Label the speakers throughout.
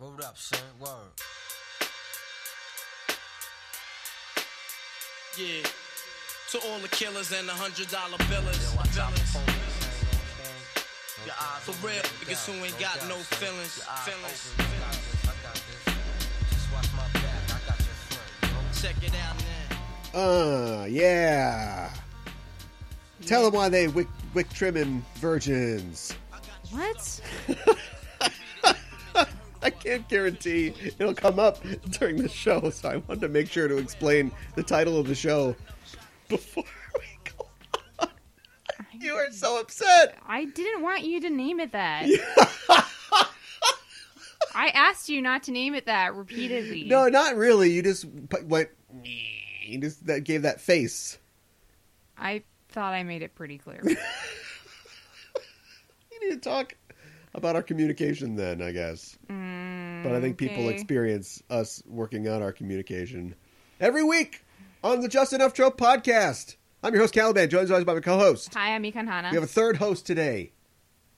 Speaker 1: Hold up, son. Word.
Speaker 2: Yeah. To all the killers and the hundred dollar billers. For real, niggas who ain't got no feelings. Feelings. Check it out now.
Speaker 3: Uh, yeah. Tell them why they wick, wick trimming virgins.
Speaker 4: What?
Speaker 3: I can't guarantee it'll come up during the show, so I wanted to make sure to explain the title of the show before we go on. You are so upset.
Speaker 4: I didn't want you to name it that. I asked you not to name it that repeatedly.
Speaker 3: No, not really. You just pu- went. You just that gave that face.
Speaker 4: I thought I made it pretty clear.
Speaker 3: You need to talk about our communication then, I guess. but I think people
Speaker 4: Mm, okay.
Speaker 3: experience us working on our communication every week on the Just Enough Trope podcast. I'm your host Caliban, joined as always by my co-host.
Speaker 4: Hi, I'm Ikan Hana.
Speaker 3: We have a third host today.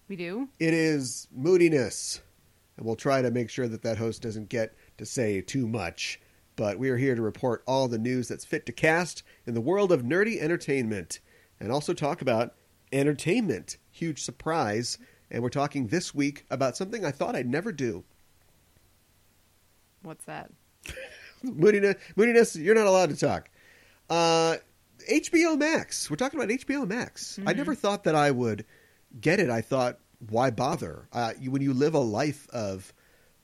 Speaker 4: we do?
Speaker 3: It is moodiness, and we'll try to make sure that that host doesn't get to say too much. But we are here to report all the news that's fit to cast in the world of nerdy entertainment, and also talk about entertainment. Huge surprise, and we're talking this week about something I thought I'd never do.
Speaker 4: What's that?
Speaker 3: Moodiness, moodiness, you're not allowed to talk. Uh, HBO Max. We're talking about HBO Max. I never thought that I would get it. I thought, why bother? Uh, you, when you live a life of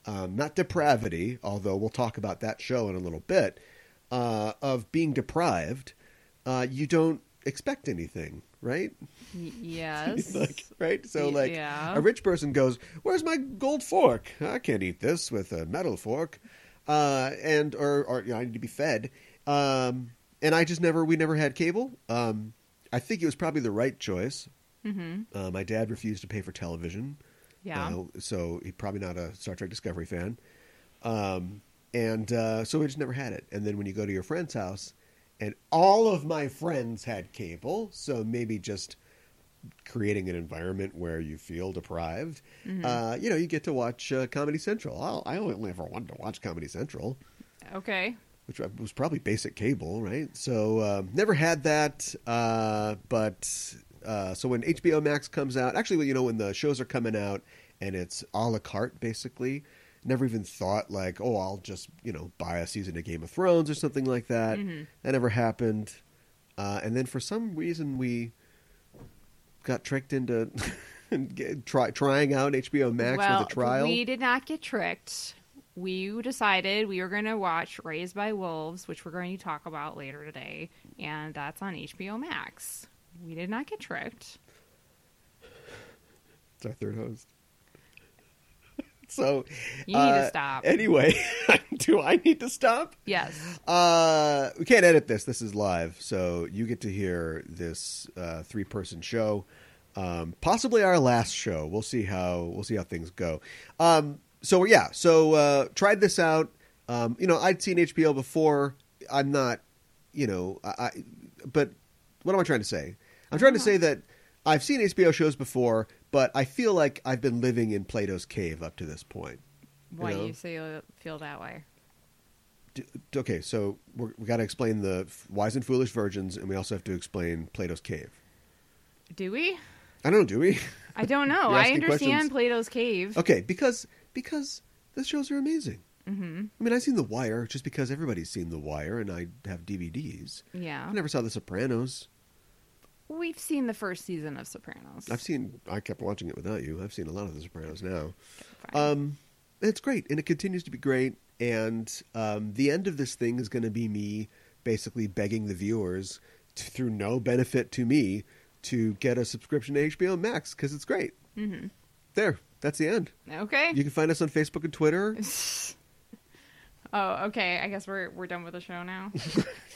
Speaker 3: um, not depravity, although we'll talk about that show in a little bit, uh, of being deprived, uh, you don't expect anything, right?
Speaker 4: Y- yes.
Speaker 3: like, right? So,
Speaker 4: Y-
Speaker 3: like,
Speaker 4: yeah.
Speaker 3: a rich person goes, "Where's my gold fork? I can't eat this with a metal fork," uh, and or, or you know, I need to be fed. Um, and I just never, we never had cable. Um, I think it was probably the right choice.
Speaker 4: Mm-hmm.
Speaker 3: Uh, my dad refused to pay for television,
Speaker 4: Yeah.
Speaker 3: uh, so he's probably not a Star Trek Discovery fan. Um, and uh, so we just never had it. And then when you go to your friend's house, and all of my friends had cable, so maybe just creating an environment where you feel deprived. Uh, you know, you get to watch uh, Comedy Central. I'll, I only ever wanted to watch Comedy Central
Speaker 4: okay.
Speaker 3: which was probably basic cable, right? So um, never had that, uh, but uh, so when HBO Max comes out, actually, well, you know, when the shows are coming out and it's a la carte, basically, never even thought like, oh, I'll just you know buy a season of Game of Thrones or something like that.
Speaker 4: Mm-hmm.
Speaker 3: That never happened, uh, and then for some reason we got tricked into. get- Try, trying out HBO Max
Speaker 4: well,
Speaker 3: with a trial.
Speaker 4: we did not get tricked. We decided we were going to watch Raised by Wolves, which we're going to talk about later today, and that's on HBO Max. We did not get tricked.
Speaker 3: It's our third host. So
Speaker 4: You need to
Speaker 3: uh,
Speaker 4: stop.
Speaker 3: Anyway, do I need to stop?
Speaker 4: Yes.
Speaker 3: Uh, we can't edit this. This is live, so you get to hear this uh, three-person show, um, possibly our last show. We'll see how we'll see how things go. Um, so yeah, so uh, tried this out. Um, you know, I'd seen HBO before. I'm not, you know, I, I. But what am I trying to say? I'm trying to say that I've seen HBO shows before, but I feel like I've been living in Plato's cave up to this point.
Speaker 4: Why
Speaker 3: know?
Speaker 4: you say feel that way?
Speaker 3: D- okay, so we're, we got to explain the f- wise and foolish virgins, and we also have to explain Plato's cave.
Speaker 4: Do we?
Speaker 3: I don't know, do we?
Speaker 4: I don't know.
Speaker 3: You're
Speaker 4: I
Speaker 3: asking
Speaker 4: understand
Speaker 3: questions.
Speaker 4: Plato's Cave.
Speaker 3: okay, because because the shows are amazing. Mm-hmm. I mean, I've seen The Wire just because everybody's seen The Wire, and I have DVDs.
Speaker 4: Yeah.
Speaker 3: I never saw The Sopranos.
Speaker 4: We've seen the first season of Sopranos.
Speaker 3: I've seen. I kept watching it without you. I've seen a lot of The Sopranos now.
Speaker 4: Fine.
Speaker 3: Um, it's great, and it continues to be great. And um, the end of this thing is going to be me basically begging the viewers, to, through no benefit to me, to get a subscription to HBO Max because it's great. Mm-hmm. There, that's the end.
Speaker 4: okay.
Speaker 3: You can find us on Facebook and Twitter.
Speaker 4: Oh, okay. I guess we're we're done with the show now.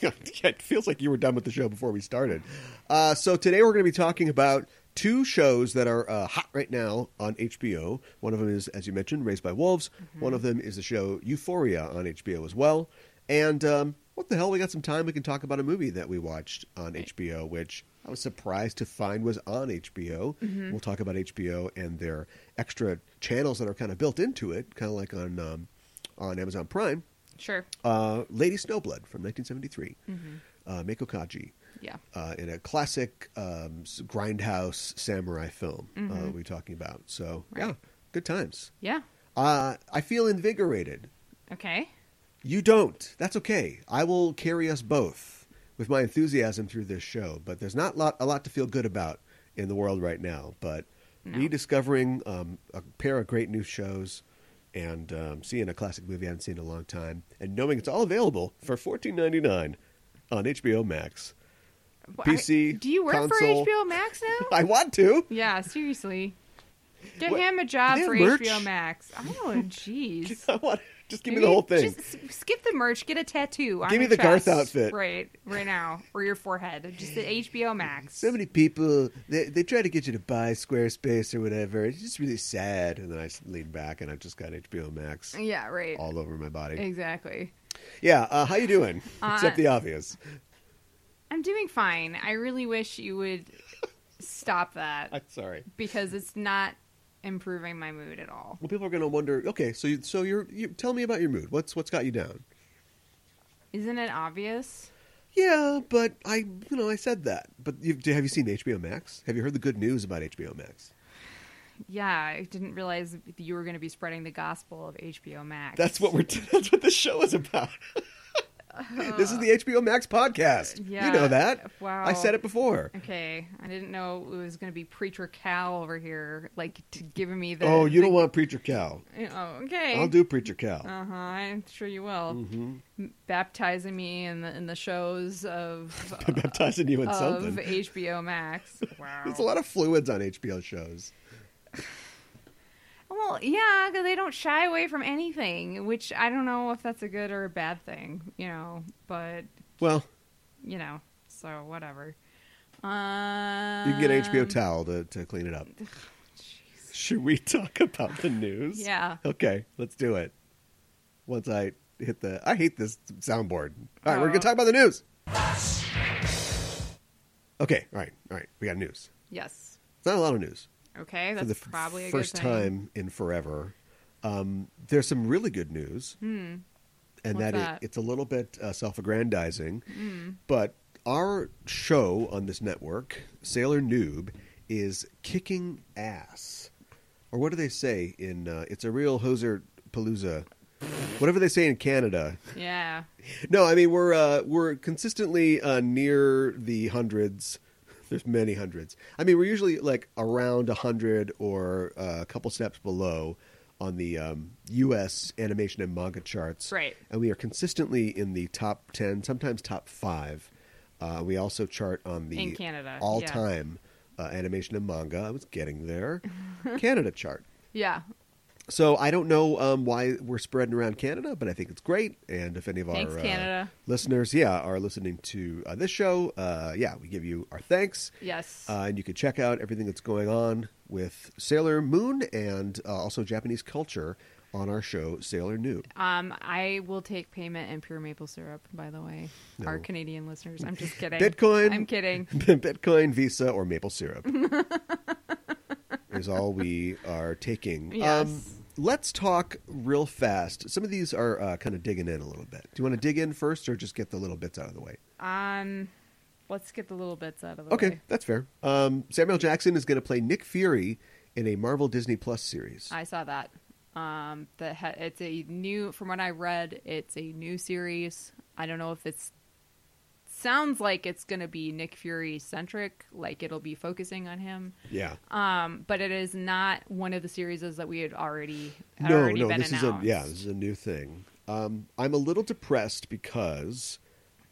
Speaker 3: Yeah, it feels like you were done with the show before we started. Uh, so today we're going to be talking about two shows that are uh, hot right now on HBO. One of them is, as you mentioned, Raised by Wolves. One of them is the show Euphoria on HBO as well. And um, what the hell? We got some time. We can talk about a movie that we watched on HBO, which I was surprised to find was on HBO. We'll talk about HBO and their extra channels that are kind of built into it, kind of like on um, on Amazon Prime.
Speaker 4: Sure.
Speaker 3: Uh, Lady Snowblood from 1973, uh, Mako Kaji
Speaker 4: Yeah.
Speaker 3: uh, in a classic um, s- grindhouse samurai film uh, we're talking about. So yeah,
Speaker 4: Right.
Speaker 3: good times.
Speaker 4: Yeah.
Speaker 3: Uh, I feel invigorated.
Speaker 4: Okay.
Speaker 3: You don't. That's okay. I will carry us both with my enthusiasm through this show. But there's not lot, a lot to feel good about in the world right now. But rediscovering um, a pair of great new shows and um, seeing a classic movie I haven't seen in a long time, and knowing it's all available for $14.99 on HBO Max.
Speaker 4: Wh- I-
Speaker 3: PC,
Speaker 4: do you work
Speaker 3: console.
Speaker 4: for HBO Max now?
Speaker 3: I want to.
Speaker 4: yeah. Seriously. Get
Speaker 3: What?
Speaker 4: him a job
Speaker 3: Do they
Speaker 4: for
Speaker 3: have
Speaker 4: HBO
Speaker 3: merch?
Speaker 4: Max. Oh, jeez.
Speaker 3: I want just give me the whole
Speaker 4: Maybe
Speaker 3: thing.
Speaker 4: Just s- skip the merch. Get a tattoo. On
Speaker 3: Give me the
Speaker 4: your
Speaker 3: Garth
Speaker 4: chest
Speaker 3: outfit.
Speaker 4: Right, right now, or your forehead. Just the HBO Max.
Speaker 3: So many people they they try to get you to buy Squarespace or whatever. It's just really sad. And then I s- lean back and I've just got HBO Max
Speaker 4: Yeah, right.
Speaker 3: all over my body.
Speaker 4: Exactly.
Speaker 3: Yeah, uh, how you doing?
Speaker 4: Uh,
Speaker 3: Except the obvious.
Speaker 4: I'm doing fine. I really wish you would stop that
Speaker 3: I'm sorry.
Speaker 4: because it's not improving my mood at all.
Speaker 3: Well, people are going to wonder. Okay, so you, so you're you, tell me about your mood. What's what's got you down?
Speaker 4: Isn't it obvious?
Speaker 3: Yeah, but I you know I said that. But you, do- have you seen HBO Max? Have you heard the good news about HBO Max?
Speaker 4: Yeah, I didn't realize that you were going to be spreading the gospel of HBO Max.
Speaker 3: That's what we're. that's what this show is about. this is the HBO Max podcast.
Speaker 4: Yeah. Oh.
Speaker 3: You know that.
Speaker 4: Wow.
Speaker 3: I said it before.
Speaker 4: Okay, I didn't know it was going to be preacher Cal over here, like to giving me the.
Speaker 3: Oh, you
Speaker 4: the-
Speaker 3: don't want Preacher Cal.
Speaker 4: Oh, okay.
Speaker 3: I'll do Mm-hmm. Preacher Cal.
Speaker 4: Uh huh. I'm sure you will. M- Baptizing me in the in the shows of
Speaker 3: I'm baptizing you in
Speaker 4: Uh, of
Speaker 3: something.
Speaker 4: HBO Max. Wow.
Speaker 3: There's a lot of fluids on HBO shows.
Speaker 4: Well, yeah, 'cause they don't shy away from anything, which I don't know if that's a good or a bad thing, you know. But
Speaker 3: Well,
Speaker 4: you know, so whatever. Um,
Speaker 3: you can get an HBO towel to, to clean it up. Um, Should we talk about the news?
Speaker 4: Yeah.
Speaker 3: Okay, let's do it. Once I hit the. I hate this soundboard. All right, we're going to
Speaker 4: Oh.
Speaker 3: talk about the news. Okay, all right, all right. We got news.
Speaker 4: Yes.
Speaker 3: It's not a lot of news.
Speaker 4: Okay,
Speaker 3: for
Speaker 4: that's
Speaker 3: the f-
Speaker 4: probably a
Speaker 3: first
Speaker 4: good thing.
Speaker 3: time in forever. Um, there's some really good news, and
Speaker 4: Hmm. What's
Speaker 3: that, it-
Speaker 4: that? Hmm.
Speaker 3: it's a little bit uh, self-aggrandizing, but our show on this network, Sailor Noob, is kicking ass, or what do they say in? Uh, it's a real hoser palooza, whatever they say in Canada.
Speaker 4: Yeah.
Speaker 3: No, I mean we're uh, we're consistently uh, near the hundreds. There's many hundreds. I mean, we're usually like around a hundred or uh, a couple steps below on the um, U.S. animation and manga charts,
Speaker 4: Right.
Speaker 3: And we are consistently in the top ten, sometimes top five. Uh, we also chart on the
Speaker 4: In Canada,
Speaker 3: all-time uh, animation and manga. I was getting there, Canada chart.
Speaker 4: Yeah.
Speaker 3: So I don't know um, why we're spreading around Canada, but I think it's great. And if any of
Speaker 4: Thanks,
Speaker 3: our
Speaker 4: Canada.
Speaker 3: Uh, listeners, yeah, are listening to uh, this show, uh, yeah, we give you our thanks.
Speaker 4: Yes.
Speaker 3: Uh, and you can check out everything that's going on with Sailor Moon and uh, also Japanese culture on our show, Sailor Noob.
Speaker 4: Um, I will take payment in pure maple syrup. By the way, our
Speaker 3: No.
Speaker 4: Canadian listeners. I'm just kidding.
Speaker 3: Bitcoin.
Speaker 4: I'm kidding.
Speaker 3: Bitcoin, Visa, or maple syrup is all we are taking. Um,
Speaker 4: Yes.
Speaker 3: let's talk real fast. Some of these are uh, kind of digging in a little bit. Do you want to dig in first or just get the little bits out of the way?
Speaker 4: Um, let's get the little bits out of the
Speaker 3: Okay,
Speaker 4: way.
Speaker 3: that's fair. Um, Samuel Jackson is going to play Nick Fury in a Marvel Disney Plus series.
Speaker 4: I saw that. Um, that ha- it's a new. From what I read, it's a new series. I don't know if it's. Sounds like it's going to be Nick Fury centric. Like it'll be focusing on him.
Speaker 3: yeah.
Speaker 4: Um, but it is not one of the series that we had already had
Speaker 3: no,
Speaker 4: already
Speaker 3: no,
Speaker 4: been
Speaker 3: this is
Speaker 4: announced.
Speaker 3: a yeah, this is a new thing. Um, I'm a little depressed because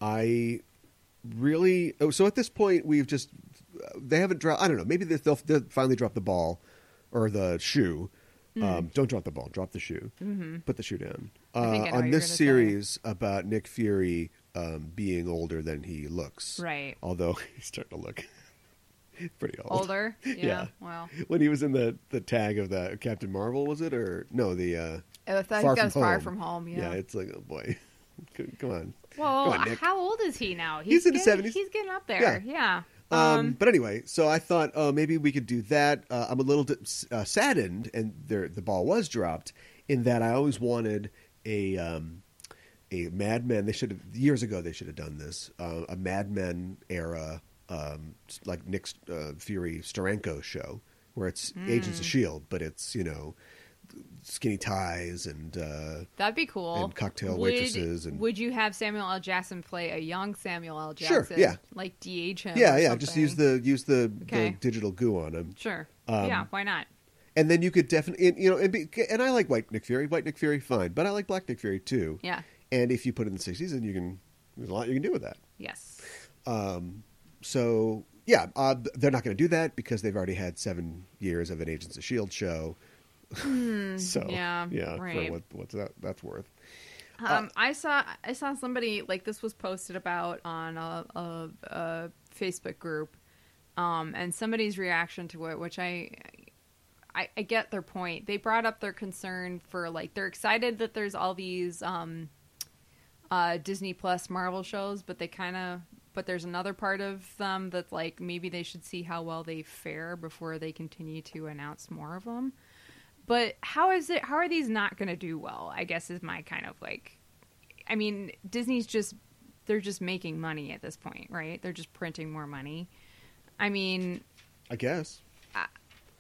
Speaker 3: I really oh, so at this point we've just they haven't dropped. I don't know. Maybe they- they'll, they'll finally drop the ball or the shoe.
Speaker 4: Mm.
Speaker 3: Um, don't drop the ball. Drop the shoe. Mm-hmm. Put the shoe down.
Speaker 4: I think I
Speaker 3: Uh,
Speaker 4: know what
Speaker 3: on
Speaker 4: you're
Speaker 3: this
Speaker 4: gonna say.
Speaker 3: series about Nick Fury um, being older than he looks,
Speaker 4: Right.
Speaker 3: Although he's starting to look pretty old
Speaker 4: Older. Yeah.
Speaker 3: Yeah.
Speaker 4: Well.
Speaker 3: when he was in the the tag of the Captain Marvel, was it or no the uh,
Speaker 4: Oh, I thought
Speaker 3: Far
Speaker 4: he got
Speaker 3: From
Speaker 4: far
Speaker 3: Home.
Speaker 4: from home.
Speaker 3: yeah, it's like oh boy, C- Come on.
Speaker 4: Well,
Speaker 3: on, Nick.
Speaker 4: how old is he now?
Speaker 3: He's in his
Speaker 4: getting-
Speaker 3: 70s.
Speaker 4: He's getting up there. Yeah.
Speaker 3: Um, but anyway, so I thought, oh, maybe we could do that. Uh, I'm a little dis- uh, saddened, and there, the ball was dropped. In that, I always wanted a um, a Mad Men. They should have years ago. They should have done this. Uh, a Mad Men era, um, s- like Nick uh, Fury Steranko show, where it's
Speaker 4: Hmm.
Speaker 3: Agents of Shield, E but it's you know skinny ties and uh,
Speaker 4: That'd be cool.
Speaker 3: And cocktail
Speaker 4: Would-
Speaker 3: waitresses and-
Speaker 4: would you have Samuel L. Jackson play a young Samuel L.
Speaker 3: Sure,
Speaker 4: Jackson?
Speaker 3: yeah.
Speaker 4: Like DH him.
Speaker 3: yeah,
Speaker 4: or
Speaker 3: yeah. Just
Speaker 4: something?
Speaker 3: use the use the, the
Speaker 4: Okay.
Speaker 3: digital goo on them.
Speaker 4: Sure.
Speaker 3: Um,
Speaker 4: yeah. Why not?
Speaker 3: And then you could definitely, and, you know, and, be, and I like White Nick Fury, White Nick Fury, fine, but I like Black Nick Fury too.
Speaker 4: Yeah.
Speaker 3: And if you put it in the '60s, then you can, there's a lot you can do with that.
Speaker 4: Yes.
Speaker 3: So yeah, uh, they're not going to do that because they've already had seven years of an Agents of Shield E show. so
Speaker 4: Hmm, yeah,
Speaker 3: yeah,
Speaker 4: right.
Speaker 3: for what, what's that? That's worth.
Speaker 4: Um, I saw I saw somebody like this was posted about on a, a, a Facebook group, um, and somebody's reaction to it, which I, I I get their point. They brought up their concern for like they're excited that there's all these um, uh, Disney Plus Marvel shows, but they kind of but there's another part of them that's like maybe they should see how well they fare before they continue to announce more of them but how is it how are these not going to do well i guess is my kind of like i mean disney's just they're just making money at this point right they're just printing more money i mean
Speaker 3: I guess.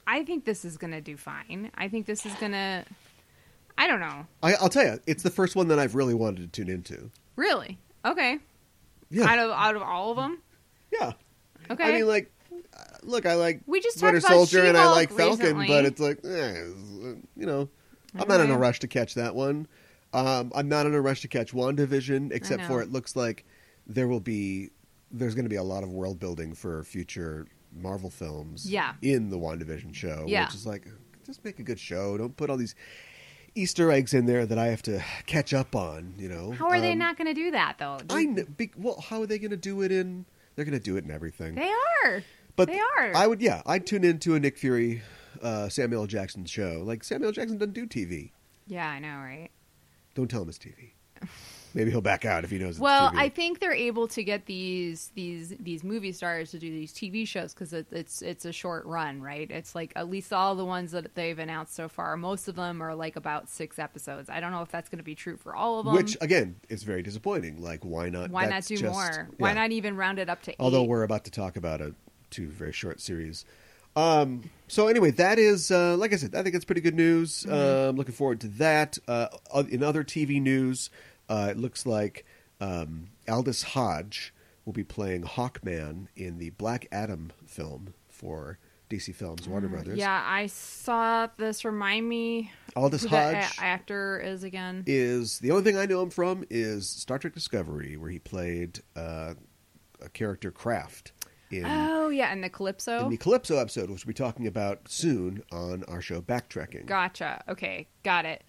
Speaker 4: i think this is going to do fine i think this is going to i don't know
Speaker 3: I, I'll tell you, it's the first one that I've really wanted to tune into.
Speaker 4: really okay
Speaker 3: Yeah,
Speaker 4: out of out of all of them
Speaker 3: yeah.
Speaker 4: okay
Speaker 3: I mean, like, uh, look, I like
Speaker 4: We just
Speaker 3: Winter
Speaker 4: talked about
Speaker 3: Soldier and I
Speaker 4: She-Hulk
Speaker 3: like Falcon,
Speaker 4: recently.
Speaker 3: but it's like, eh, you know, I'm not in a
Speaker 4: Alright.
Speaker 3: rush to catch that one. Um, I'm not in a rush to catch WandaVision, except for
Speaker 4: know.
Speaker 3: it looks like there will be there's going to be a lot of world building for future Marvel films.
Speaker 4: Yeah.
Speaker 3: in the WandaVision show,
Speaker 4: Yeah.
Speaker 3: which is like, just make a good show. Don't put all these Easter eggs in there that I have to catch up on. You know,
Speaker 4: how are they
Speaker 3: Um,
Speaker 4: not going to do that though
Speaker 3: I kn- be, well, how are they going to do it in? They're going to do it in everything.
Speaker 4: they are
Speaker 3: But
Speaker 4: they are
Speaker 3: I would, yeah, I'd tune into a Nick Fury, uh, Samuel L. Jackson show. Like Samuel L. Jackson doesn't do TV.
Speaker 4: yeah i know right
Speaker 3: Don't tell him it's TV. Maybe he'll back out if he knows. It's
Speaker 4: Well,
Speaker 3: TV.
Speaker 4: I think they're able to get these these these movie stars to do these TV shows because it, it's it's a short run, right? It's like at least all the ones that they've announced so far. Most of them are like about six episodes. I don't know if that's going to be true for all of them.
Speaker 3: which again is very disappointing. Like, why not?
Speaker 4: why not
Speaker 3: that's
Speaker 4: do
Speaker 3: just-
Speaker 4: more? Why
Speaker 3: yeah.
Speaker 4: not even round it up to?
Speaker 3: Although
Speaker 4: eight?
Speaker 3: we're about to talk about a two very short series. Um, so anyway, that is uh, like I said. I think it's pretty good news.
Speaker 4: Mm-hmm.
Speaker 3: Uh, I'm looking forward to that. Uh, o- in other TV news, uh, it looks like um, Aldous Hodge will be playing Hawkman in the Black Adam film for DC Films Warner Brothers.
Speaker 4: Mm, yeah, I saw this. Remind me
Speaker 3: Aldous
Speaker 4: who the
Speaker 3: Hodge
Speaker 4: a- actor is again.
Speaker 3: is the only thing I know him from is Star Trek Discovery, where he played uh, a character Kraft in
Speaker 4: oh yeah, and the Calypso.
Speaker 3: in the Calypso episode, which we'll be talking about soon on our show Backtracking.
Speaker 4: gotcha. Okay, got it.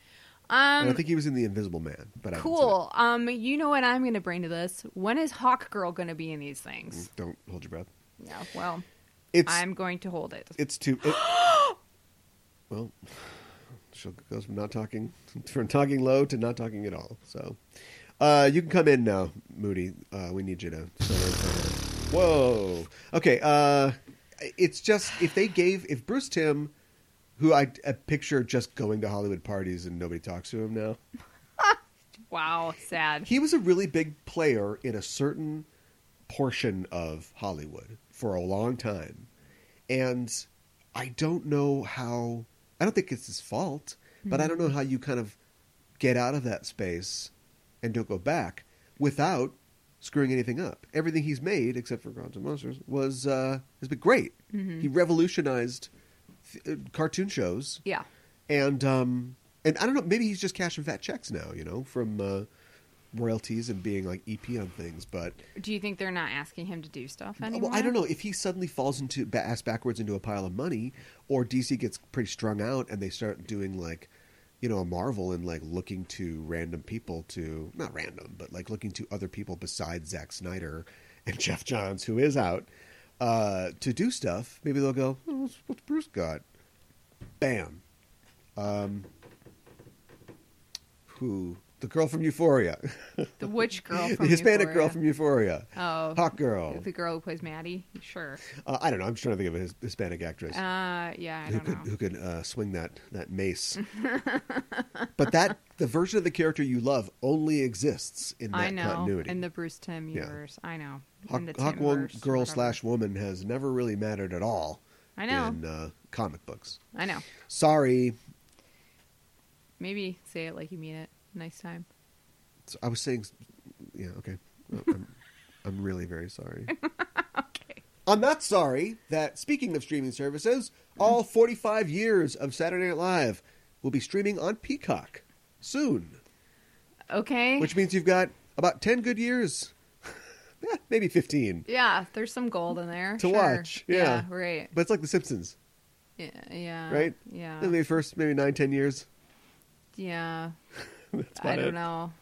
Speaker 4: Um,
Speaker 3: and I think he was in The Invisible Man. But I haven't seen
Speaker 4: Cool. Um, you know what I'm going to bring to this? When is Hawk Girl going to be in these things?
Speaker 3: it. Don't hold your breath.
Speaker 4: Yeah. Well,
Speaker 3: Mm. It's
Speaker 4: I'm going to hold it.
Speaker 3: it's too. It, well, she goes from not talking from talking low to not talking at all. So uh, you can come in now, Moody. Uh, we need you to. fill in for her. Whoa. Okay. Uh, it's just if they gave if Bruce Tim, who I, I picture just going to Hollywood parties and nobody talks to him now.
Speaker 4: Wow. Sad.
Speaker 3: he was a really big player in a certain portion of Hollywood for a long time. And I don't know how I don't think it's his fault, but I don't know how you kind of get out of that space and don't go back without screwing anything up. Everything he's made, except for Gods and Monsters, was uh, has been great. He revolutionized th- uh, cartoon shows
Speaker 4: Yeah.
Speaker 3: and um and I don't know, maybe he's just cashing fat checks now, you know, from uh, royalties and being like EP on things. But
Speaker 4: Do you think they're not asking him to do stuff anymore?
Speaker 3: well, I don't know if he suddenly falls into ba- ass backwards into a pile of money, or DC gets pretty strung out and they start doing like, you know, a Marvel and like looking to random people to not random, but like looking to other people besides Zack Snyder and Jeff Johns, who is out, uh, to do stuff. Maybe they'll go, oh, what's, what's Bruce got? Bam. Um, who the girl from Euphoria,
Speaker 4: The witch girl
Speaker 3: the
Speaker 4: from
Speaker 3: Hispanic girl
Speaker 4: Euphoria.
Speaker 3: from Euphoria,
Speaker 4: Oh,
Speaker 3: hot girl.
Speaker 4: the girl who plays Maddie. Sure.
Speaker 3: Uh, I don't know. I'm just trying to think of a his- Hispanic actress
Speaker 4: Uh, yeah,
Speaker 3: who
Speaker 4: I don't
Speaker 3: could
Speaker 4: know.
Speaker 3: who could uh, swing that that mace. but that the version of the character you love only exists in that
Speaker 4: I know.
Speaker 3: continuity.
Speaker 4: In the Bruce Tim
Speaker 3: Yeah.
Speaker 4: universe, I know. in the
Speaker 3: Hawk, Hawk Wo-
Speaker 4: Timverse,
Speaker 3: girl
Speaker 4: whatever.
Speaker 3: slash woman has never really mattered at all
Speaker 4: I know.
Speaker 3: in uh, comic books.
Speaker 4: I know.
Speaker 3: Sorry,
Speaker 4: Maybe say it like you mean it. Nice time.
Speaker 3: So I was saying, yeah, okay. I'm, I'm really very sorry.
Speaker 4: Okay.
Speaker 3: I'm not sorry that, speaking of streaming services, all 45 years of Saturday Night Live will be streaming on Peacock soon,
Speaker 4: Okay.
Speaker 3: which means you've got about 10 good years, Eh, maybe 15.
Speaker 4: yeah, there's some gold in there
Speaker 3: To
Speaker 4: Sure.
Speaker 3: watch, yeah.
Speaker 4: right.
Speaker 3: But it's like The Simpsons,
Speaker 4: Yeah, yeah.
Speaker 3: right?
Speaker 4: Yeah.
Speaker 3: Maybe first, maybe nine, ten years.
Speaker 4: Yeah.
Speaker 3: That's about
Speaker 4: I don't
Speaker 3: it.
Speaker 4: know.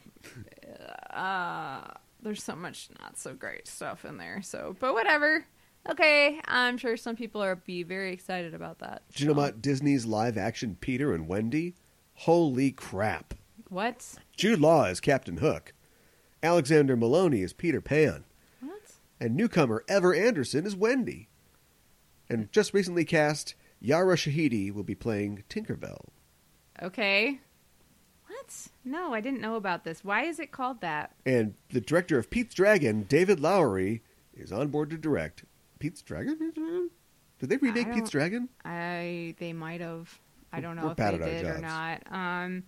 Speaker 4: Uh, there's so much not so great stuff in there. So, but whatever. Okay, I'm sure some people are be very excited about that. Oh,
Speaker 3: Do you know
Speaker 4: So-
Speaker 3: about Disney's live action Peter and Wendy? Holy crap.
Speaker 4: What?
Speaker 3: Jude Law is Captain Hook. Alexander Maloney is Peter Pan.
Speaker 4: What?
Speaker 3: And newcomer Ever Anderson is Wendy. And just recently cast, Yara Shahidi will be playing Tinkerbell.
Speaker 4: Okay. What? No, I didn't know about this. Why is it called that?
Speaker 3: And the director of Pete's Dragon, David Lowery, is on board to direct Pete's Dragon? Did they remake
Speaker 4: I
Speaker 3: Pete's
Speaker 4: don't-
Speaker 3: Dragon?
Speaker 4: I they might have. I don't know
Speaker 3: We're
Speaker 4: if
Speaker 3: bad
Speaker 4: they
Speaker 3: at our
Speaker 4: did or
Speaker 3: jobs.
Speaker 4: not. Um,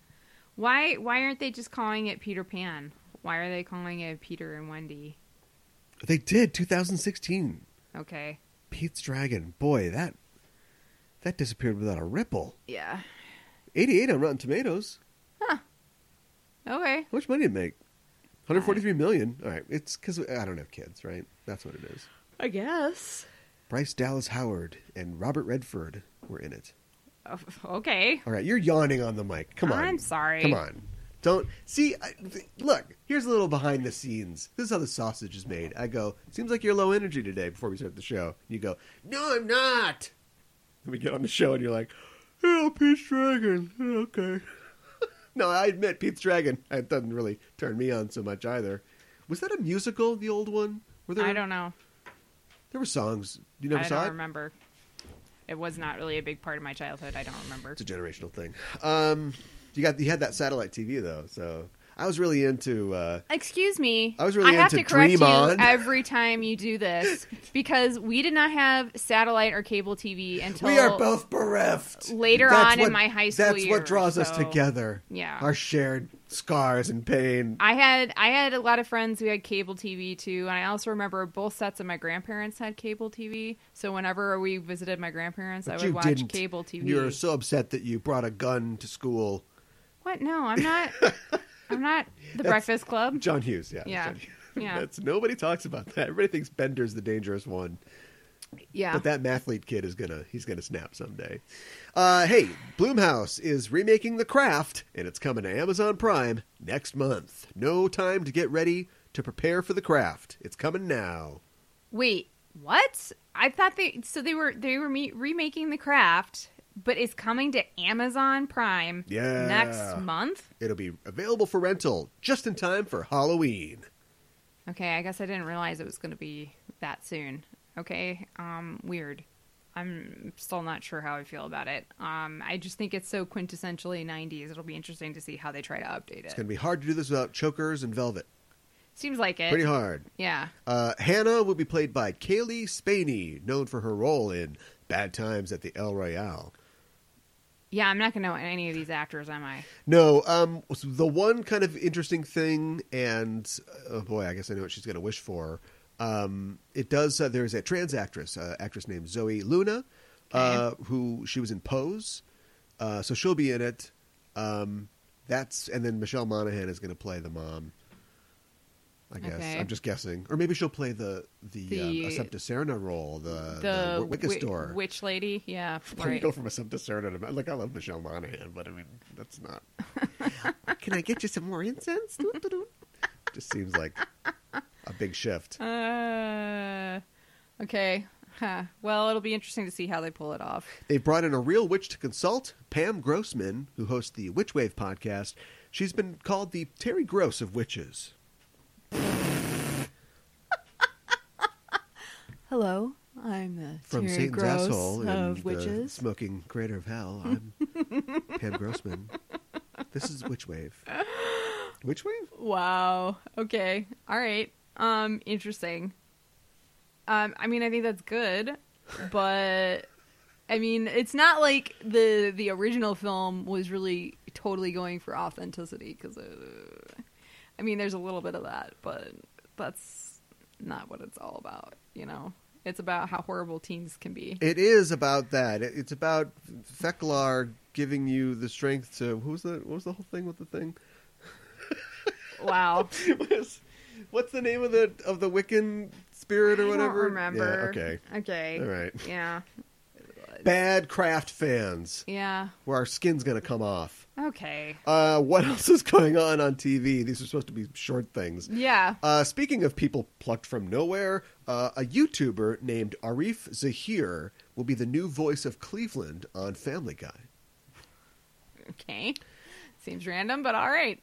Speaker 4: why why aren't they just calling it Peter Pan? Why are they calling it Peter and Wendy?
Speaker 3: They did, 2016.
Speaker 4: Okay.
Speaker 3: Pete's Dragon. Boy, that that disappeared without a ripple.
Speaker 4: Yeah.
Speaker 3: 88 on Rotten Tomatoes.
Speaker 4: Okay.
Speaker 3: How much money did it make? 143 million. All right, it's because I don't have kids, right? That's what it is.
Speaker 4: I guess.
Speaker 3: Bryce Dallas Howard and Robert Redford were in it.
Speaker 4: Okay.
Speaker 3: All right, you're yawning on the mic. Come on.
Speaker 4: I'm sorry.
Speaker 3: Come on. Don't see. I, th- look, here's a little behind the scenes. This is how the sausage is made. I go. Seems like you're low energy today. Before we start the show, you go. No, I'm not. Then we get on the show, and you're like, "Oh, Pete's Dragon. Oh, Okay." no, I admit Pete's Dragon. It doesn't really turn me on so much either. Was that a musical? The old one? Were there?
Speaker 4: I don't know.
Speaker 3: There were songs. You never
Speaker 4: I
Speaker 3: saw
Speaker 4: don't
Speaker 3: it.
Speaker 4: remember. It was not really a big part of my childhood. I don't remember.
Speaker 3: it's a generational thing. Um, you got you had that satellite TV though, so I was really into. Uh,
Speaker 4: Excuse me.
Speaker 3: I was really
Speaker 4: have
Speaker 3: into
Speaker 4: to correct
Speaker 3: Dream
Speaker 4: you
Speaker 3: On.
Speaker 4: every time you do this because we did not have satellite or cable TV until
Speaker 3: we are both bereft.
Speaker 4: later on in my high school
Speaker 3: That's
Speaker 4: years,
Speaker 3: what draws us
Speaker 4: so-
Speaker 3: together.
Speaker 4: Yeah.
Speaker 3: our shared scars and pain.
Speaker 4: I had I had a lot of friends who had cable TV too, and I also remember both sets of my grandparents had cable TV. So whenever we visited my grandparents, I
Speaker 3: But
Speaker 4: would
Speaker 3: you
Speaker 4: watch
Speaker 3: didn't.
Speaker 4: cable TV.
Speaker 3: You were so upset that you brought a gun to school.
Speaker 4: What? No, I'm not. I'm not the Breakfast Club.
Speaker 3: John Hughes, yeah,
Speaker 4: Yeah.
Speaker 3: John Hughes.
Speaker 4: Yeah.
Speaker 3: That's nobody talks about that. Everybody thinks Bender's the dangerous one.
Speaker 4: yeah.
Speaker 3: But that mathlete kid is gonna he's gonna snap someday. Uh, hey, Bloomhouse is remaking The Craft, and it's coming to Amazon Prime next month. No time to get ready to prepare for The Craft. It's coming now.
Speaker 4: Wait, what? I thought they so they were they were me- remaking The Craft, but it's coming to Amazon Prime
Speaker 3: Yeah.
Speaker 4: next month.
Speaker 3: It'll be available for rental just in time for Halloween.
Speaker 4: Okay, I guess I didn't realize it was going to be that soon. Okay, um, weird. I'm still not sure how I feel about it. Um, I just think it's so quintessentially 90s. It'll be interesting to see how they try to update it.
Speaker 3: It's gonna be hard to do this without chokers and velvet.
Speaker 4: Seems like it.
Speaker 3: Pretty hard.
Speaker 4: Yeah.
Speaker 3: Uh, Hannah will be played by Kaylee Spaney, known for her role in Bad Times at the El Royale.
Speaker 4: Yeah, I'm not going to know any of these actors, am I?
Speaker 3: No, um, so the one kind of interesting thing, and oh boy, I guess I know what she's going to wish for. Um, it does. Uh, there's a trans actress, uh, actress named Zoe Luna, uh, who she was in Pose, uh, so she'll be in it. Um, that's and then Michelle Monaghan is going to play the mom. I guess
Speaker 4: Okay.
Speaker 3: I'm just guessing, or maybe she'll play the the,
Speaker 4: The-
Speaker 3: um, Assumpta Serna role, the
Speaker 4: The,
Speaker 3: Uh, the, Wicca
Speaker 4: wi-
Speaker 3: store.
Speaker 4: Witch Lady? Yeah.
Speaker 3: When you
Speaker 4: Right.
Speaker 3: go from a Assumpta to like I love Michelle Monaghan, but I mean that's not. Can I get you some more incense? Doot, doot, doot. Just seems like a big shift.
Speaker 4: Uh, okay. Huh. Well, it'll be interesting to see how they pull it off.
Speaker 3: They brought in a real witch to consult, Pam Grossman, who hosts the Witch Wave podcast. She's been called the Terry Gross of witches.
Speaker 4: Hello, I'm the
Speaker 3: From
Speaker 4: Terry
Speaker 3: Satan's
Speaker 4: Gross
Speaker 3: asshole and uh,
Speaker 4: of
Speaker 3: the
Speaker 4: witches.
Speaker 3: smoking crater of hell. I'm Pam Grossman. This is Witch Wave. Witch Wave?
Speaker 4: Wow. Okay. All right. Um. Interesting. Um. I mean, I think that's good, but I mean, it's not like the the original film was really totally going for authenticity because, uh, I mean, there's a little bit of that, but that's not what it's all about. You know, it's about how horrible teens can be.
Speaker 3: It is about that. It- It's about Feklar giving you the strength to. Who's the? What was the whole thing with the thing?
Speaker 4: Wow.
Speaker 3: What is- What's the name of the of the Wiccan spirit or whatever?
Speaker 4: I don't remember.
Speaker 3: Yeah, okay.
Speaker 4: Okay.
Speaker 3: All right.
Speaker 4: Yeah.
Speaker 3: Bad craft fans,
Speaker 4: Yeah.
Speaker 3: where our skin's gonna come off.
Speaker 4: Okay.
Speaker 3: Uh, what else is going on on TV? These are supposed to be short things.
Speaker 4: Yeah.
Speaker 3: Uh, speaking of people plucked from nowhere, uh, a YouTuber named Arif Zahir will be the new voice of Cleveland on Family Guy.
Speaker 4: Okay. Seems random, but all right.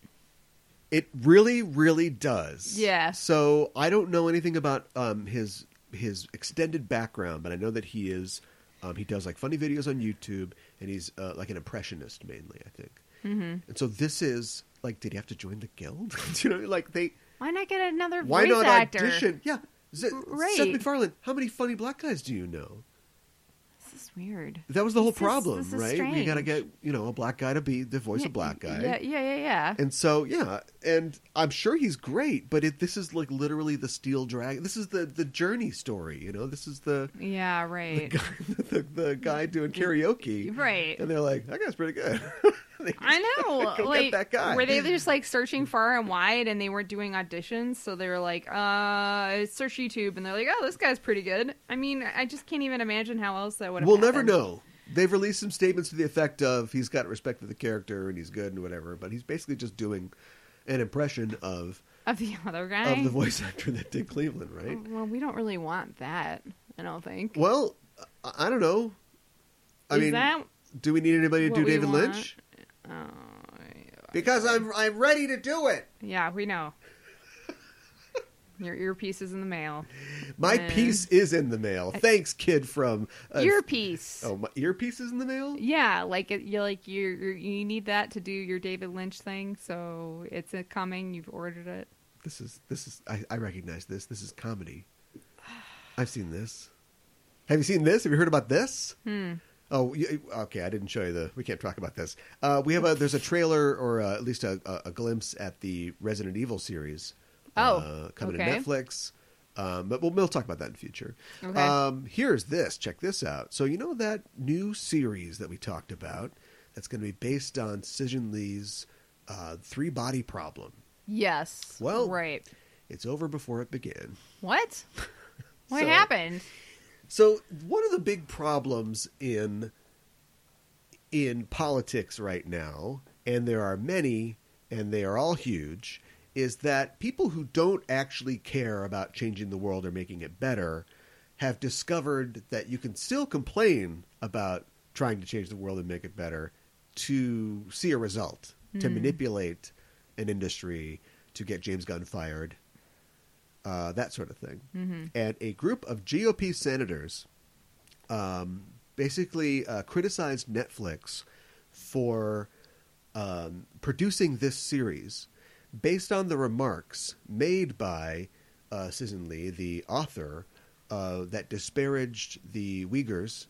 Speaker 3: It really, really does.
Speaker 4: Yeah.
Speaker 3: So I don't know anything about um, his his extended background, but I know that he is um, he does like funny videos on YouTube, and he's uh, like an impressionist mainly, I think. Mm-hmm. And so this is like, did he have to join the guild? Do you know, what I mean? like they
Speaker 4: Why not get another
Speaker 3: why
Speaker 4: voice
Speaker 3: not
Speaker 4: actor?
Speaker 3: audition? Yeah. Z-
Speaker 4: Right.
Speaker 3: Seth MacFarlane, how many funny black guys do you know?
Speaker 4: This is weird.
Speaker 3: That was the whole
Speaker 4: This is-
Speaker 3: problem,
Speaker 4: this is
Speaker 3: right? You got to
Speaker 4: strange.
Speaker 3: get you know Oh, a black guy to be the voice
Speaker 4: yeah,
Speaker 3: of black guy.
Speaker 4: Yeah, yeah, yeah, yeah.
Speaker 3: And so, yeah, and I'm sure he's great, but it, this is like literally the steel dragon. This is the the journey story, you know. This is the
Speaker 4: yeah, right.
Speaker 3: guy, the, the guy doing karaoke,
Speaker 4: Right.
Speaker 3: And they're like, that guy's pretty good. They-
Speaker 4: I know.
Speaker 3: Go get
Speaker 4: like,
Speaker 3: that guy.
Speaker 4: were they just like searching far and wide, and they weren't doing auditions? So they were like, "Uh, search YouTube," and they're like, "Oh, this guy's pretty good." I mean, I just can't even imagine how else that would. have
Speaker 3: we'll never
Speaker 4: happened.
Speaker 3: know. They've released some statements to the effect of he's got respect for the character and he's good and whatever, but he's basically just doing an impression of
Speaker 4: of the other guy.
Speaker 3: of the voice actor that did Cleveland, right?
Speaker 4: well, we don't really want that. I don't think.
Speaker 3: Well, I, I don't know. I
Speaker 4: Is
Speaker 3: mean,
Speaker 4: that
Speaker 3: do we need anybody to
Speaker 4: what
Speaker 3: do
Speaker 4: we
Speaker 3: David
Speaker 4: want?
Speaker 3: Lynch?
Speaker 4: oh.
Speaker 3: Because I'm I'm ready to do it.
Speaker 4: Yeah, we know. Your earpiece is in the mail.
Speaker 3: My
Speaker 4: Mm.
Speaker 3: piece is in the mail. Thanks, kid from uh,
Speaker 4: earpiece.
Speaker 3: Oh, my earpiece is in the mail.
Speaker 4: Yeah, like it- you like you you need that to do your David Lynch thing. So it's a coming. You've ordered it.
Speaker 3: This is this is I, I recognize this. This is comedy. I've seen this. Have you seen this? Have you heard about this?
Speaker 4: Hmm.
Speaker 3: Oh, you, okay. I didn't show you the. We can't talk about this. Uh, we have a there's a trailer or uh, at least a, a, a glimpse at the Resident Evil series. uh,
Speaker 4: Oh,
Speaker 3: coming to
Speaker 4: okay.
Speaker 3: Netflix. Um, but we'll, we'll talk about that in future.
Speaker 4: Okay.
Speaker 3: Um, here's this. Check this out. So you know that new series that we talked about that's going to be based on Sijin Lee's uh, Three Body Problem.
Speaker 4: Yes.
Speaker 3: Well-
Speaker 4: right.
Speaker 3: It's over before it began.
Speaker 4: What? What
Speaker 3: So-
Speaker 4: happened?
Speaker 3: So one of the big problems in in politics right now, and there are many, and they are all huge, is that people who don't actually care about changing the world or making it better have discovered that you can still complain about trying to change the world and make it better to see a result, to manipulate an industry, to get James Gunn fired, uh, that sort of thing. And a group of GOP senators um, basically uh, criticized Netflix for um, producing this series based on the remarks made by uh, Susan Lee, the author, uh, that disparaged the Uyghurs,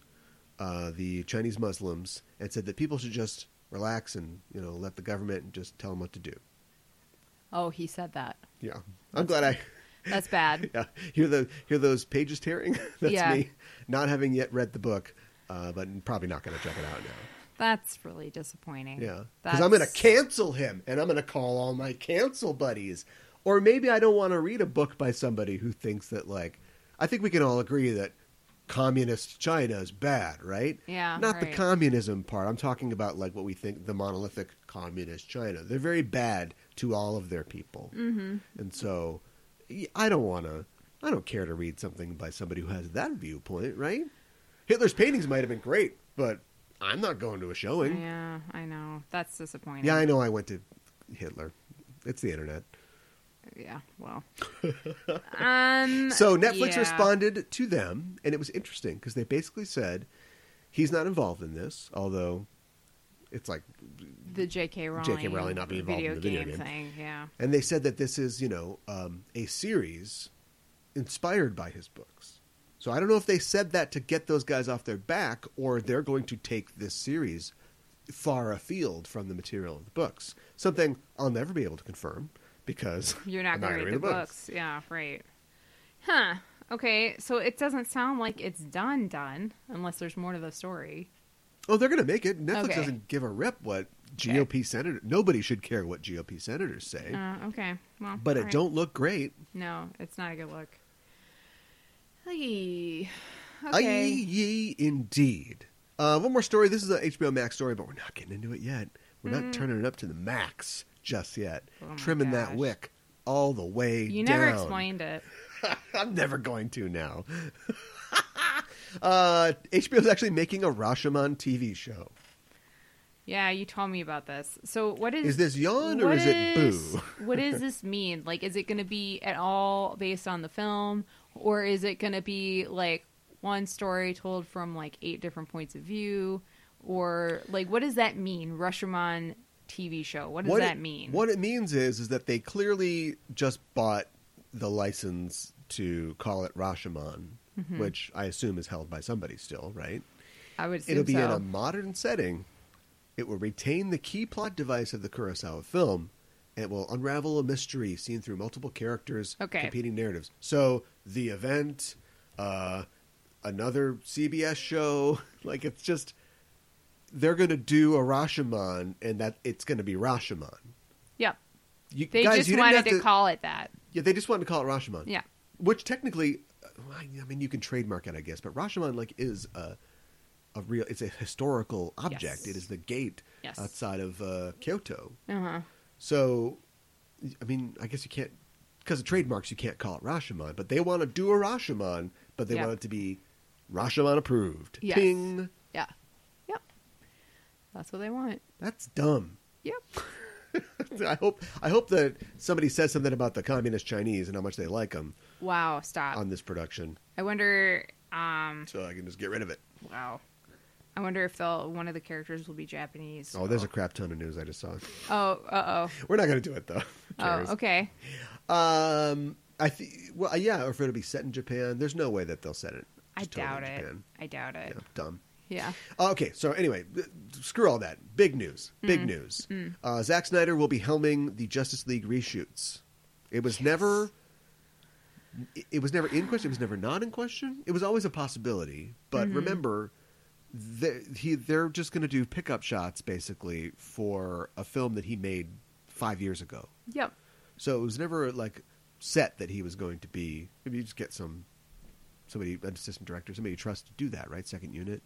Speaker 3: uh, the Chinese Muslims, and said that people should just relax and you know let the government just tell them what to do.
Speaker 4: Oh, he said that.
Speaker 3: Yeah, I'm glad I.
Speaker 4: That's bad.
Speaker 3: Yeah, hear the hear those pages tearing. That's
Speaker 4: Yeah.
Speaker 3: me, not having yet read the book, uh, but probably not going to check it out now.
Speaker 4: That's really disappointing.
Speaker 3: Yeah, because
Speaker 4: That's...
Speaker 3: I'm going to cancel him, and I'm going to call all my cancel buddies. Or maybe I don't want to read a book by somebody who thinks that like, I think we can all agree that communist China is bad, right?
Speaker 4: Yeah,
Speaker 3: Not the
Speaker 4: right.
Speaker 3: communism part. I'm talking about like what we think the monolithic communist China. They're very bad to all of their people.
Speaker 4: Mm-hmm.
Speaker 3: And so y- I don't want to, I don't care to read something by somebody who has that viewpoint, right? Hitler's paintings might have been great, but I'm not going to a showing.
Speaker 4: Yeah, I know. That's disappointing.
Speaker 3: Yeah, I know I went to Hitler. It's the internet.
Speaker 4: Yeah, well. um,
Speaker 3: So Netflix
Speaker 4: yeah.
Speaker 3: responded to them, and it was interesting because they basically said he's not involved in this, although it's like,
Speaker 4: the J.K. Rowling,
Speaker 3: Rowling not being involved in
Speaker 4: video
Speaker 3: the video
Speaker 4: game,
Speaker 3: game.
Speaker 4: thing. Yeah,
Speaker 3: and they said that this is you know um, a series inspired by his books. So I don't know if they said that to get those guys off their back, or they're going to take this series far afield from the material of the books. Something I'll never be able to confirm because
Speaker 4: you're not
Speaker 3: I'm
Speaker 4: going to
Speaker 3: gonna
Speaker 4: read, the books. Yeah, right. Huh. Okay, so it doesn't sound like it's done, done, unless there's more to the story.
Speaker 3: Oh, they're going to make it. Netflix
Speaker 4: Okay.
Speaker 3: doesn't give a rip what GOP senator. Nobody should care what GOP senators say,
Speaker 4: Uh, okay, well,
Speaker 3: but it
Speaker 4: alright.
Speaker 3: don't look great.
Speaker 4: No, it's not a good look. Hey.
Speaker 3: Aye,
Speaker 4: Okay.
Speaker 3: ye, indeed. Uh, one more story. This is an HBO Max story, but we're not getting into it yet. We're not turning it up to the max just yet.
Speaker 4: Mm. Oh my
Speaker 3: Trimming that
Speaker 4: gosh.
Speaker 3: wick all the way
Speaker 4: you
Speaker 3: down.
Speaker 4: never explained it.
Speaker 3: I'm never going to now. uh, HBO is actually making a Rashomon TV show.
Speaker 4: Yeah, you told me about this. So what is
Speaker 3: Is this yawn or
Speaker 4: what
Speaker 3: is it
Speaker 4: is-
Speaker 3: boo?
Speaker 4: what does this mean? Like, is it going to be at all based on the film, or is it going to be like one story told from like eight different points of view, or like what does that mean? Rashomon TV show. What does that
Speaker 3: it,
Speaker 4: mean?
Speaker 3: What it means is is that they clearly just bought the license to call it Rashomon,
Speaker 4: Mm-hmm.
Speaker 3: which I assume is held by somebody still, right?
Speaker 4: I would assume
Speaker 3: It'll be
Speaker 4: so.
Speaker 3: in a modern setting. It will retain the key plot device of the Kurosawa film, and it will unravel a mystery seen through multiple characters,
Speaker 4: Okay.
Speaker 3: competing narratives. So the event, uh, another CBS show, like it's just they're going to do a Rashomon, and that it's going to be Rashomon.
Speaker 4: yep.
Speaker 3: You,
Speaker 4: They
Speaker 3: guys,
Speaker 4: just
Speaker 3: you didn't
Speaker 4: wanted
Speaker 3: have
Speaker 4: to, call it that.
Speaker 3: Yeah, they just wanted to call it Rashomon.
Speaker 4: Yeah.
Speaker 3: which technically, uh, I I mean, you can trademark it, I guess, but Rashomon like is a a real. It's a historical object.
Speaker 4: Yes.
Speaker 3: It is the gate
Speaker 4: Yes.
Speaker 3: outside of uh, Kyoto.
Speaker 4: Uh huh.
Speaker 3: So, I mean, I guess you can't because of trademarks. You can't call it Rashomon, but they want to do a Rashomon, but they
Speaker 4: Yeah.
Speaker 3: want it to be Rashomon approved.
Speaker 4: Yes.
Speaker 3: Ting.
Speaker 4: Yeah. Yep. That's what they want.
Speaker 3: That's dumb.
Speaker 4: Yep.
Speaker 3: I hope I hope that somebody says something about the communist Chinese and how much they like them
Speaker 4: Wow. Stop.
Speaker 3: on this production,
Speaker 4: I wonder. Um.
Speaker 3: so I can just get rid of it.
Speaker 4: Wow. I wonder if they'll, one of the characters will be Japanese.
Speaker 3: Oh, there's a crap ton of news I just saw.
Speaker 4: Oh. Uh oh.
Speaker 3: We're not going to do it though. Who
Speaker 4: Oh.
Speaker 3: cares?
Speaker 4: Okay.
Speaker 3: Um, I think. Well, yeah, or if it'll be set in Japan, there's no way that they'll set it.
Speaker 4: I
Speaker 3: just totally
Speaker 4: doubt
Speaker 3: in
Speaker 4: it.
Speaker 3: Japan.
Speaker 4: I doubt it.
Speaker 3: Yeah, dumb.
Speaker 4: Yeah.
Speaker 3: Uh, okay, so anyway, th- screw all that. Big news. Big news. Uh, Zack Snyder will be helming the Justice League reshoots. It was never. it- It was never in question. It was never not in question. It was always a possibility. But remember, the, he they're just going to do pickup shots basically for a film that he made five years ago.
Speaker 4: Yep.
Speaker 3: So it was never like set that he was going to be. Maybe you just get some somebody, an assistant director, somebody you trust to do that, right? Second unit.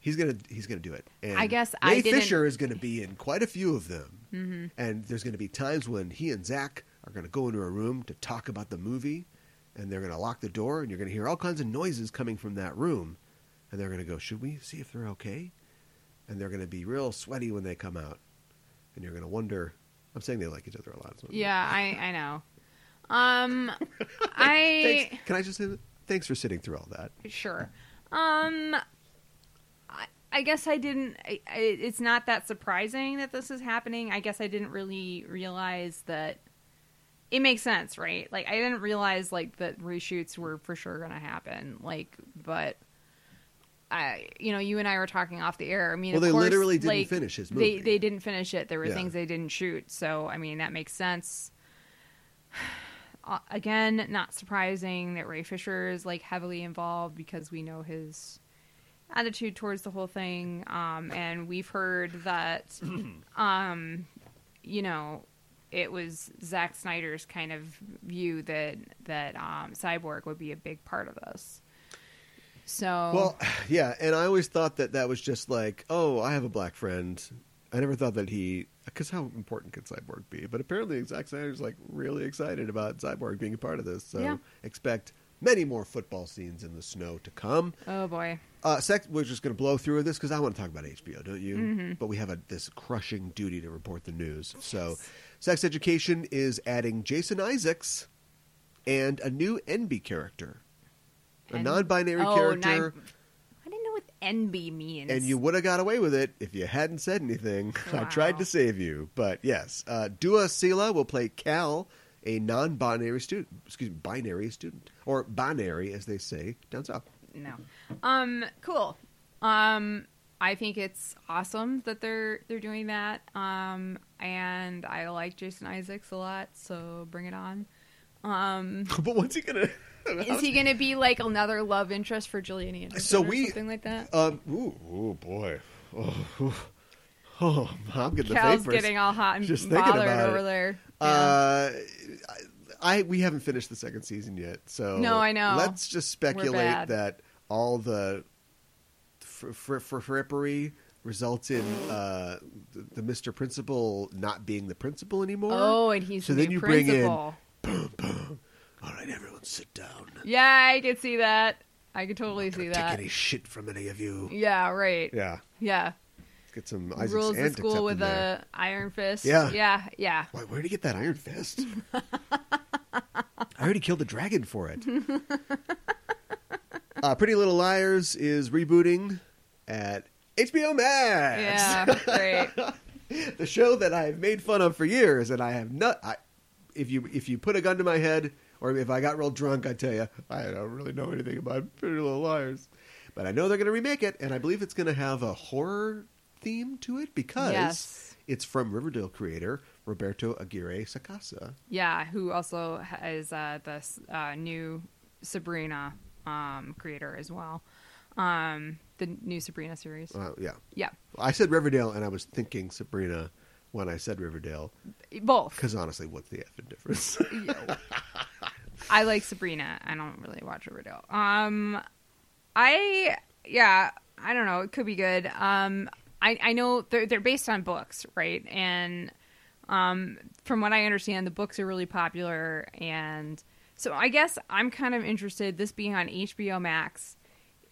Speaker 3: He's gonna he's gonna do it. And
Speaker 4: I guess I
Speaker 3: Ray
Speaker 4: didn't-
Speaker 3: Fisher is gonna be in quite a few of them, mm-hmm. and there's gonna be times when he and Zach are gonna go into a room to talk about the movie, and they're gonna lock the door, and you're gonna hear all kinds of noises coming from that room, and they're gonna go, "Should we see if they're okay?" And they're gonna be real sweaty when they come out, and you're gonna wonder. I'm saying they like each other a lot. so-
Speaker 4: Yeah. I. I know. Um. I.
Speaker 3: Thanks. Can I just say that? thanks for sitting through all that?
Speaker 4: Sure. Um. I- I guess I didn't. I, I, it's not that surprising that this is happening. I guess I didn't really realize that. It makes sense, right? Like I didn't realize like that reshoots were for sure going to happen. Like, but I, you know, you and I were talking off the air. I mean,
Speaker 3: Well,
Speaker 4: of
Speaker 3: they
Speaker 4: course,
Speaker 3: literally didn't
Speaker 4: like,
Speaker 3: finish his
Speaker 4: They
Speaker 3: movie.
Speaker 4: they didn't finish it. There were
Speaker 3: Yeah.
Speaker 4: things they didn't shoot. So I mean, that makes sense. Uh, again, not surprising that Ray Fisher is like heavily involved because we know his attitude towards the whole thing. Um, and we've heard that, um, you know, it was Zack Snyder's kind of view that that um, Cyborg would be a big part of this. So
Speaker 3: Well, yeah, and I always thought that that was just like, oh, I have a black friend. I never thought that he, because how important could Cyborg be? But apparently, Zack Snyder's like really excited about Cyborg being a part of this. So
Speaker 4: Yeah.
Speaker 3: expect many more football scenes in the snow to come.
Speaker 4: Oh boy.
Speaker 3: Uh, sex, we're just going to blow through this because I want to talk about HBO, don't you?
Speaker 4: Mm-hmm.
Speaker 3: But we have a, this crushing duty to report the news. So, Sex Education is adding Jason Isaacs and a new NB character, a
Speaker 4: And-
Speaker 3: non-binary
Speaker 4: oh,
Speaker 3: character.
Speaker 4: nine- I didn't know what NB means.
Speaker 3: And you would have got away with it if you hadn't said anything. I tried
Speaker 4: Wow.
Speaker 3: to save you, but yes, uh, Dua Sila will play Cal, a non-binary student. Excuse me, binary student or binary, as they say down south.
Speaker 4: no. Um, cool. Um, I think it's awesome that they're they're doing that. Um, and I like Jason Isaacs a lot, so bring it on.
Speaker 3: but what's he gonna?
Speaker 4: Is he going to be like another love interest for Julian Anderson
Speaker 3: So
Speaker 4: or
Speaker 3: we-
Speaker 4: something like that?
Speaker 3: Um, ooh, ooh, boy. Oh, ooh. oh I'm getting
Speaker 4: Cal's
Speaker 3: the vapors.
Speaker 4: getting all hot and
Speaker 3: Just thinking
Speaker 4: bothered
Speaker 3: about
Speaker 4: over
Speaker 3: it.
Speaker 4: there.
Speaker 3: Uh, I we haven't finished the second season yet, so
Speaker 4: No, I know.
Speaker 3: Let's just speculate
Speaker 4: bad.
Speaker 3: that all the fr- fr- fr- frippery results in uh, the, the Mister Principal not being the principal anymore.
Speaker 4: oh, and he's
Speaker 3: so
Speaker 4: the
Speaker 3: then
Speaker 4: new
Speaker 3: you bring in-
Speaker 4: principal.
Speaker 3: All right, everyone, sit down.
Speaker 4: Yeah, I could see that. I could totally see
Speaker 3: Take
Speaker 4: that.
Speaker 3: any shit from any of you?
Speaker 4: Yeah, right. Yeah.
Speaker 3: Yeah, let's get some Isaac's
Speaker 4: Rules the
Speaker 3: antics up
Speaker 4: school
Speaker 3: in
Speaker 4: with
Speaker 3: there.
Speaker 4: a iron fist.
Speaker 3: Yeah.
Speaker 4: Yeah, yeah.
Speaker 3: Why, where'd he get that iron fist? I already killed the dragon for it. uh, Pretty Little Liars is rebooting at HBO Max.
Speaker 4: Yeah, great.
Speaker 3: the show that I've made fun of for years, and I have not. I, if you if you put a gun to my head, or if I got real drunk, I tell you, I don't really know anything about Pretty Little Liars. But I know they're going to remake it, and I believe it's going to have a horror theme to it because
Speaker 4: Yes.
Speaker 3: it's from Riverdale creator Roberto Aguirre Sacasa.
Speaker 4: Yeah, who also ha- is uh, the s- uh, new Sabrina um, creator as well. Um, the new Sabrina series.
Speaker 3: Uh, yeah,
Speaker 4: yeah,
Speaker 3: I said Riverdale, and I was thinking Sabrina when I said Riverdale
Speaker 4: both.
Speaker 3: because honestly, what's the effing difference?
Speaker 4: I like Sabrina. I don't really watch Riverdale. Um, I yeah, I don't know. It could be good. Um, I I know they're they're based on books, right? And um, from what I understand, the books are really popular, and so I guess I'm kind of interested. This being on HBO Max.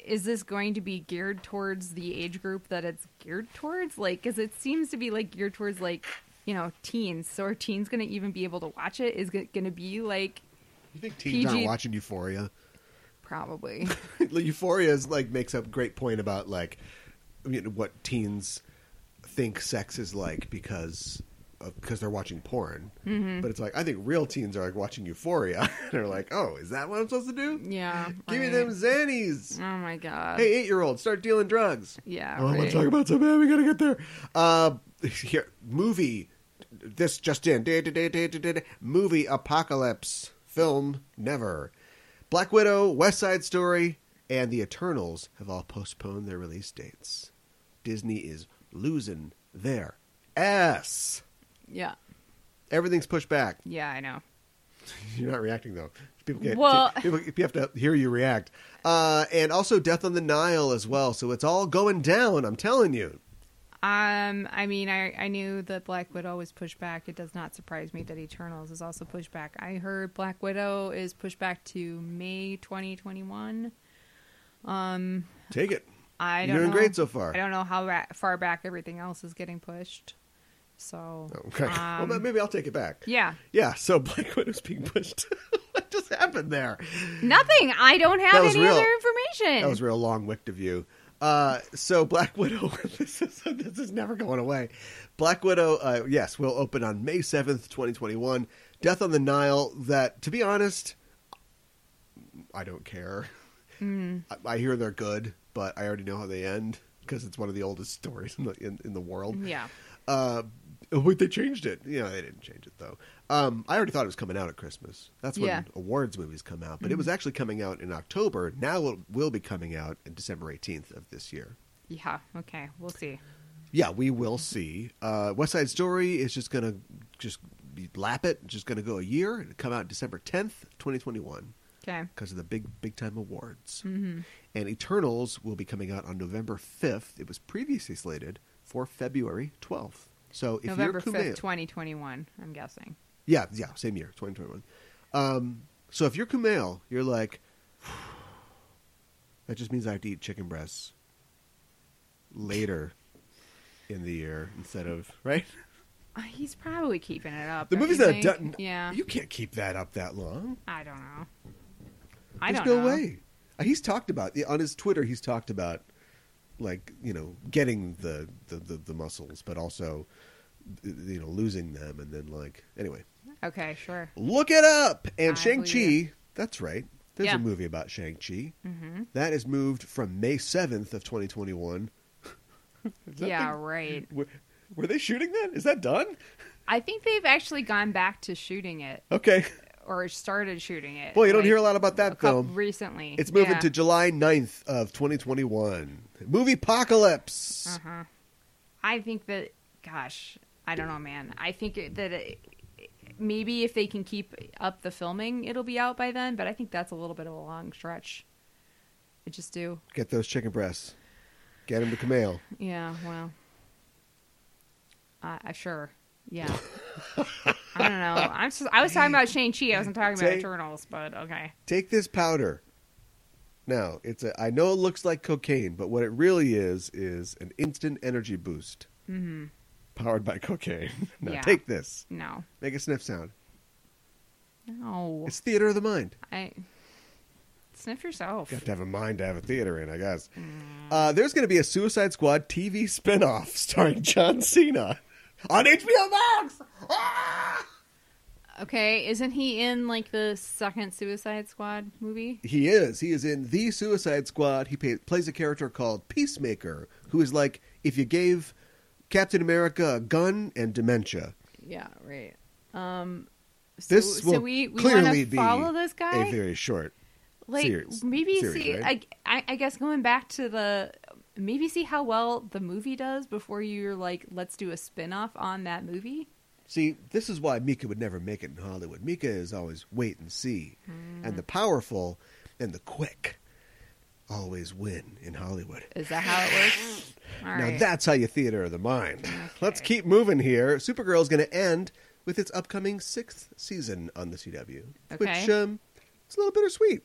Speaker 4: Is this going to be geared towards the age group that it's geared towards? Like, because it seems to be like geared towards like, you know, teens. So are teens going to even be able to watch it? Is it going to be like
Speaker 3: you think teens aren't
Speaker 4: PG
Speaker 3: watching Euphoria?
Speaker 4: Probably.
Speaker 3: Euphoria is like makes a great point about like you know, what teens think sex is like because because they're watching porn. Mm-hmm. But it's like I think real teens are like watching Euphoria. they're like, oh, is that what I'm supposed to do?
Speaker 4: Yeah.
Speaker 3: Give me
Speaker 4: right.
Speaker 3: them Xannies.
Speaker 4: Oh my god.
Speaker 3: Hey, eight year old, start dealing drugs.
Speaker 4: Yeah.
Speaker 3: Oh, I want
Speaker 4: right.
Speaker 3: to talk about so bad. We gotta get there. Uh, here, movie. This just in. Da, da, da, da, da, da. Movie apocalypse film never. Black Widow, West Side Story, and The Eternals have all postponed their release dates. Disney is losing their ass.
Speaker 4: yeah.
Speaker 3: Everything's pushed back.
Speaker 4: Yeah, I know.
Speaker 3: You're not reacting though. People can't.
Speaker 4: Well-
Speaker 3: people, people have to hear you react. Uh, and also Death on the Nile as well. So it's all going down. I'm telling you.
Speaker 4: Um, I mean, I I knew that Black Widow was pushed back. It does not surprise me that Eternals is also pushed back. I heard Black Widow is pushed back to May 2021.
Speaker 3: Take it.
Speaker 4: I
Speaker 3: You're
Speaker 4: don't
Speaker 3: doing
Speaker 4: know.
Speaker 3: great so far.
Speaker 4: I don't know how ra- far back everything else is getting pushed. So
Speaker 3: Okay.
Speaker 4: um,
Speaker 3: well, maybe I'll take it back.
Speaker 4: yeah,
Speaker 3: Yeah. So Black Widow's being pushed. what just happened there?
Speaker 4: nothing. I don't have
Speaker 3: That was
Speaker 4: any
Speaker 3: real.
Speaker 4: other information.
Speaker 3: That was real long wicked of you. Uh, so Black Widow, this is this is never going away. Black Widow, uh, yes, will open on May seventh, twenty twenty one. Death on the Nile. That, to be honest, I don't care.
Speaker 4: Hmm.
Speaker 3: I, I hear they're good, but I already know how they end because it's one of the oldest stories in the in, in the world.
Speaker 4: yeah.
Speaker 3: Uh, wait, they changed it. Yeah, they didn't change it though. Um, I already thought it was coming out at Christmas. That's when
Speaker 4: Yeah. Mm-hmm.
Speaker 3: awards movies come out, but it was actually coming out in October. Now it will be coming out in December eighteenth of this year.
Speaker 4: Yeah. Okay. We'll see.
Speaker 3: Yeah, we will see. Uh, West Side Story is just gonna just be- lap it. Just gonna go a year and come out December tenth, twenty twenty one,
Speaker 4: Okay.
Speaker 3: because of the big big time awards.
Speaker 4: Mm-hmm.
Speaker 3: And Eternals will be coming out on November fifth. It was previously slated for February twelfth. So if
Speaker 4: November
Speaker 3: you're Kumail,
Speaker 4: fifth, twenty twenty one. I'm guessing.
Speaker 3: Yeah, yeah, same year, 2021. Um, so if you're Kumail, you're like, That just means I have to eat chicken breasts later in the year instead of right.
Speaker 4: Uh, He's probably keeping it up.
Speaker 3: The
Speaker 4: don't
Speaker 3: movies
Speaker 4: you
Speaker 3: that have
Speaker 4: think?
Speaker 3: done,
Speaker 4: Yeah.
Speaker 3: you can't keep that up that long.
Speaker 4: I don't know. I
Speaker 3: There's
Speaker 4: don't
Speaker 3: no
Speaker 4: know.
Speaker 3: way. Uh, He's talked about on his Twitter. He's talked about like you know getting the the, the, the muscles, but also uh, you know losing them, and then like anyway,
Speaker 4: Okay, sure.
Speaker 3: look it up. And
Speaker 4: I
Speaker 3: Shang
Speaker 4: believe
Speaker 3: Chi. That's right. There's
Speaker 4: Yeah.
Speaker 3: a movie about Shang Chi
Speaker 4: hmm
Speaker 3: that is moved from May 7th of 2021. Is that
Speaker 4: Yeah,
Speaker 3: thing-
Speaker 4: right.
Speaker 3: Were, were they shooting that? Is that done?
Speaker 4: I think they've actually gone back to shooting it
Speaker 3: Okay.
Speaker 4: or started shooting it.
Speaker 3: Boy, you don't
Speaker 4: Uh, like,
Speaker 3: hear a lot about
Speaker 4: a
Speaker 3: that
Speaker 4: couple-
Speaker 3: film.
Speaker 4: recently.
Speaker 3: It's moving
Speaker 4: Yeah.
Speaker 3: to July 9th of 2021. Movie Apocalypse.
Speaker 4: Uh-huh. I think that, gosh, I don't know, man. I think it- that it, maybe if they can keep up the filming, it'll be out by then. But I think that's a little bit of a long stretch. I just do.
Speaker 3: Get those chicken breasts. Get them to Camille.
Speaker 4: Yeah. Well. I I sure. Yeah. I don't know. I'm. s I was talking about Shane Chi. I wasn't talking about
Speaker 3: Take-
Speaker 4: Eternals, but okay.
Speaker 3: Take this powder. Now, it's a I know it looks like cocaine, but what it really is is an instant energy boost
Speaker 4: hmm
Speaker 3: powered by cocaine. now
Speaker 4: Yeah.
Speaker 3: take this.
Speaker 4: No.
Speaker 3: Make a sniff sound.
Speaker 4: No.
Speaker 3: It's theater of the mind.
Speaker 4: I. Sniff yourself.
Speaker 3: You have to have a mind to have a theater in, I guess. Uh, there's going to be a Suicide Squad TV spinoff starring John Cena on HBO Max. Ah!
Speaker 4: Okay, isn't he in like the second Suicide Squad movie?
Speaker 3: He is. He is in the Suicide Squad. He pa plays a character called Peacemaker, who is like if you gave Captain America a gun and dementia.
Speaker 4: Yeah, right. Um, so,
Speaker 3: This
Speaker 4: so
Speaker 3: will
Speaker 4: we, we
Speaker 3: clearly
Speaker 4: want to
Speaker 3: be
Speaker 4: follow this
Speaker 3: a
Speaker 4: guy.
Speaker 3: very short.
Speaker 4: like
Speaker 3: series-
Speaker 4: maybe
Speaker 3: series,
Speaker 4: see.
Speaker 3: right?
Speaker 4: I, I I guess going back to the maybe see how well the movie does before you're like let's do a spin off on that movie.
Speaker 3: See, this is why Mika would never make it in Hollywood. Mika is always wait and see, and
Speaker 4: Hmm.
Speaker 3: the powerful and the quick always win in Hollywood.
Speaker 4: Is that how it works? All
Speaker 3: Now
Speaker 4: right.
Speaker 3: that's how you theater of the mind. Let's keep moving here. Supergirl's going to end with its upcoming sixth season on the CW, which
Speaker 4: Okay.
Speaker 3: um, it's a little bittersweet.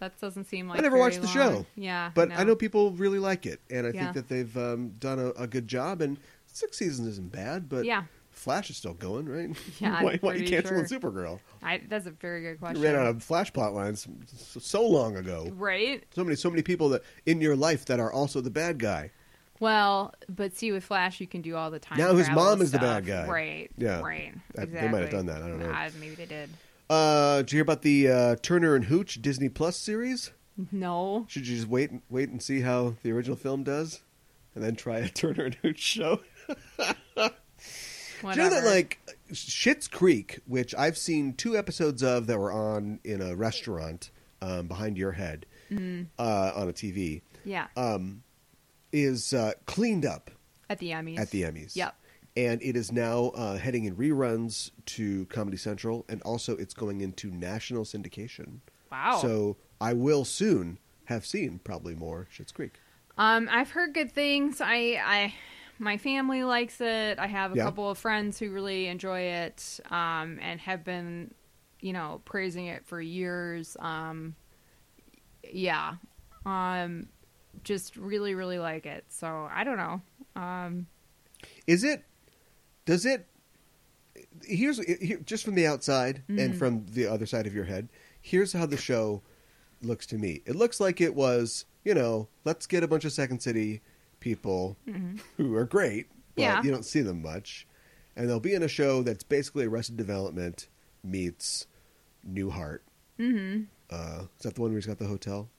Speaker 4: that doesn't seem like
Speaker 3: I never
Speaker 4: very
Speaker 3: watched the
Speaker 4: long.
Speaker 3: show,
Speaker 4: Yeah,
Speaker 3: But
Speaker 4: no.
Speaker 3: I know people really like it, and I
Speaker 4: Yeah.
Speaker 3: think that they've um, done a, a good job. And six seasons isn't bad, but
Speaker 4: Yeah.
Speaker 3: Flash is still going, right?
Speaker 4: Yeah, I'm
Speaker 3: why, why you
Speaker 4: pretty
Speaker 3: canceling
Speaker 4: sure.
Speaker 3: Supergirl?
Speaker 4: I, that's a very good
Speaker 3: You
Speaker 4: question.
Speaker 3: ran out of Flash plot lines so, so long ago.
Speaker 4: right?
Speaker 3: So many, so many people that in your life that are also the bad guy.
Speaker 4: Well, but see, with Flash, you can do all the time.
Speaker 3: Now his
Speaker 4: travel
Speaker 3: mom is the
Speaker 4: stuff.
Speaker 3: bad guy.
Speaker 4: Right.
Speaker 3: Yeah.
Speaker 4: Right.
Speaker 3: I-
Speaker 4: exactly.
Speaker 3: they might have done that, I don't know.
Speaker 4: Uh, maybe they did.
Speaker 3: Uh, did you hear about the uh, Turner and Hooch Disney Plus series?
Speaker 4: No.
Speaker 3: Should you just wait and wait and see how the original film does, and then try a Turner and Hooch show? Do you know
Speaker 4: Whatever.
Speaker 3: that like Schitt's Creek, which I've seen two episodes of that were on in a restaurant um, behind your head
Speaker 4: Mm-hmm.
Speaker 3: uh, on a TV,
Speaker 4: Yeah.
Speaker 3: um, is uh, cleaned up
Speaker 4: at the Emmys.
Speaker 3: at the Emmys.
Speaker 4: Yep.
Speaker 3: And it is now uh, heading in reruns to Comedy Central, and also it's going into national syndication.
Speaker 4: Wow.
Speaker 3: So I will soon have seen probably more Schitt's Creek.
Speaker 4: Um, I've heard good things. I, I, my family likes it. I have a
Speaker 3: Yeah.
Speaker 4: couple of friends who really enjoy it. Um, and have been, you know, praising it for years. Um, yeah. Um, just really, really like it. So I don't know. Um,
Speaker 3: Is it? Does it? Here's here, just from the outside and from the other side of your head. Here's how the show looks to me. It looks like it was, you know, let's get a bunch of Second City people who are great, but
Speaker 4: Yeah.
Speaker 3: you don't see them much, and they'll be in a show that's basically Arrested Development meets Newhart. Mm-hmm. Uh, is that the one where he's got the hotel?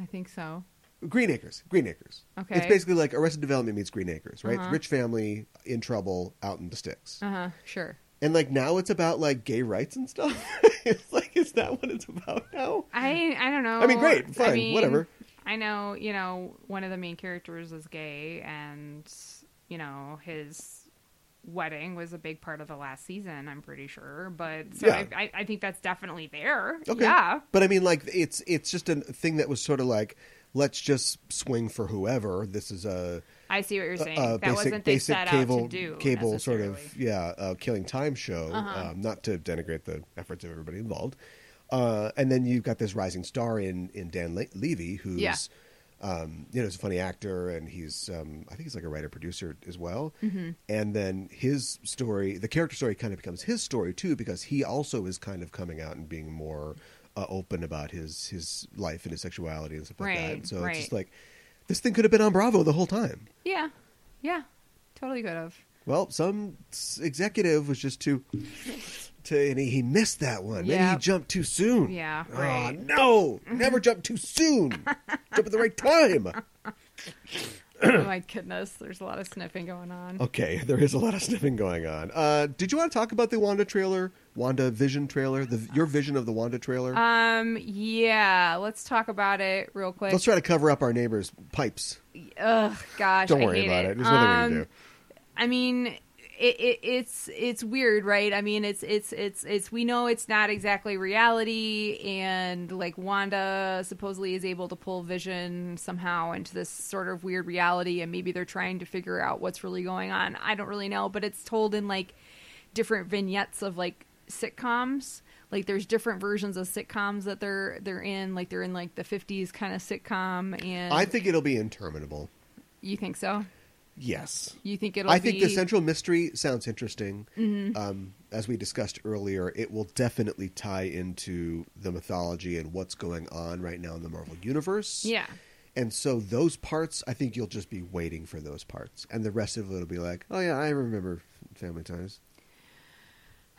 Speaker 4: I think so.
Speaker 3: Green Acres. Green Acres.
Speaker 4: Okay.
Speaker 3: It's basically like Arrested Development meets Green Acres, right?
Speaker 4: Uh-huh.
Speaker 3: Rich family in trouble out in the sticks.
Speaker 4: Uh huh. Sure.
Speaker 3: And like now it's about like gay rights and stuff. it's like is that what it's about now?
Speaker 4: I I don't know.
Speaker 3: I mean, great, fine, whatever.
Speaker 4: I know, you know, one of the main characters is gay, and you know his wedding was a big part of the last season. I'm pretty sure, but so
Speaker 3: Yeah.
Speaker 4: I, I I think that's definitely there.
Speaker 3: Okay.
Speaker 4: Yeah.
Speaker 3: But I mean like it's it's just a thing that was sort of like let's just swing for whoever. This is a
Speaker 4: I see what you're saying.
Speaker 3: uh,
Speaker 4: that wasn't they set
Speaker 3: cable,
Speaker 4: out to do
Speaker 3: cable sort of
Speaker 4: necessarily.
Speaker 3: yeah uh, killing time show
Speaker 4: Uh-huh.
Speaker 3: um, not to denigrate the efforts of everybody involved Uh, and then you've got this rising star in in Dan Le- Levy, who's
Speaker 4: Yeah.
Speaker 3: um, you know is a funny actor, and he's um, I think he's like a writer producer as well.
Speaker 4: Mm-hmm.
Speaker 3: And then his story, the character story, kind of becomes his story too, because he also is kind of coming out and being more uh, open about his his life and his sexuality and stuff like that.
Speaker 4: Right,
Speaker 3: And so
Speaker 4: right.
Speaker 3: it's just like this thing could have been on Bravo the whole time.
Speaker 4: Yeah, yeah, totally could have.
Speaker 3: Well, some s- executive was just too, to and he, he missed that one. Maybe he
Speaker 4: Yeah.
Speaker 3: jumped too soon.
Speaker 4: Yeah,
Speaker 3: Aw,
Speaker 4: right.
Speaker 3: no, never jump too soon. jump at the right time.
Speaker 4: oh my goodness, there's a lot of sniffing going on.
Speaker 3: Okay, there is a lot of sniffing going on. Uh, did you want to talk about the Wanda trailer, Wanda Vision trailer, the, your vision of the Wanda trailer?
Speaker 4: Um, yeah, let's talk about it real quick.
Speaker 3: Let's try to cover up our neighbors' pipes.
Speaker 4: Ugh, gosh,
Speaker 3: Don't
Speaker 4: I
Speaker 3: worry
Speaker 4: hate
Speaker 3: about it. There's nothing we can
Speaker 4: Um,
Speaker 3: do.
Speaker 4: I mean, it, it, it's it's weird, right? I mean, it's it's it's it's we know it's not exactly reality, and like Wanda supposedly is able to pull Vision somehow into this sort of weird reality, and maybe they're trying to figure out what's really going on. I don't really know, but it's told in like different vignettes of like sitcoms. Like there's different versions of sitcoms that they're they're in. Like they're in like the 50s kind of sitcom, and
Speaker 3: I think it'll be interminable.
Speaker 4: you think so.
Speaker 3: Yes.
Speaker 4: You think it'll?
Speaker 3: I think the
Speaker 4: be- Mm-hmm.
Speaker 3: central mystery sounds interesting. Um, as we discussed earlier, it will definitely tie into the mythology and what's going on right now in the Marvel universe.
Speaker 4: Yeah.
Speaker 3: And so those parts, I think you'll just be waiting for those parts, and the rest of it will be like, oh yeah, I remember Family Ties.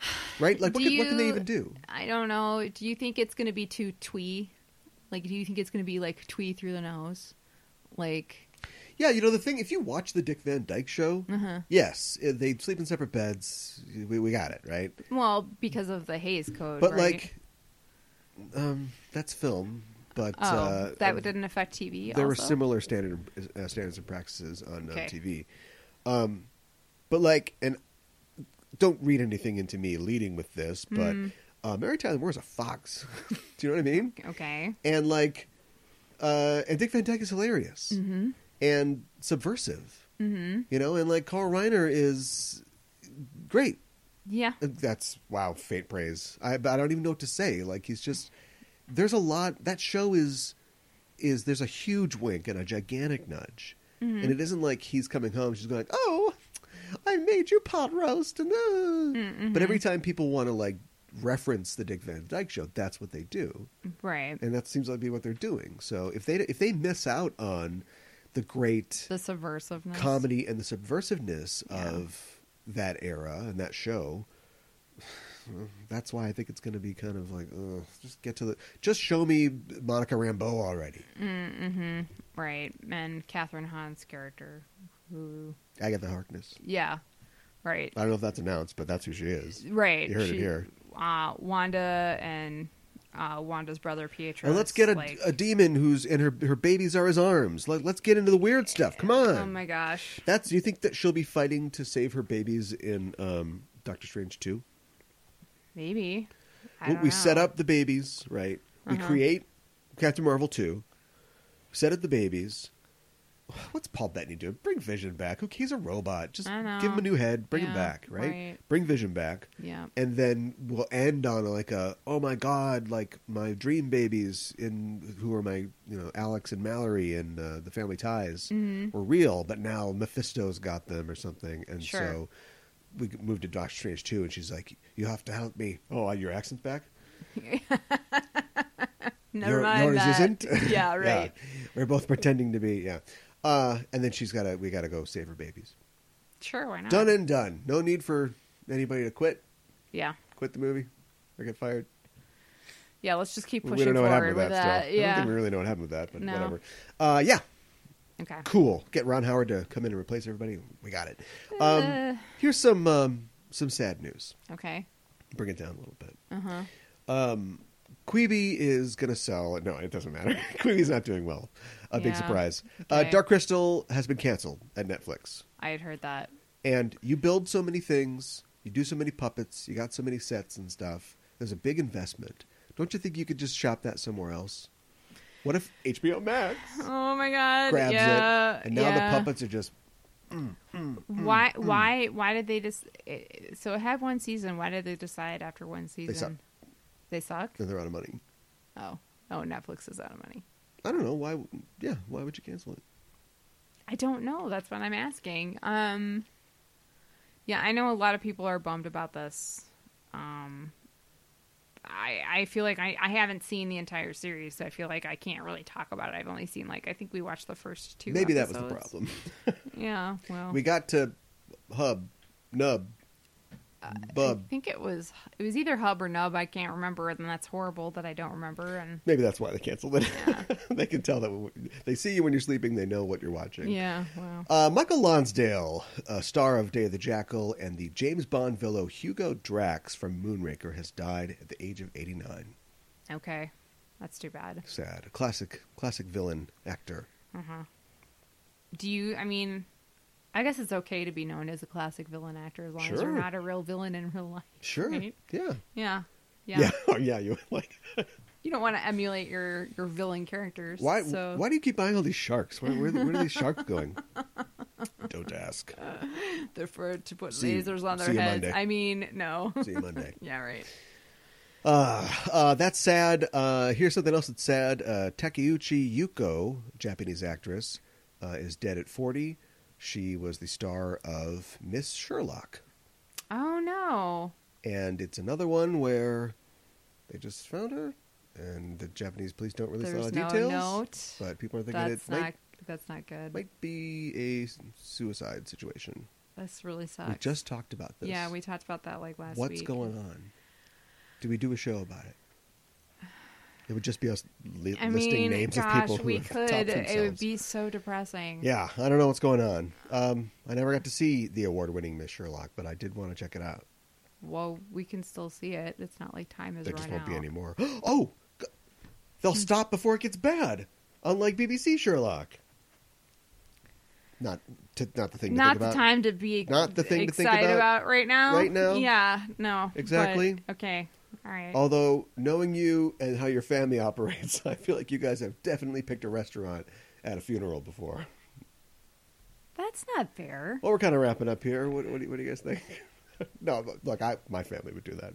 Speaker 3: Right? Like, what,
Speaker 4: Do
Speaker 3: can, what can they
Speaker 4: you-
Speaker 3: even do?
Speaker 4: I don't know. Do you think it's going to be too twee? Like, do you think it's going to be like twee through the nose? Like,
Speaker 3: Yeah, you know the thing. If you watch the Dick Van Dyke Show,
Speaker 4: Uh-huh.
Speaker 3: yes, it- they sleep in separate beds. We, we got it right.
Speaker 4: well, because of the Hayes Code,
Speaker 3: But
Speaker 4: right?
Speaker 3: like, um, that's film. But
Speaker 4: oh,
Speaker 3: uh,
Speaker 4: that didn't affect TV.
Speaker 3: there were
Speaker 4: also?
Speaker 3: similar standard uh, standards and practices on uh,
Speaker 4: Okay.
Speaker 3: TV. Um, but like, and don't read anything into me leading with this, but
Speaker 4: Hmm.
Speaker 3: uh, Mary Tyler Moore is a fox. Do you know what I mean?
Speaker 4: Okay.
Speaker 3: And like, uh, and Dick Van Dyke is hilarious
Speaker 4: Mm-hmm.
Speaker 3: and subversive. Mm-hmm. You know, and like Carl Reiner is great.
Speaker 4: Yeah.
Speaker 3: That's wow, faint praise. I but I don't even know what to say. Like he's just there's a lot that show is is there's a huge wink and a gigantic nudge. And it isn't like he's coming home, she's going, Oh, I made you pot roast and uh." but every time people want to like reference the Dick Van Dyke show, that's what they do.
Speaker 4: Right.
Speaker 3: And that seems like to be what they're doing. So if they if they miss out on the great
Speaker 4: The subversiveness.
Speaker 3: comedy and the subversiveness
Speaker 4: Yeah.
Speaker 3: of that era and that show. That's why I think it's going to be kind of like, ugh, just get to the, just show me Monica Rambeau already.
Speaker 4: Mm-hmm. Right. And Catherine Hahn's character. Who?
Speaker 3: Agatha Harkness.
Speaker 4: Yeah. Right.
Speaker 3: I don't know if that's announced, but that's who she is.
Speaker 4: Right.
Speaker 3: You heard it
Speaker 4: She-
Speaker 3: here.
Speaker 4: Uh, Wanda and uh, Wanda's brother Pietro.
Speaker 3: and let's get a,
Speaker 4: like,
Speaker 3: a demon who's and her her babies are his arms. Let, let's get into the weird stuff. Come on.
Speaker 4: Oh my gosh.
Speaker 3: That's you think that she'll be fighting to save her babies in um, Doctor Strange two?
Speaker 4: Maybe. I
Speaker 3: we
Speaker 4: don't
Speaker 3: we set
Speaker 4: know. Uh-huh.
Speaker 3: up the babies, right? We create Captain Marvel 2, set up the babies. What's Paul Bettany doing? Bring Vision back. Who he's a robot. Just
Speaker 4: I know.
Speaker 3: give him a new head, bring him
Speaker 4: Yeah,
Speaker 3: back, right?
Speaker 4: right.
Speaker 3: Bring Vision back.
Speaker 4: Yeah.
Speaker 3: And then we'll end on like a oh my god, like my dream babies in who are my you know Alex and Mallory and uh, the Family Ties
Speaker 4: Mm-hmm.
Speaker 3: were real, but now Mephisto's got them or something, and
Speaker 4: Sure.
Speaker 3: so we moved to Doctor Strange too, and she's like, "You have to help me." Oh, your accent's back.
Speaker 4: Never
Speaker 3: Your-
Speaker 4: mind
Speaker 3: yours
Speaker 4: that.
Speaker 3: isn't?
Speaker 4: Yeah, right.
Speaker 3: Yeah. We're both pretending to be. Yeah. Uh, and then she's got to. We got to go save her babies.
Speaker 4: Sure, why not?
Speaker 3: Done and done. No need for anybody to quit.
Speaker 4: Yeah.
Speaker 3: Quit the movie or get fired.
Speaker 4: Yeah, let's just keep pushing
Speaker 3: we don't know what
Speaker 4: forward
Speaker 3: happened with
Speaker 4: with
Speaker 3: that.
Speaker 4: that.
Speaker 3: still. I
Speaker 4: Yeah.
Speaker 3: don't think we really know what happened with that, but
Speaker 4: No.
Speaker 3: whatever. Uh, yeah.
Speaker 4: okay.
Speaker 3: Cool. Get Ron Howard to come in and replace everybody. We got it. Um, here's some um, some sad news.
Speaker 4: Uh, Okay.
Speaker 3: Bring it down a little bit.
Speaker 4: Uh huh.
Speaker 3: Queeby is going to sell. No, it doesn't matter. Queeby's not doing well. A big
Speaker 4: Yeah.
Speaker 3: surprise. Uh,
Speaker 4: Okay.
Speaker 3: Dark Crystal has been canceled at Netflix.
Speaker 4: I had heard that.
Speaker 3: And you build so many things, you do so many puppets, you got so many sets and stuff. There's a big investment. Don't you think you could just shop that somewhere else? What if HBO Max
Speaker 4: Oh my god.
Speaker 3: grabs
Speaker 4: yeah.
Speaker 3: it and now
Speaker 4: yeah.
Speaker 3: the mm, puppets are just
Speaker 4: Why? Why? Why did they just? so it had one season. Why did they decide after one season?
Speaker 3: they suck.
Speaker 4: They suck.
Speaker 3: and they're out of money.
Speaker 4: Oh, oh, Netflix is out of money.
Speaker 3: I don't know why. w- Yeah, why would you cancel it?
Speaker 4: I don't know. That's what I'm asking. Um, yeah, I know a lot of people are bummed about this. Um, I I feel like I, I haven't seen the entire series, so I feel like I can't really talk about it. I've only seen like I think we watched the first two.
Speaker 3: Maybe that was the
Speaker 4: episodes.
Speaker 3: problem.
Speaker 4: Yeah, well,
Speaker 3: We got to Hub, Nub, Bub.
Speaker 4: I think Uh, it was it was either Hub or Nub. I can't remember, and that's horrible that I don't remember. And
Speaker 3: Maybe that's why they canceled it. they can tell that when- they see you when you're sleeping. They know what you're watching.
Speaker 4: yeah, wow.
Speaker 3: Uh, Michael Lonsdale, uh, star of Day of the Jackal and the James Bond villain Hugo Drax from Moonraker, has died at the age of 89.
Speaker 4: Okay, that's too bad.
Speaker 3: Sad. A classic, classic villain actor.
Speaker 4: Mm-hmm. Do you? I mean, I guess it's okay to be known as a classic villain actor as long as
Speaker 3: Sure.
Speaker 4: you're not a real villain in real life.
Speaker 3: Sure.
Speaker 4: Right?
Speaker 3: Yeah.
Speaker 4: Yeah. Yeah.
Speaker 3: Yeah. Oh, yeah. You like
Speaker 4: You don't want to emulate your your villain characters.
Speaker 3: why?
Speaker 4: So
Speaker 3: Why do you keep buying all these sharks? Where, where, where are these sharks going? Don't ask.
Speaker 4: they're for to put
Speaker 3: See you-
Speaker 4: lasers on
Speaker 3: see
Speaker 4: their
Speaker 3: you
Speaker 4: heads.
Speaker 3: Monday.
Speaker 4: I mean, no.
Speaker 3: See you Monday.
Speaker 4: yeah. Right.
Speaker 3: Uh, that's sad. Uh, here's something else that's sad. Uh, Takeuchi Yuko, Japanese actress, uh, is dead at 40. She was the star of Miss Sherlock.
Speaker 4: Oh no.
Speaker 3: And it's another one where they just found her, and the Japanese police don't release all
Speaker 4: There's
Speaker 3: the
Speaker 4: no
Speaker 3: details.
Speaker 4: note.
Speaker 3: But people are thinking
Speaker 4: That's
Speaker 3: it
Speaker 4: not.
Speaker 3: might,
Speaker 4: That's not good.
Speaker 3: might be a s- suicide situation.
Speaker 4: That's really
Speaker 3: We
Speaker 4: sucks.
Speaker 3: just talked about this.
Speaker 4: yeah, we talked about that like last
Speaker 3: What's
Speaker 4: week.
Speaker 3: going on? Do we do a show about it? It would just be us li-
Speaker 4: I
Speaker 3: listing
Speaker 4: mean,
Speaker 3: names
Speaker 4: gosh,
Speaker 3: of people who
Speaker 4: we
Speaker 3: have
Speaker 4: could.
Speaker 3: topped
Speaker 4: It would
Speaker 3: themselves.
Speaker 4: be so depressing.
Speaker 3: Yeah, I don't know what's going on. Um, I never got to see the award-winning Miss Sherlock, but I did want to check it out.
Speaker 4: Well, we can still see it. It's not like time is
Speaker 3: There
Speaker 4: run
Speaker 3: just won't
Speaker 4: out.
Speaker 3: be any more. Oh, g- they'll stop before it gets bad, unlike BBC Sherlock. Not, to, not the thing.
Speaker 4: not
Speaker 3: to think about.
Speaker 4: the time to be
Speaker 3: Not the thing to think
Speaker 4: excited
Speaker 3: about
Speaker 4: right now.
Speaker 3: right now?
Speaker 4: Yeah, no. but-
Speaker 3: Exactly.
Speaker 4: okay. All right.
Speaker 3: Although knowing you and how your family operates, I feel like you guys have definitely picked a restaurant at a funeral before.
Speaker 4: That's not fair.
Speaker 3: Well, we're kind of wrapping up here. What, what, do, you- what do you guys think? no, but look, I, my family would do that.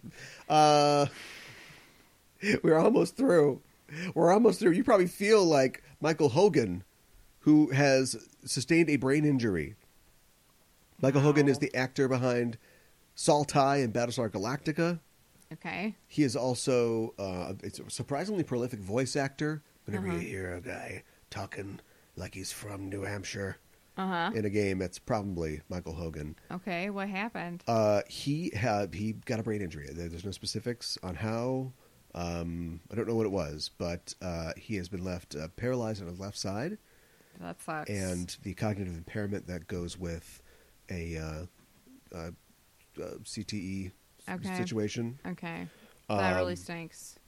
Speaker 3: Uh, we're almost through. We're almost through. You probably feel like Michael Hogan, who has sustained a brain injury. Michael Hogan
Speaker 4: Wow.
Speaker 3: is the actor behind Saltai and Battlestar Galactica.
Speaker 4: Okay.
Speaker 3: He is also uh, it's a surprisingly prolific voice actor. Whenever
Speaker 4: Uh-huh.
Speaker 3: you hear a guy talking like he's from New Hampshire
Speaker 4: Uh huh.
Speaker 3: in a game, it's probably Michael Hogan.
Speaker 4: Okay. What happened?
Speaker 3: Uh, he had he got a brain injury. There- There's no specifics on how. Um, I don't know what it was, but uh, he has been left uh, paralyzed on his left side,
Speaker 4: that sucks.
Speaker 3: and the cognitive impairment that goes with a uh, uh, uh, CTE
Speaker 4: Okay.
Speaker 3: situation.
Speaker 4: okay, that really
Speaker 3: Um,
Speaker 4: stinks.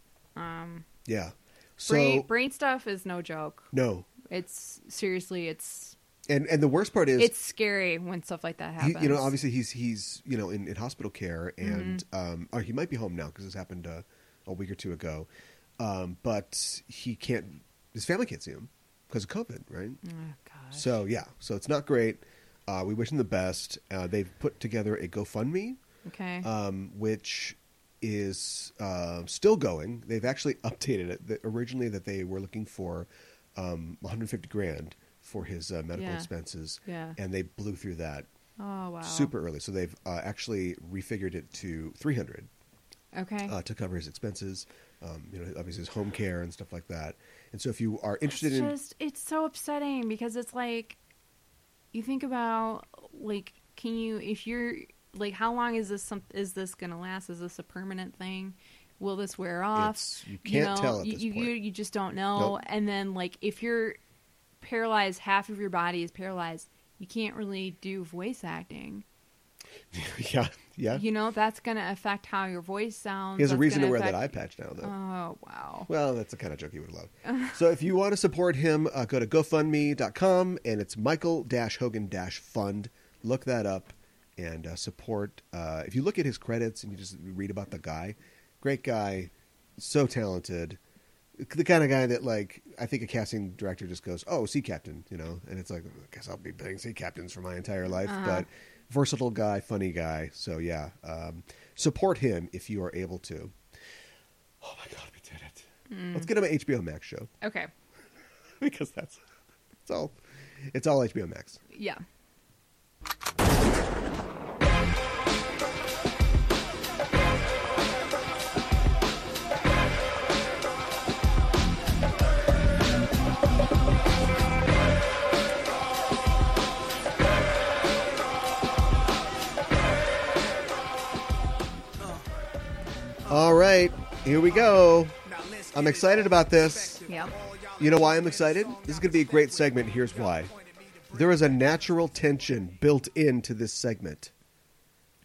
Speaker 3: Yeah. So
Speaker 4: brain, brain stuff is no joke.
Speaker 3: no,
Speaker 4: It's seriously, it's
Speaker 3: and and the worst part is
Speaker 4: it's scary when stuff like that
Speaker 3: he,
Speaker 4: happens. Mm-hmm.
Speaker 3: you know obviously he's he's you know in, in hospital care and um or he might be home now because this happened uh, a week or two ago um but he can't his family can't see him because of covid right
Speaker 4: Oh, gosh.
Speaker 3: so yeah so it's not great uh we wish him the best uh they've put together a gofundme
Speaker 4: okay.
Speaker 3: um which is uh, still going they've actually updated it The- originally that they were looking for um 150 grand for his uh, medical
Speaker 4: Yeah.
Speaker 3: expenses
Speaker 4: Yeah.
Speaker 3: and they blew through that
Speaker 4: oh wow.
Speaker 3: super early. So they've uh, actually refigured it to 300
Speaker 4: Okay.
Speaker 3: uh, to cover his expenses, um, you know, obviously his home care and stuff like that. And so if you are
Speaker 4: it's
Speaker 3: interested in,
Speaker 4: just it's so upsetting because it's like you think about like can you if you're like how long is this some is this gonna last is this a permanent thing will this wear off
Speaker 3: It's- you can't tell at
Speaker 4: you,
Speaker 3: this
Speaker 4: you,
Speaker 3: point.
Speaker 4: you you just don't know
Speaker 3: Nope.
Speaker 4: and then like if you're paralyzed half of your body is paralyzed you can't really do voice acting
Speaker 3: yeah, yeah,
Speaker 4: you know that's gonna affect how your voice sounds
Speaker 3: he has a
Speaker 4: that's
Speaker 3: reason to
Speaker 4: gonna
Speaker 3: wear that eye
Speaker 4: affect-
Speaker 3: patch now, though.
Speaker 4: oh wow
Speaker 3: well, that's the kind of joke he would love. so if you want to support him, uh, go to GoFundMe.com and it's Michael-Hogan-Fund. Look that up and uh, support. Uh, if you look at his credits and you just read about the guy, great guy, so talented. the kind of guy that like I think a casting director just goes, "Oh, sea captain," you know, and it's like, I guess I'll be playing sea captains for my entire life. But versatile guy, funny guy. So yeah, um, support him if you are able to. Oh my god, we did it! Let's get him an HBO Max show
Speaker 4: Okay.
Speaker 3: because that's it's all it's all HBO Max.
Speaker 4: Yeah.
Speaker 3: All right, here we go.
Speaker 2: I'm excited about this.
Speaker 4: Yeah.
Speaker 2: You know why I'm excited? This is going to be a great segment. Here's why.
Speaker 3: There is a natural tension built into this segment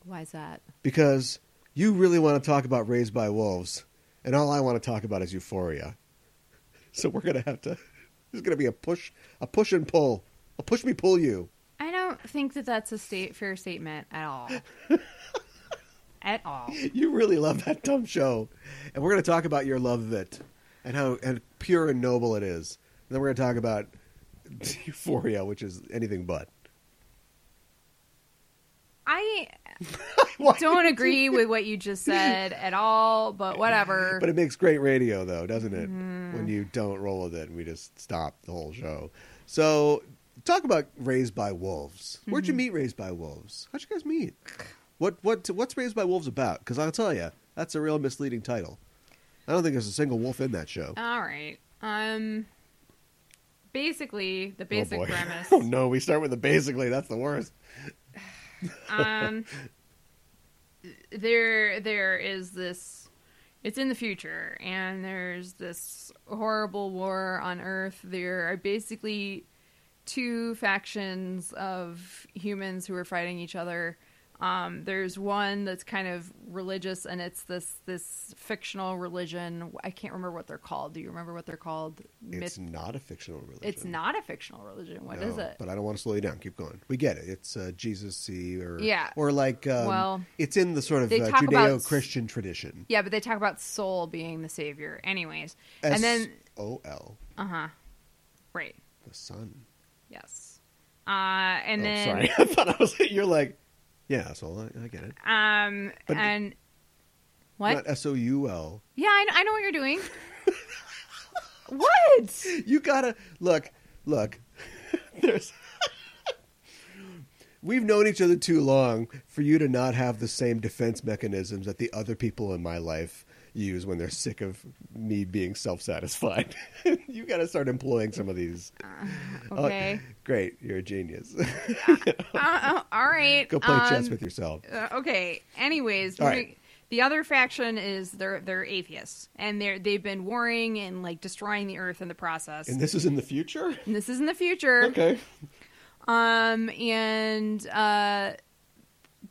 Speaker 4: Why is that?
Speaker 3: because you really want to talk about Raised by Wolves, and all I want to talk about is Euphoria. So we're gonna have to. There's gonna be a push, a push and pull, a push me pull you.
Speaker 4: I don't think that that's a state fair statement at all. at all.
Speaker 3: You really love that dumb show, and we're gonna talk about your love of it, and how and pure and noble it is. And then we're gonna talk about Euphoria, which is anything but.
Speaker 4: I
Speaker 3: Why-
Speaker 4: don't agree with what you just said at all, but whatever.
Speaker 3: But it makes great radio, though, doesn't it? When you don't roll with it, and we just stop the whole show. So, talk about Raised by Wolves. Where'd you meet Raised by Wolves? How'd you guys meet? What what what's Raised by Wolves about? Because I'll tell you, that's a real misleading title. I don't think there's a single wolf in that show.
Speaker 4: all right. Um basically the basic
Speaker 3: oh boy!
Speaker 4: premise.
Speaker 3: oh no, we start with the basically. That's the worst.
Speaker 4: um there there is this it's in the future and there's this horrible war on earth there are basically two factions of humans who are fighting each other um, there's one that's kind of religious and it's this this fictional religion i can't remember what they're called do you remember what they're called
Speaker 3: It's
Speaker 4: Myth-
Speaker 3: not a fictional religion.
Speaker 4: it's not a fictional religion What is
Speaker 3: No,
Speaker 4: it
Speaker 3: But I don't want to slow you down. Keep going. We get it. It's uh, Jesus y or
Speaker 4: Yeah.
Speaker 3: or like um,
Speaker 4: Well,
Speaker 3: it's in the sort of
Speaker 4: they
Speaker 3: uh,
Speaker 4: talk about-
Speaker 3: Judeo-Christian tradition.
Speaker 4: yeah but they talk about soul being the savior anyways and then
Speaker 3: O L
Speaker 4: Uh-huh. Right.
Speaker 3: the son.
Speaker 4: Yes. Uh and
Speaker 3: oh,
Speaker 4: then
Speaker 3: sorry, I thought I was. You're like, yeah, so I, I get it.
Speaker 4: um
Speaker 3: But-
Speaker 4: and what?
Speaker 3: Not S O U L.
Speaker 4: yeah, I know, I know what you're doing. what?
Speaker 3: You gotta look, look. There's. We've known each other too long for you to not have the same defense mechanisms that the other people in my life use when they're sick of me being self-satisfied. you got to start employing some of these. Oh,
Speaker 4: Okay.
Speaker 3: great, you're a genius.
Speaker 4: Uh, uh, all right.
Speaker 3: Go play chess
Speaker 4: um,
Speaker 3: with yourself.
Speaker 4: uh, okay. Anyways,
Speaker 3: All
Speaker 4: moving-
Speaker 3: right.
Speaker 4: the other faction is they're they're atheists and they're they've been warring and like destroying the earth in the process.
Speaker 3: And this is in the future.
Speaker 4: And this is in the future.
Speaker 3: Okay.
Speaker 4: Um, and uh,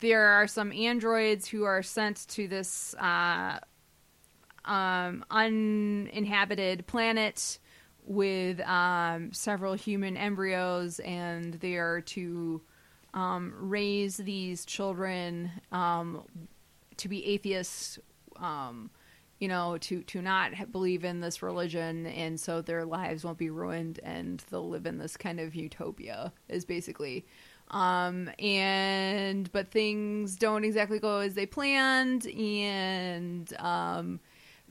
Speaker 4: there are some androids who are sent to this uh, um, uninhabited planet with um, several human embryos, and they are to um, raise these children um, to be atheists. Um, you know, to to not ha- believe in this religion, and so their lives won't be ruined, and they'll live in this kind of utopia. Is basically, um, and but things don't exactly go as they planned, and um,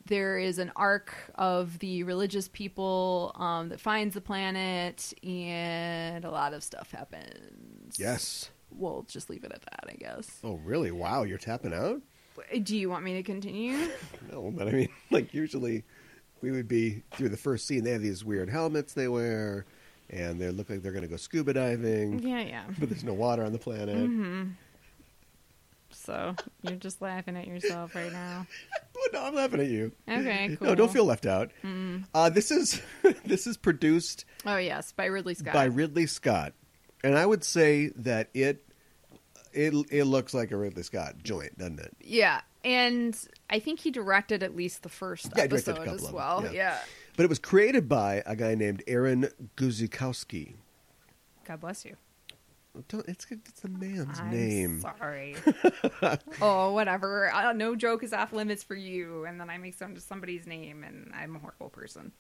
Speaker 4: there is an arc of the religious people um, that finds the planet, and a lot of stuff happens.
Speaker 3: Yes.
Speaker 4: we'll just leave it at that, I guess.
Speaker 3: Oh, really? Wow, you're tapping out?
Speaker 4: Do you want me to continue?
Speaker 3: No, but I mean, like, usually we would be through the first scene. They have these weird helmets they wear, and they look like they're going to go scuba diving,
Speaker 4: yeah, Mm-hmm. yeah.
Speaker 3: but there's no water on the planet.
Speaker 4: So you're just laughing at yourself right now.
Speaker 3: Oh, no, I'm laughing at you.
Speaker 4: Okay, cool.
Speaker 3: No, don't feel left out. Uh, this is this is produced
Speaker 4: Oh yes, by Ridley Scott.
Speaker 3: by Ridley Scott, and I would say that it it it looks like a Ridley Scott joint, doesn't it?
Speaker 4: yeah, and I think he directed at least the first
Speaker 3: Yeah, I directed a
Speaker 4: episode
Speaker 3: couple
Speaker 4: as
Speaker 3: of them,
Speaker 4: well.
Speaker 3: yeah.
Speaker 4: yeah.
Speaker 3: But it was created by a guy named Aaron Guzikowski.
Speaker 4: God bless you.
Speaker 3: Don't, it's it's the man's
Speaker 4: I'm
Speaker 3: name.
Speaker 4: Sorry. oh, whatever. Uh, no joke is off limits for you, and then I make some somebody's name, and I'm a horrible person.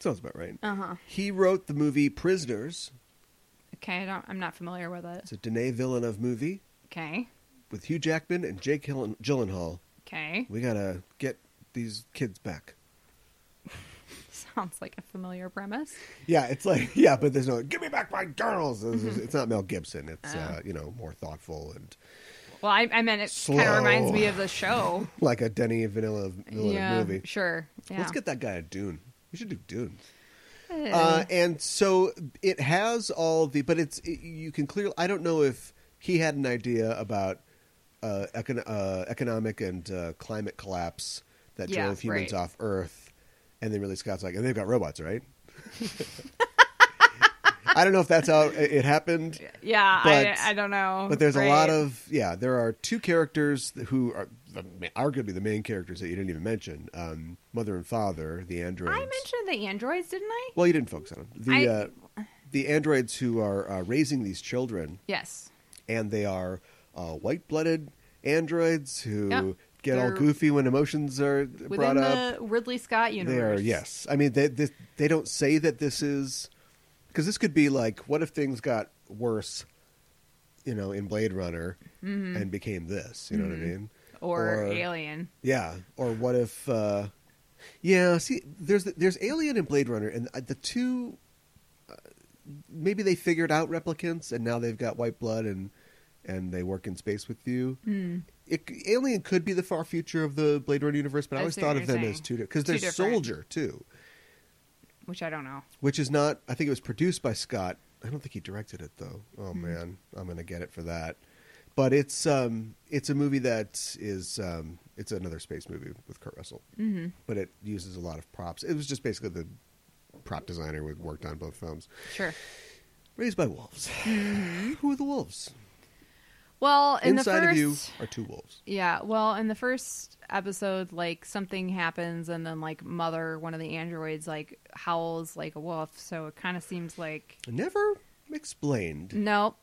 Speaker 3: Sounds about right.
Speaker 4: Uh huh.
Speaker 3: He wrote the movie Prisoners.
Speaker 4: Okay, I don't, I'm not familiar with it.
Speaker 3: It's a Denis Villeneuve movie
Speaker 4: Okay.
Speaker 3: with Hugh Jackman and Jake Hillen- Gyllenhaal.
Speaker 4: Okay.
Speaker 3: We gotta get these kids back.
Speaker 4: Sounds like a familiar premise.
Speaker 3: Yeah, it's like yeah, but there's no give me back my girls. It's,
Speaker 4: Mm-hmm.
Speaker 3: it's not Mel Gibson.
Speaker 4: Oh.
Speaker 3: It's uh, you know more thoughtful and
Speaker 4: Well, I, I meant it kind
Speaker 3: Slow.
Speaker 4: of reminds me of the show.
Speaker 3: like a Denny Vanilla, vanilla
Speaker 4: yeah,
Speaker 3: movie.
Speaker 4: sure. Yeah.
Speaker 3: Let's get that guy a Dune. We should do Dune.
Speaker 4: Eh.
Speaker 3: Uh, and so it has all the, but it's it, you can clearly. I don't know if he had an idea about uh, econ, uh, economic and uh, climate collapse that
Speaker 4: Yeah,
Speaker 3: drove humans
Speaker 4: right.
Speaker 3: off Earth, and then really Scott's like, and they've got robots, right? I don't know if that's how it it happened,
Speaker 4: yeah,
Speaker 3: but-
Speaker 4: I, I don't know.
Speaker 3: but there's a
Speaker 4: right?
Speaker 3: lot of yeah. There are two characters who are the, arguably the main characters that you didn't even mention: um, mother and father, the androids.
Speaker 4: I mentioned the androids, didn't I?
Speaker 3: Well, you didn't focus on them. The
Speaker 4: I-
Speaker 3: uh, the androids who are uh, raising these children,
Speaker 4: Yes.
Speaker 3: and they are uh, white blooded androids who
Speaker 4: Yep.
Speaker 3: get all
Speaker 4: They're-
Speaker 3: goofy when emotions are
Speaker 4: Within
Speaker 3: brought up.
Speaker 4: the Ridley Scott universe.
Speaker 3: They are yes. I mean, they they, they don't say that this is because this could be like, what if things got worse, you know, in Blade Runner
Speaker 4: Mm-hmm.
Speaker 3: and became this? You know what I mean?
Speaker 4: Or, Alien.
Speaker 3: Yeah, or what if? Uh, yeah, see, there's there's Alien and Blade Runner, and the two. uh, Maybe they figured out replicants, and now they've got white blood, and and they work in space with you.
Speaker 4: Hmm.
Speaker 3: It, Alien could be the far future of the Blade Runner universe, but I,
Speaker 4: I
Speaker 3: always
Speaker 4: see what
Speaker 3: thought of
Speaker 4: you're
Speaker 3: them
Speaker 4: saying.
Speaker 3: as two because
Speaker 4: Two
Speaker 3: there's
Speaker 4: different.
Speaker 3: Soldier too,
Speaker 4: Which I don't know.
Speaker 3: which is not. I think it was produced by Scott. I don't think he directed it though. Oh
Speaker 4: Hmm.
Speaker 3: man, I'm gonna get it for that. But it's um it's a movie that is um it's another space movie with Kurt Russell
Speaker 4: Mm-hmm.
Speaker 3: but it uses a lot of props. It was just basically the prop designer who worked on both films.
Speaker 4: Sure.
Speaker 3: Raised by wolves. Who are the wolves?
Speaker 4: Well, in
Speaker 3: Inside
Speaker 4: Mm-hmm. the first,
Speaker 3: of you are two wolves.
Speaker 4: Yeah, well, in the first episode, like something happens, and then like Mother, one of the androids, like howls like a wolf. So it kind of seems like
Speaker 3: Never explained.
Speaker 4: nope,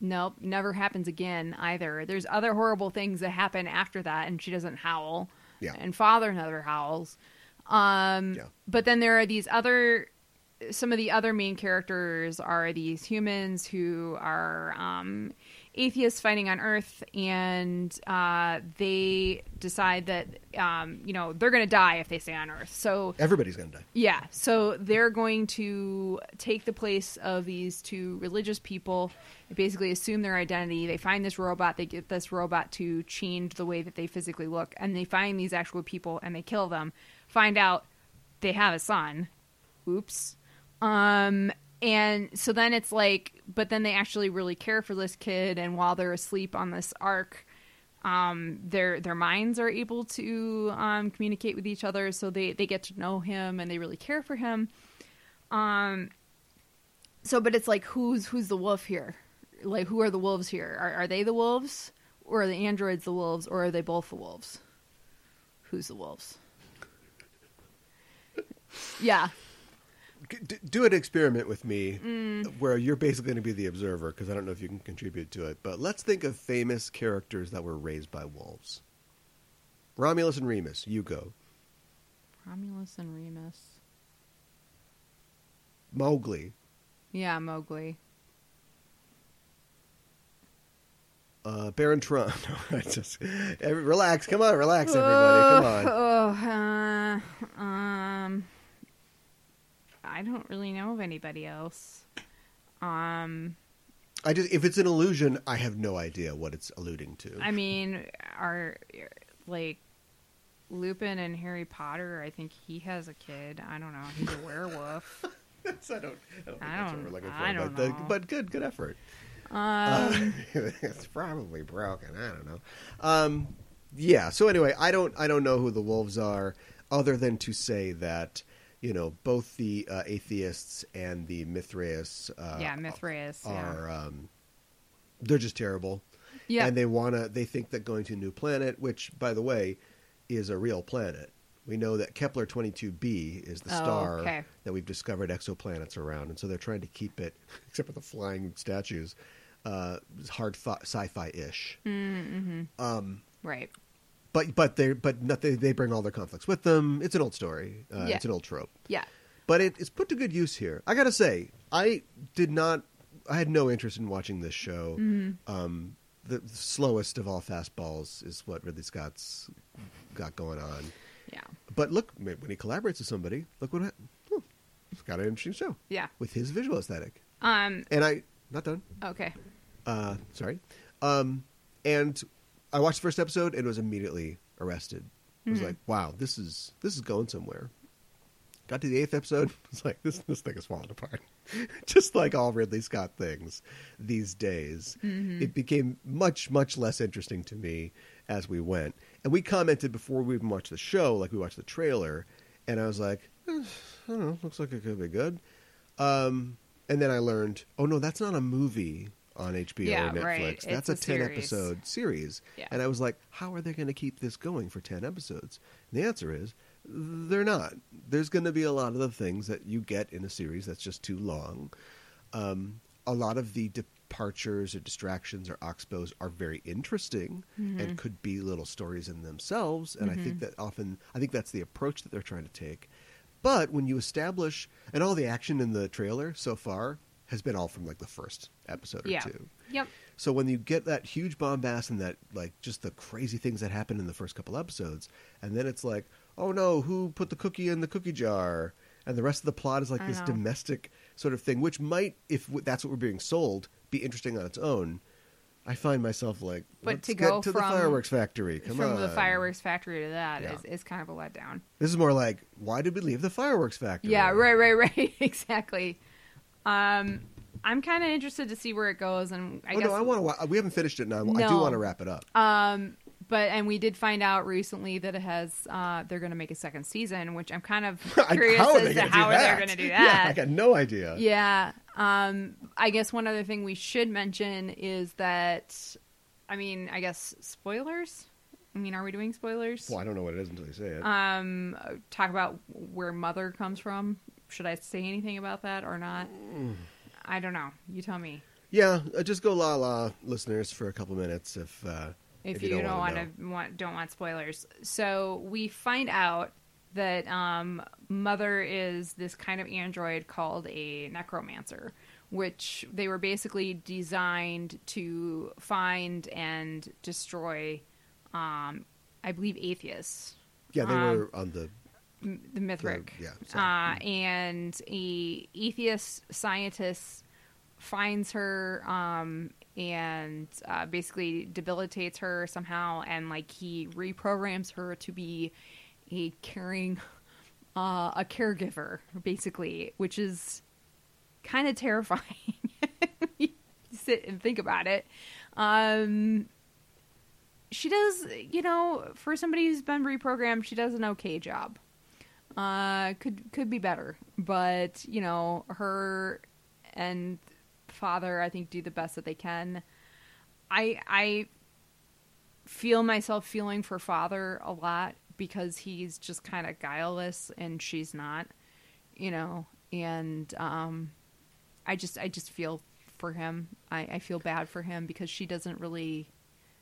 Speaker 4: nope, never happens again either. There's other horrible things that happen after that, and she doesn't howl.
Speaker 3: Yeah.
Speaker 4: and Father never howls. Um,
Speaker 3: Yeah.
Speaker 4: but then there are these other. Some of the other main characters are these humans who are um, atheists fighting on Earth, and uh, they decide that um, you know they're going to die if they stay on Earth. So
Speaker 3: Everybody's gonna die.
Speaker 4: yeah, so they're going to take the place of these two religious people, basically assume their identity. They find this robot, they get this robot to change the way that they physically look, and they find these actual people and they kill them. Find out they have a son. Oops. Um and so then it's like but then they actually really care for this kid and while they're asleep on this ark, their their minds are able to um, communicate with each other, so they they get to know him and they really care for him. Um, so but it's like who's who's the wolf here? Like who are the wolves here? Are are they the wolves, or are the androids the wolves, or are they both the wolves? Who's the wolves? Yeah,
Speaker 3: G- d- Do an experiment with me where you're basically going to be the observer because I don't know if you can contribute to it. But let's think of famous characters that were raised by wolves. Romulus and Remus, you go.
Speaker 4: Romulus and Remus.
Speaker 3: Mowgli,
Speaker 4: Yeah, Mowgli.
Speaker 3: uh, Baron Tron. No, I just- every- relax. Come on, relax, everybody. Come on.
Speaker 4: Oh, uh, um, I don't really know of anybody else. Um,
Speaker 3: I just if it's an illusion, I have no idea what it's alluding to.
Speaker 4: I mean, are like Lupin and Harry Potter? I think he has a kid. I don't know. He's a werewolf.
Speaker 3: So I don't. I don't think
Speaker 4: I
Speaker 3: that's what
Speaker 4: don't-
Speaker 3: we're looking for.
Speaker 4: I don't
Speaker 3: but, the-
Speaker 4: know.
Speaker 3: but good, good effort.
Speaker 4: Um,
Speaker 3: it's probably broken. I don't know. Um, yeah. So anyway, I don't. I don't know who the wolves are, other than to say that you know both the uh, atheists and the Mithraeus. Uh,
Speaker 4: yeah, Mithraeus.
Speaker 3: Are um, they're just terrible.
Speaker 4: yeah, yeah.
Speaker 3: And they wanna they think that going to a new planet, which by the way, is a real planet. We know that Kepler twenty two B is the
Speaker 4: Oh,
Speaker 3: star
Speaker 4: okay.
Speaker 3: that we've discovered exoplanets around, and so they're trying to keep it, except for the flying statues, uh, hard fi- sci-fi ish.
Speaker 4: Mm, mm-hmm. right.
Speaker 3: But but they but not, they, they bring all their conflicts with them. It's an old story. Uh,
Speaker 4: Yeah.
Speaker 3: It's an old trope.
Speaker 4: Yeah,
Speaker 3: But it, it's put to good use here. I gotta say, I did not. I had no interest in watching this show. Um, the, the slowest of all fastballs is what Ridley Scott's got going on,
Speaker 4: Yeah.
Speaker 3: But look, when he collaborates with somebody, look what happened. Hmm. It's got an interesting show
Speaker 4: Yeah.
Speaker 3: with his visual aesthetic.
Speaker 4: Um.
Speaker 3: And I not done.
Speaker 4: Okay.
Speaker 3: Uh, sorry. Um, and I watched the first episode and was immediately arrested. I
Speaker 4: Hmm.
Speaker 3: was like, wow, this is this is going somewhere. Got to the eighth episode. It's like this this thing is falling apart, just like all Ridley Scott things these days.
Speaker 4: Mm-hmm.
Speaker 3: It became much much less interesting to me as we went. And we commented before we even watched the show, like we watched the trailer, and I was like, eh, I don't know, looks like it could be good. Um, and then I learned, oh no, that's not a movie on HBO
Speaker 4: Yeah,
Speaker 3: or Netflix.
Speaker 4: right. It's
Speaker 3: That's
Speaker 4: a
Speaker 3: a ten
Speaker 4: series.
Speaker 3: episode series.
Speaker 4: Yeah.
Speaker 3: And I was like, how are they going to keep this going for 10 episodes? And the answer is they're not. There's going to be a lot of the things that you get in a series that's just too long. Um, a lot of the departures or distractions or oxbows are very interesting
Speaker 4: Mm-hmm.
Speaker 3: and could be little stories in themselves. And I think that often, I think that's the approach that they're trying to take. But when you establish, and all the action in the trailer so far has been all from like the first episode or
Speaker 4: Yeah.
Speaker 3: two.
Speaker 4: Yep.
Speaker 3: So when you get that huge bombast and that like just the crazy things that happen in the first couple episodes, and then it's like, oh no, who put the cookie in the cookie jar? And the rest of the plot is like
Speaker 4: I
Speaker 3: this
Speaker 4: know.
Speaker 3: domestic sort of thing, which might, if w- that's what we're being sold, be interesting on its own. I find myself like,
Speaker 4: But
Speaker 3: let's
Speaker 4: to
Speaker 3: get
Speaker 4: go
Speaker 3: to the
Speaker 4: from-
Speaker 3: fireworks factory. Come
Speaker 4: From
Speaker 3: on,
Speaker 4: the fireworks factory to that is
Speaker 3: Yeah.
Speaker 4: is kind of a letdown.
Speaker 3: This is more like, why did we leave the fireworks factory?
Speaker 4: Yeah, right, right, right. exactly. Um, I'm kind of interested to see where it goes, and I
Speaker 3: oh
Speaker 4: guess
Speaker 3: no, I want to. We haven't finished it now. I do
Speaker 4: No.
Speaker 3: want to wrap it up.
Speaker 4: but and we did find out recently that it has uh, they're going to make a second season, which I'm kind of
Speaker 3: I-
Speaker 4: curious
Speaker 3: how are they
Speaker 4: as to
Speaker 3: gonna do
Speaker 4: how
Speaker 3: that?
Speaker 4: they're going to do
Speaker 3: Yeah, I
Speaker 4: that.
Speaker 3: got no idea.
Speaker 4: Yeah. Um, I guess one other thing we should mention is that, I mean, I guess spoilers. I mean, are we doing spoilers?
Speaker 3: Well, I don't know what it is until you say it.
Speaker 4: Um, talk about where mother comes from. Should I say anything about that or not?
Speaker 3: Mm.
Speaker 4: I don't know. You tell me.
Speaker 3: Yeah, uh, just go la la, listeners, for a couple minutes if uh,
Speaker 4: if, you, don't want
Speaker 3: wanna
Speaker 4: to
Speaker 3: know.
Speaker 4: want don't want spoilers. So we find out that um, Mother is this kind of android called a necromancer, which they were basically designed to find and destroy. Um, I believe atheists,
Speaker 3: Yeah, they
Speaker 4: um,
Speaker 3: were on the
Speaker 4: m- the Mithric,
Speaker 3: yeah,
Speaker 4: uh, and a atheist scientist finds her um, and uh, basically debilitates her somehow, and like he reprograms her to be a caring, uh, a caregiver, basically, which is kind of terrifying. You Sit and think about it. Um, she does, you know, for somebody who's been reprogrammed, she does an okay job. Uh, could could be better, but you know, her and father, I think, do the best that they can. I I feel myself feeling for father a lot because he's just kind of guileless and she's not, you know, and um, I just I just feel for him. I, I feel bad for him because she doesn't really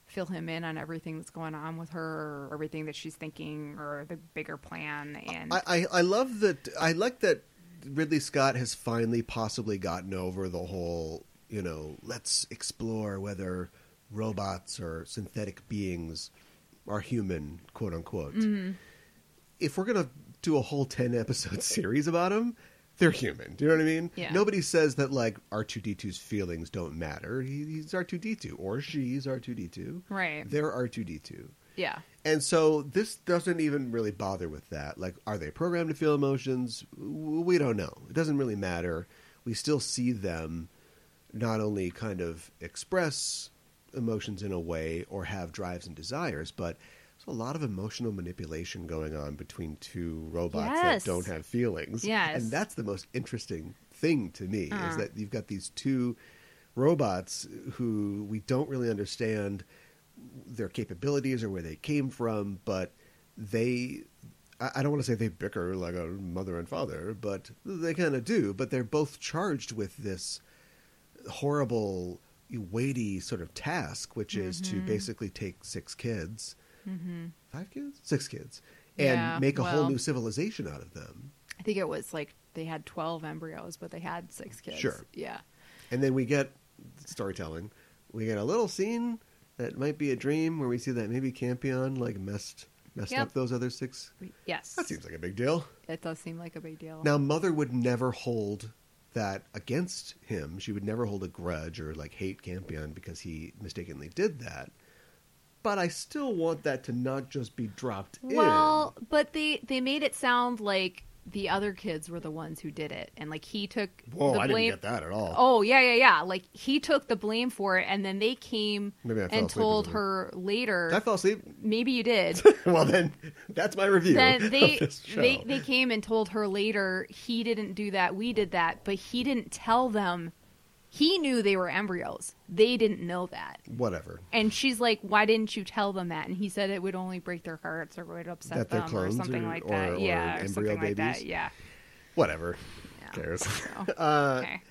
Speaker 4: fill him in on everything that's going on with her or everything that she's thinking or the bigger plan and
Speaker 3: I, I I love that. I like that Ridley Scott has finally possibly gotten over the whole you know let's explore whether robots or synthetic beings are human, quote unquote.
Speaker 4: Mm-hmm.
Speaker 3: If we're gonna do a whole ten episode series about them. They're human. Do you know what I mean?
Speaker 4: Yeah.
Speaker 3: Nobody says that like R two D 2s feelings don't matter. He, he's R two D two or she's R two D two.
Speaker 4: Right.
Speaker 3: They're R two D two.
Speaker 4: yeah.
Speaker 3: And so this doesn't even really bother with that. Like, are they programmed to feel emotions? W- We don't know. It doesn't really matter. We still see them not only kind of express emotions in a way or have drives and desires, but there's a lot of emotional manipulation going on between two robots
Speaker 4: Yes.
Speaker 3: that don't have feelings.
Speaker 4: Yes.
Speaker 3: And that's the most interesting thing to me is that you've got these two robots who we don't really understand their capabilities or where they came from, but they. I I don't want to say they bicker like a mother and father, but they kind of do. But they're both charged with this horrible, weighty sort of task, which is to
Speaker 4: Mm-hmm.
Speaker 3: basically take six kids, five kids, six kids, and
Speaker 4: Yeah,
Speaker 3: make a whole
Speaker 4: well-
Speaker 3: new civilization out of them.
Speaker 4: I think it was like they had 12 embryos, but they had six kids.
Speaker 3: Sure.
Speaker 4: Yeah.
Speaker 3: And then we get storytelling. We get a little scene that might be a dream where we see that maybe Campion like messed messed
Speaker 4: Yep.
Speaker 3: up those other six.
Speaker 4: Yes.
Speaker 3: That seems like a big deal.
Speaker 4: it does seem like a big deal.
Speaker 3: Now, mother would never hold that against him. She would never hold a grudge or like hate Campion because he mistakenly did that. But I still want that to not just be dropped in.
Speaker 4: Well, but they they made it sound like the other kids were the ones who did it, and like he took
Speaker 3: Whoa,
Speaker 4: the
Speaker 3: I didn't
Speaker 4: blame.
Speaker 3: get that at all.
Speaker 4: Oh yeah, yeah, yeah. Like he took the blame for it, and then they came
Speaker 3: Maybe I fell
Speaker 4: and
Speaker 3: asleep or
Speaker 4: told
Speaker 3: something.
Speaker 4: her later.
Speaker 3: Did I fell asleep?
Speaker 4: Maybe you did.
Speaker 3: well, then that's my review.
Speaker 4: then they,
Speaker 3: of this show.
Speaker 4: they they came and told her later he didn't do that, we did that, but he didn't tell them. He knew they were embryos. They didn't know that.
Speaker 3: Whatever.
Speaker 4: And she's like, "Why didn't you tell them that?" And he said it would only break their hearts or would upset
Speaker 3: That they're
Speaker 4: them or
Speaker 3: clones
Speaker 4: something
Speaker 3: or-
Speaker 4: like that.
Speaker 3: or- or
Speaker 4: yeah, or
Speaker 3: embryo
Speaker 4: something like that.
Speaker 3: babies?
Speaker 4: Yeah.
Speaker 3: Whatever.
Speaker 4: Yeah.
Speaker 3: Who cares? Uh,
Speaker 4: So, okay.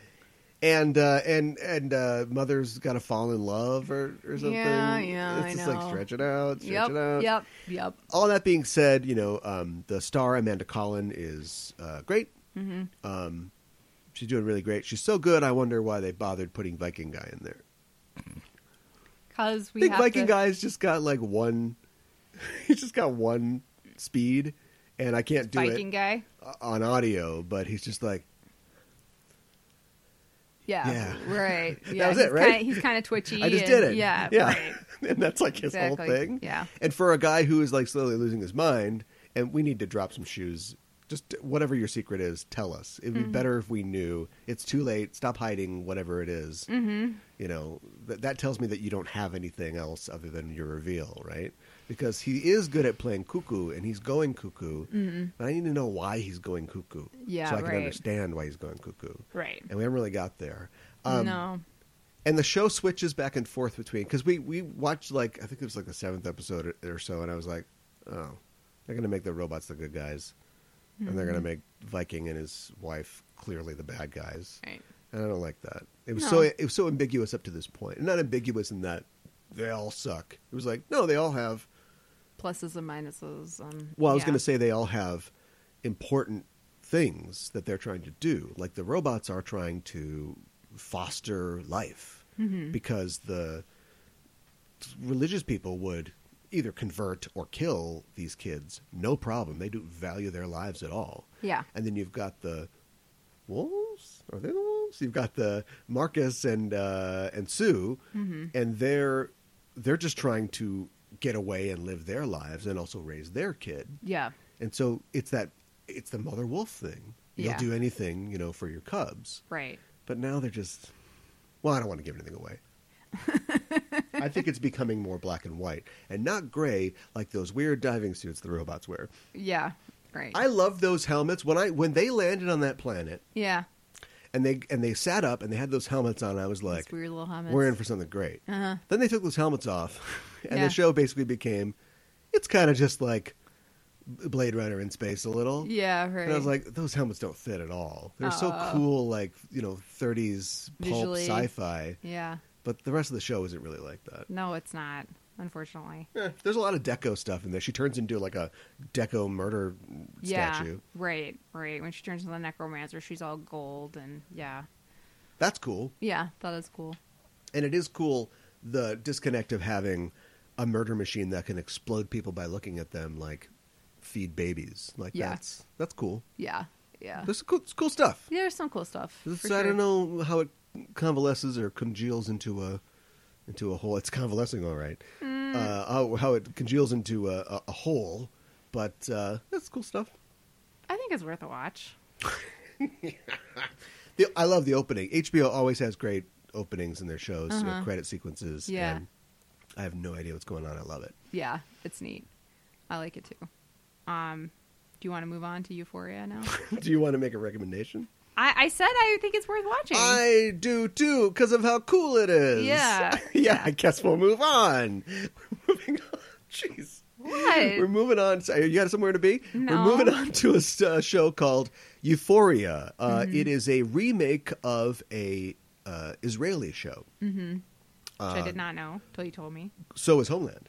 Speaker 3: and uh, and and uh, mother's got to fall in love or, or something.
Speaker 4: Yeah, yeah,
Speaker 3: It's
Speaker 4: I
Speaker 3: just like
Speaker 4: know.
Speaker 3: stretch it out, stretch
Speaker 4: Yep.
Speaker 3: it out.
Speaker 4: Yep. Yep.
Speaker 3: All that being said, you know um, the star Amanda Collin is uh, great. Mm-hmm. Um, she's doing really great. She's so good. I wonder why they bothered putting Viking guy in there.
Speaker 4: Because
Speaker 3: I
Speaker 4: we
Speaker 3: think
Speaker 4: have
Speaker 3: Viking
Speaker 4: to,
Speaker 3: guy's just got like one. he's just got one speed, and I can't do
Speaker 4: Viking
Speaker 3: it
Speaker 4: guy.
Speaker 3: on audio. But he's just like
Speaker 4: Yeah.
Speaker 3: Yeah.
Speaker 4: Right. Yeah.
Speaker 3: was
Speaker 4: he's
Speaker 3: it, right?
Speaker 4: Kinda, he's kind of twitchy.
Speaker 3: I just
Speaker 4: and-
Speaker 3: did it.
Speaker 4: Yeah.
Speaker 3: yeah,
Speaker 4: Right.
Speaker 3: and that's like his
Speaker 4: Exactly.
Speaker 3: whole thing.
Speaker 4: Yeah.
Speaker 3: and for a guy who is like slowly losing his mind, and we need to drop some shoes. Just whatever your secret is, tell us. It'd be
Speaker 4: Mm-hmm.
Speaker 3: better if we knew. It's too late. Stop hiding whatever it is.
Speaker 4: Mm-hmm.
Speaker 3: You know that that tells me that you don't have anything else other than your reveal, right? Because he is good at playing cuckoo and he's going cuckoo, but I need to know why he's going cuckoo.
Speaker 4: Mm-hmm. Yeah,
Speaker 3: so I can
Speaker 4: right.
Speaker 3: understand why he's going cuckoo.
Speaker 4: Right.
Speaker 3: And we haven't really got there. Um,
Speaker 4: no.
Speaker 3: And the show switches back and forth between because we we watched like I think it was like the seventh episode or, or so, and I was like, oh, they're gonna make the robots the good guys, and they're gonna
Speaker 4: Mm-hmm.
Speaker 3: make Viking and his wife clearly the bad guys,
Speaker 4: Right.
Speaker 3: and I don't like that. It was
Speaker 4: No.
Speaker 3: so it was so ambiguous up to this point, not ambiguous in that they all suck. It was like no, they all have.
Speaker 4: Pluses and minuses. Um,
Speaker 3: Well, I was
Speaker 4: yeah.
Speaker 3: gonna say they all have important things that they're trying to do, like the robots are trying to foster life because the religious people would either convert or kill these kids, no problem. They don't value their lives at all.
Speaker 4: Yeah.
Speaker 3: And then you've got the wolves. Are they the wolves? You've got the Marcus and uh, and Sue,
Speaker 4: Mm-hmm.
Speaker 3: and they're they're just trying to get away and live their lives and also raise their kid.
Speaker 4: Yeah.
Speaker 3: And so it's that it's the mother wolf thing. You'll
Speaker 4: Yeah.
Speaker 3: do anything, you know, for your cubs.
Speaker 4: Right.
Speaker 3: But now they're just. Well, I don't want to give anything away. I think it's becoming more black and white and not gray like those weird diving suits the robots wear.
Speaker 4: Yeah. Right.
Speaker 3: I love those helmets. When I when they landed on that planet
Speaker 4: yeah.
Speaker 3: and they and they sat up and they had those helmets on, I was
Speaker 4: These
Speaker 3: like,
Speaker 4: weird little hummus.
Speaker 3: "We're in for something great."
Speaker 4: Uh-huh.
Speaker 3: Then they took those helmets off, and
Speaker 4: Yeah.
Speaker 3: the show basically became, it's kind of just like Blade Runner in space a little.
Speaker 4: Yeah. Right.
Speaker 3: And I was like, those helmets don't fit at all. They're so
Speaker 4: Oh.
Speaker 3: cool, like you know, '30s pulp
Speaker 4: Visually.
Speaker 3: sci-fi.
Speaker 4: Yeah.
Speaker 3: But the rest of the show isn't really like that.
Speaker 4: No, it's not. Unfortunately.
Speaker 3: Eh, there's a lot of deco stuff in there. She turns into like a deco murder
Speaker 4: yeah.
Speaker 3: statue.
Speaker 4: Right. Right. When she turns into the necromancer, she's all gold and yeah.
Speaker 3: That's cool,
Speaker 4: Yeah. That is cool.
Speaker 3: and it is cool the disconnect of having a murder machine that can explode people by looking at them, like feed babies. Like
Speaker 4: Yeah.
Speaker 3: that's that's cool.
Speaker 4: Yeah. Yeah.
Speaker 3: There's cool, it's cool stuff.
Speaker 4: There's some cool stuff.
Speaker 3: This-
Speaker 4: for
Speaker 3: I
Speaker 4: sure.
Speaker 3: don't know how it convalesces or congeals into a into a hole. It's convalescing, all right.
Speaker 4: Mm.
Speaker 3: Uh, how, how it congeals into a, a, a hole, but uh, that's cool stuff.
Speaker 4: I think it's worth a watch.
Speaker 3: The, I love the opening. HBO always has great openings in their shows, you know, credit sequences.
Speaker 4: Uh-huh. Yeah.
Speaker 3: And I have no idea what's going on. I love it.
Speaker 4: Yeah, it's neat. I like it too. Um, do you want to move on to Euphoria now?
Speaker 3: Do you want to make a recommendation?
Speaker 4: I, I said I think it's worth watching.
Speaker 3: I do too, because of how cool it is.
Speaker 4: Yeah.
Speaker 3: yeah, I guess we'll move on. We're moving on. Jeez.
Speaker 4: What?
Speaker 3: We're moving on. Sorry, You got somewhere to be?
Speaker 4: No.
Speaker 3: We're moving on to a s- uh, show called Euphoria. Uh,
Speaker 4: Mm-hmm.
Speaker 3: it is a remake of a uh, Israeli show.
Speaker 4: Mm-hmm. which
Speaker 3: Uh,
Speaker 4: I did not know till you told me.
Speaker 3: So is Homeland.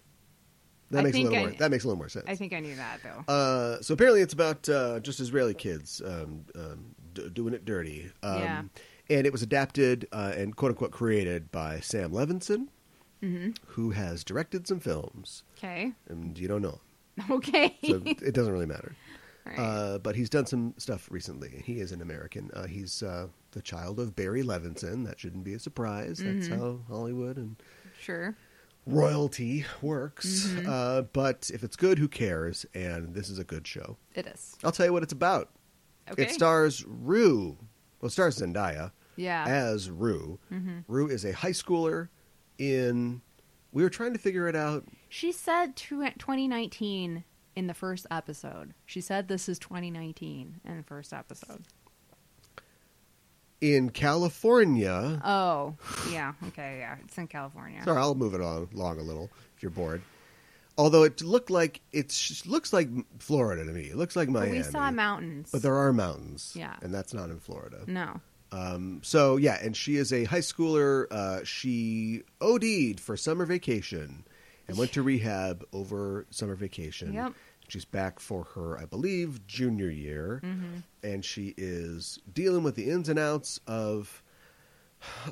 Speaker 3: That
Speaker 4: I
Speaker 3: makes a
Speaker 4: think
Speaker 3: little
Speaker 4: I-
Speaker 3: more. That makes a little more sense.
Speaker 4: I think I knew that though.
Speaker 3: Uh, so apparently, it's about uh, just Israeli kids um, um, d- doing it dirty. Um,
Speaker 4: Yeah.
Speaker 3: And it was adapted uh, and quote unquote created by
Speaker 4: Mm-hmm.
Speaker 3: Sam Levinson, who has directed some films,
Speaker 4: Okay.
Speaker 3: and you don't know. him.
Speaker 4: Okay.
Speaker 3: so it doesn't really matter.
Speaker 4: All right.
Speaker 3: Uh, but he's done some stuff recently. He is an American. Uh, he's uh, the child of Barry Levinson. That shouldn't be a surprise. That's
Speaker 4: Mm-hmm.
Speaker 3: how Hollywood and
Speaker 4: sure.
Speaker 3: royalty works.
Speaker 4: Mm-hmm.
Speaker 3: Uh, but if it's good, who cares? And this is a good show.
Speaker 4: It is.
Speaker 3: I'll tell you what it's about.
Speaker 4: Okay.
Speaker 3: It stars Rue. Well, it stars Zendaya
Speaker 4: yeah. Mm-hmm.
Speaker 3: as Rue. Rue is a high schooler in. We were trying to figure it out.
Speaker 4: She said tw- 2019 in the first episode. She said this is 2019 in the first episode.
Speaker 3: In California.
Speaker 4: Oh, yeah. Okay, yeah. It's in California.
Speaker 3: Sorry, I'll move it on, along a little if you're bored. Although it looked like it looks like Florida to me. It looks like
Speaker 4: But
Speaker 3: Miami.
Speaker 4: we saw mountains.
Speaker 3: but there are mountains.
Speaker 4: Yeah.
Speaker 3: And that's not in Florida.
Speaker 4: no.
Speaker 3: Um, so yeah, and she is a high schooler. Uh, she OD'd for summer vacation and went to rehab over summer vacation.
Speaker 4: Yep.
Speaker 3: She's back for her, I believe, junior year,
Speaker 4: Mm-hmm.
Speaker 3: and she is dealing with the ins and outs of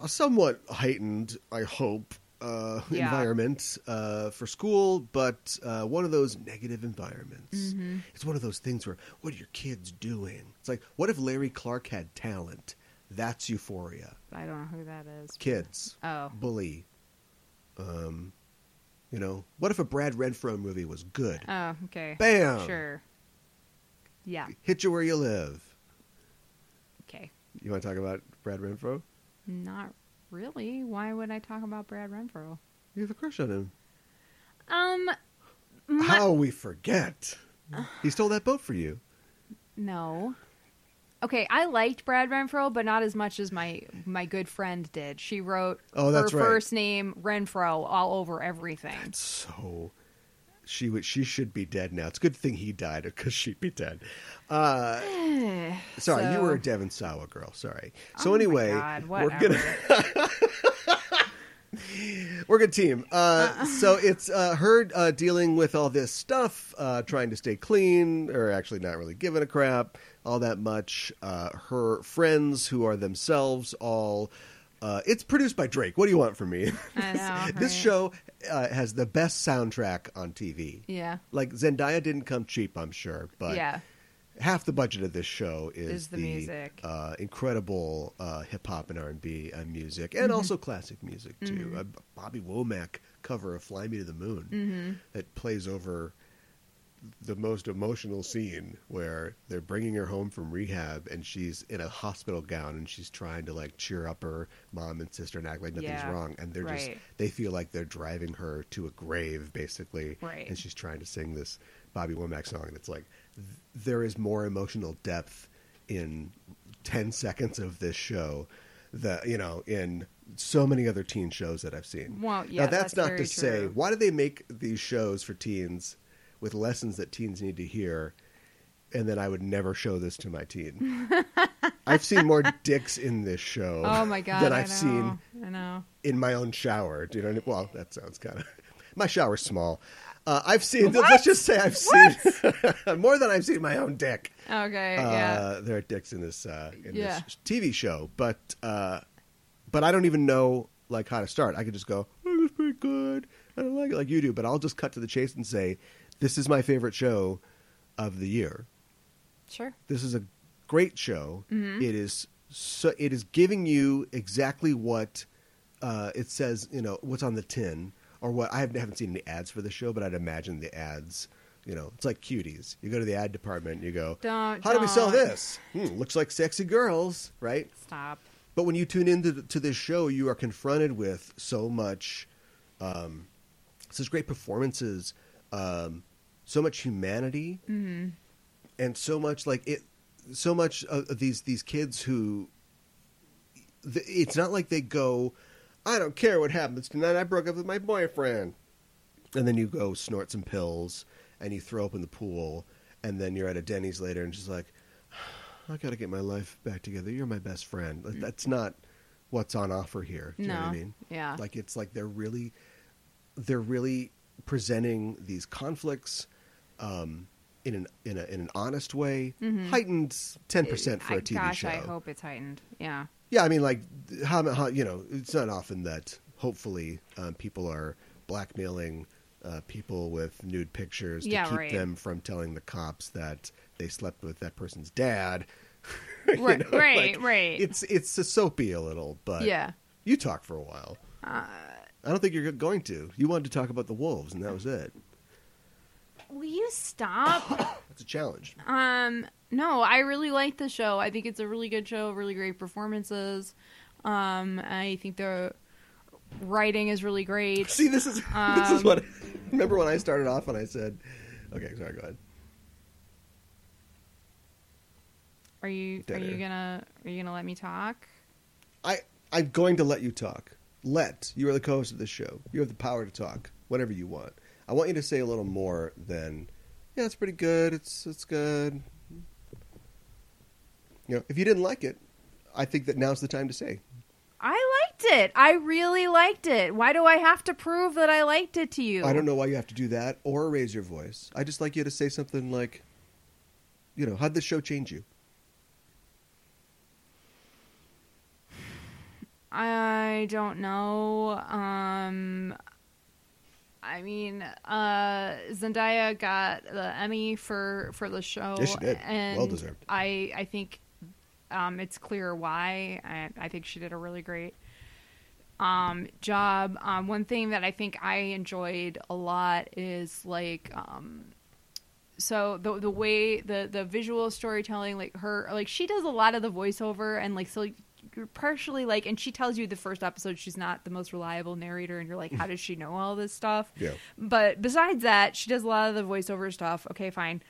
Speaker 3: a somewhat heightened, I hope, uh,
Speaker 4: Yeah.
Speaker 3: environment uh, for school, but uh, one of those negative environments.
Speaker 4: Mm-hmm.
Speaker 3: It's one of those things where, what are your kids doing? It's like, what if Larry Clark had talent? That's euphoria.
Speaker 4: I don't know who that is.
Speaker 3: Kids,
Speaker 4: Oh.
Speaker 3: bully. Um, you know, what if a Brad Renfro movie was good?
Speaker 4: Oh, okay.
Speaker 3: Bam!
Speaker 4: Sure. Yeah.
Speaker 3: Hit you where you live.
Speaker 4: Okay.
Speaker 3: You want to talk about Brad Renfro?
Speaker 4: Not really. Why would I talk about Brad Renfro?
Speaker 3: You have a crush on him.
Speaker 4: Um, my-
Speaker 3: How we forget? He stole that boat for you.
Speaker 4: no. Okay, I liked Brad Renfro, but not as much as my my good friend did. She wrote
Speaker 3: Oh, that's
Speaker 4: her
Speaker 3: right.
Speaker 4: first name Renfro all over everything.
Speaker 3: so she would she should be dead now. It's a good thing he died because she'd be dead. Uh, sorry, you
Speaker 4: So-
Speaker 3: were a Devon Sawa girl. Sorry. So
Speaker 4: Oh my
Speaker 3: anyway,
Speaker 4: God,
Speaker 3: we're gonna we're good team. Uh, so it's uh, her uh, dealing with all this stuff, uh, trying to stay clean, or actually not really giving a crap all that much. Uh, her friends who are themselves all. Uh, it's produced by Drake. What do you want from me?
Speaker 4: I know,
Speaker 3: this
Speaker 4: right?
Speaker 3: show uh, has the best soundtrack on TV.
Speaker 4: Yeah.
Speaker 3: Like Zendaya didn't come cheap, I'm sure, but
Speaker 4: yeah.
Speaker 3: half the budget of this show is,
Speaker 4: Is the music.
Speaker 3: uh, incredible uh, hip hop and R and B uh, music,
Speaker 4: Mm-hmm.
Speaker 3: and also classic music too. A B- Bobby Womack cover of "Fly Me to the Moon"
Speaker 4: Mm-hmm.
Speaker 3: that plays over the most emotional scene where they're bringing her home from rehab and she's in a hospital gown and she's trying to like cheer up her mom and sister and act like nothing's
Speaker 4: Yeah,
Speaker 3: wrong and they're just
Speaker 4: right.
Speaker 3: they feel like they're driving her to a grave basically
Speaker 4: Right.
Speaker 3: and she's trying to sing this Bobby Womack song, and it's like th- there is more emotional depth in ten seconds of this show that you know in so many other teen shows that I've seen.
Speaker 4: Well, yeah,
Speaker 3: now that's,
Speaker 4: that's
Speaker 3: not to
Speaker 4: very
Speaker 3: say
Speaker 4: true.
Speaker 3: why do they make these shows for teens with lessons that teens need to hear, and then I would never show this to my teen. I've seen more dicks in this show
Speaker 4: Oh my god.
Speaker 3: than
Speaker 4: I
Speaker 3: I've seen
Speaker 4: know, I know.
Speaker 3: in my own shower. Do you know? What I mean? Well, that sounds kind of. My shower's small. Uh, I've seen. Let's just say I've seen more than I've seen my own dick.
Speaker 4: Okay. yeah.
Speaker 3: Uh, there are dicks in this uh, in
Speaker 4: Yeah.
Speaker 3: this TV show, but uh, but I don't even know like how to start. I could just go. Oh, it was pretty good. I don't like it like you do, but I'll just cut to the chase and say, this is my favorite show of the year
Speaker 4: Sure.
Speaker 3: this is a great show.
Speaker 4: Mm-hmm.
Speaker 3: It is so it is giving you exactly what uh, it says. You know what's on the tin, or what I haven't, haven't seen any ads for the show, but I'd imagine the ads. You know, it's like cuties. You go to the ad department, you go,
Speaker 4: Don't-
Speaker 3: "How do we sell
Speaker 4: don't."
Speaker 3: this? Hmm, looks like sexy girls, right?"
Speaker 4: Stop.
Speaker 3: But when you tune into th- to this show, you are confronted with so much, um, such great performances, um, so much humanity, and so much like it, so much of of these these kids who. th- It's not like they go, I don't care what happens tonight. I broke up with my boyfriend, and then you go snort some pills and you throw up in the pool, and then you're at a Denny's later and just like, I gotta get my life back together. You're my best friend. Like, That's not what's on offer here. Do you know what I
Speaker 4: No.
Speaker 3: mean?
Speaker 4: Yeah.
Speaker 3: Like it's like they're really, they're really presenting these conflicts, um, in an in a in an honest way, heightened ten percent for
Speaker 4: Mm-hmm. Eh,
Speaker 3: a
Speaker 4: I-
Speaker 3: TV
Speaker 4: gosh,
Speaker 3: show.
Speaker 4: I hope it's heightened. Yeah.
Speaker 3: Yeah, I mean, like how, how you know, it's not often that hopefully um, people are blackmailing uh, people with nude pictures to
Speaker 4: Yeah,
Speaker 3: keep
Speaker 4: right.
Speaker 3: them from telling the cops that they slept with that person's dad. You
Speaker 4: Right,
Speaker 3: know,
Speaker 4: right,
Speaker 3: like,
Speaker 4: right.
Speaker 3: It's it's a soapy a little, but
Speaker 4: yeah.
Speaker 3: you talk for a while. I don't think you're going to. You wanted to talk about the wolves, and that was it.
Speaker 4: Will you stop?
Speaker 3: That's a challenge.
Speaker 4: um, no, I really like the show. I think it's a really good show. Really great performances. Um, I think the writing is really great.
Speaker 3: See, this is this is what. Remember when I started off and I said, "Okay, sorry, go ahead."
Speaker 4: Are you
Speaker 3: Dead
Speaker 4: are you
Speaker 3: air.
Speaker 4: gonna are you gonna let me talk?
Speaker 3: I I'm going to let you talk. Let you are the co-host of this show. You have the power to talk whatever you want. I want you to say a little more than, "Yeah, it's pretty good. It's it's good." You know, if you didn't like it, I think that now's the time to say.
Speaker 4: I liked it. I really liked it. Why do I have to prove that I liked it to you?
Speaker 3: I don't know why you have to do that or raise your voice. I just like you to say something like, you know, how'd this show change you?
Speaker 4: I don't know. Um I mean, uh Zendaya got the Emmy for for the show
Speaker 3: Yes, she did.
Speaker 4: and
Speaker 3: Well deserved.
Speaker 4: I I think um it's clear why. I I think she did a really great um job. Um one thing that I think I enjoyed a lot is like um so the the way the the visual storytelling like her like she does a lot of the voiceover and like so like, you're partially like and she tells you the first episode she's not the most reliable narrator and you're like how does she know all this stuff
Speaker 3: Yeah.
Speaker 4: but besides that she does a lot of the voiceover stuff okay fine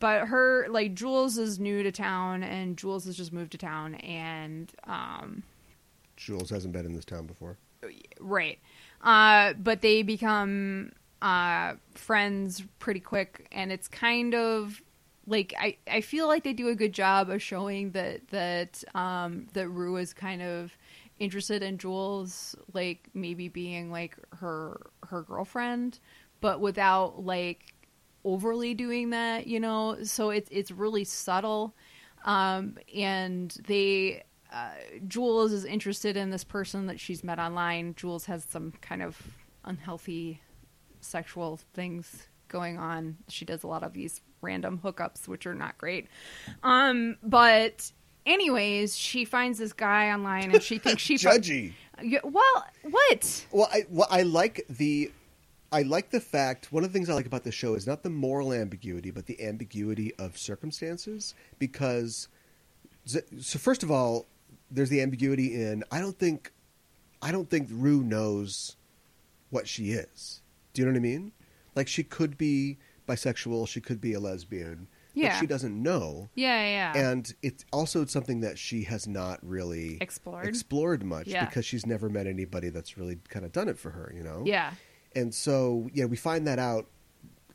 Speaker 4: but her like jules is new to town and jules has just moved to town and um
Speaker 3: Jules hasn't been in this town before.
Speaker 4: Right. Uh, but they become uh, friends pretty quick, and it's kind of like I, I feel like they do a good job of showing that that um, that Rue is kind of interested in Jules, like maybe being like her her girlfriend, but without like overly doing that, you know. So it's it's really subtle, um, and they uh, Jules is interested in this person that she's met online. Jules has some kind of unhealthy sexual things going on. She does a lot of these random hookups, which are not great. Um, but anyways, she finds this guy online, and she thinks she
Speaker 3: Judgy.
Speaker 4: Yeah, well, what?
Speaker 3: Well, I well, I like the I like the fact one of the things I like about this show is not the moral ambiguity, but the ambiguity of circumstances. Because so so first of all, there's the ambiguity in I don't think I don't think Rue knows what she is. Do you know what I mean? Like she could be bisexual, she could be a lesbian,
Speaker 4: Yeah.
Speaker 3: but she doesn't know
Speaker 4: Yeah, yeah.
Speaker 3: and it's also something that she has not really
Speaker 4: Explored.
Speaker 3: explored much
Speaker 4: Yeah.
Speaker 3: because she's never met anybody that's really kind of done it for her, you know.
Speaker 4: yeah.
Speaker 3: And so, yeah, we find that out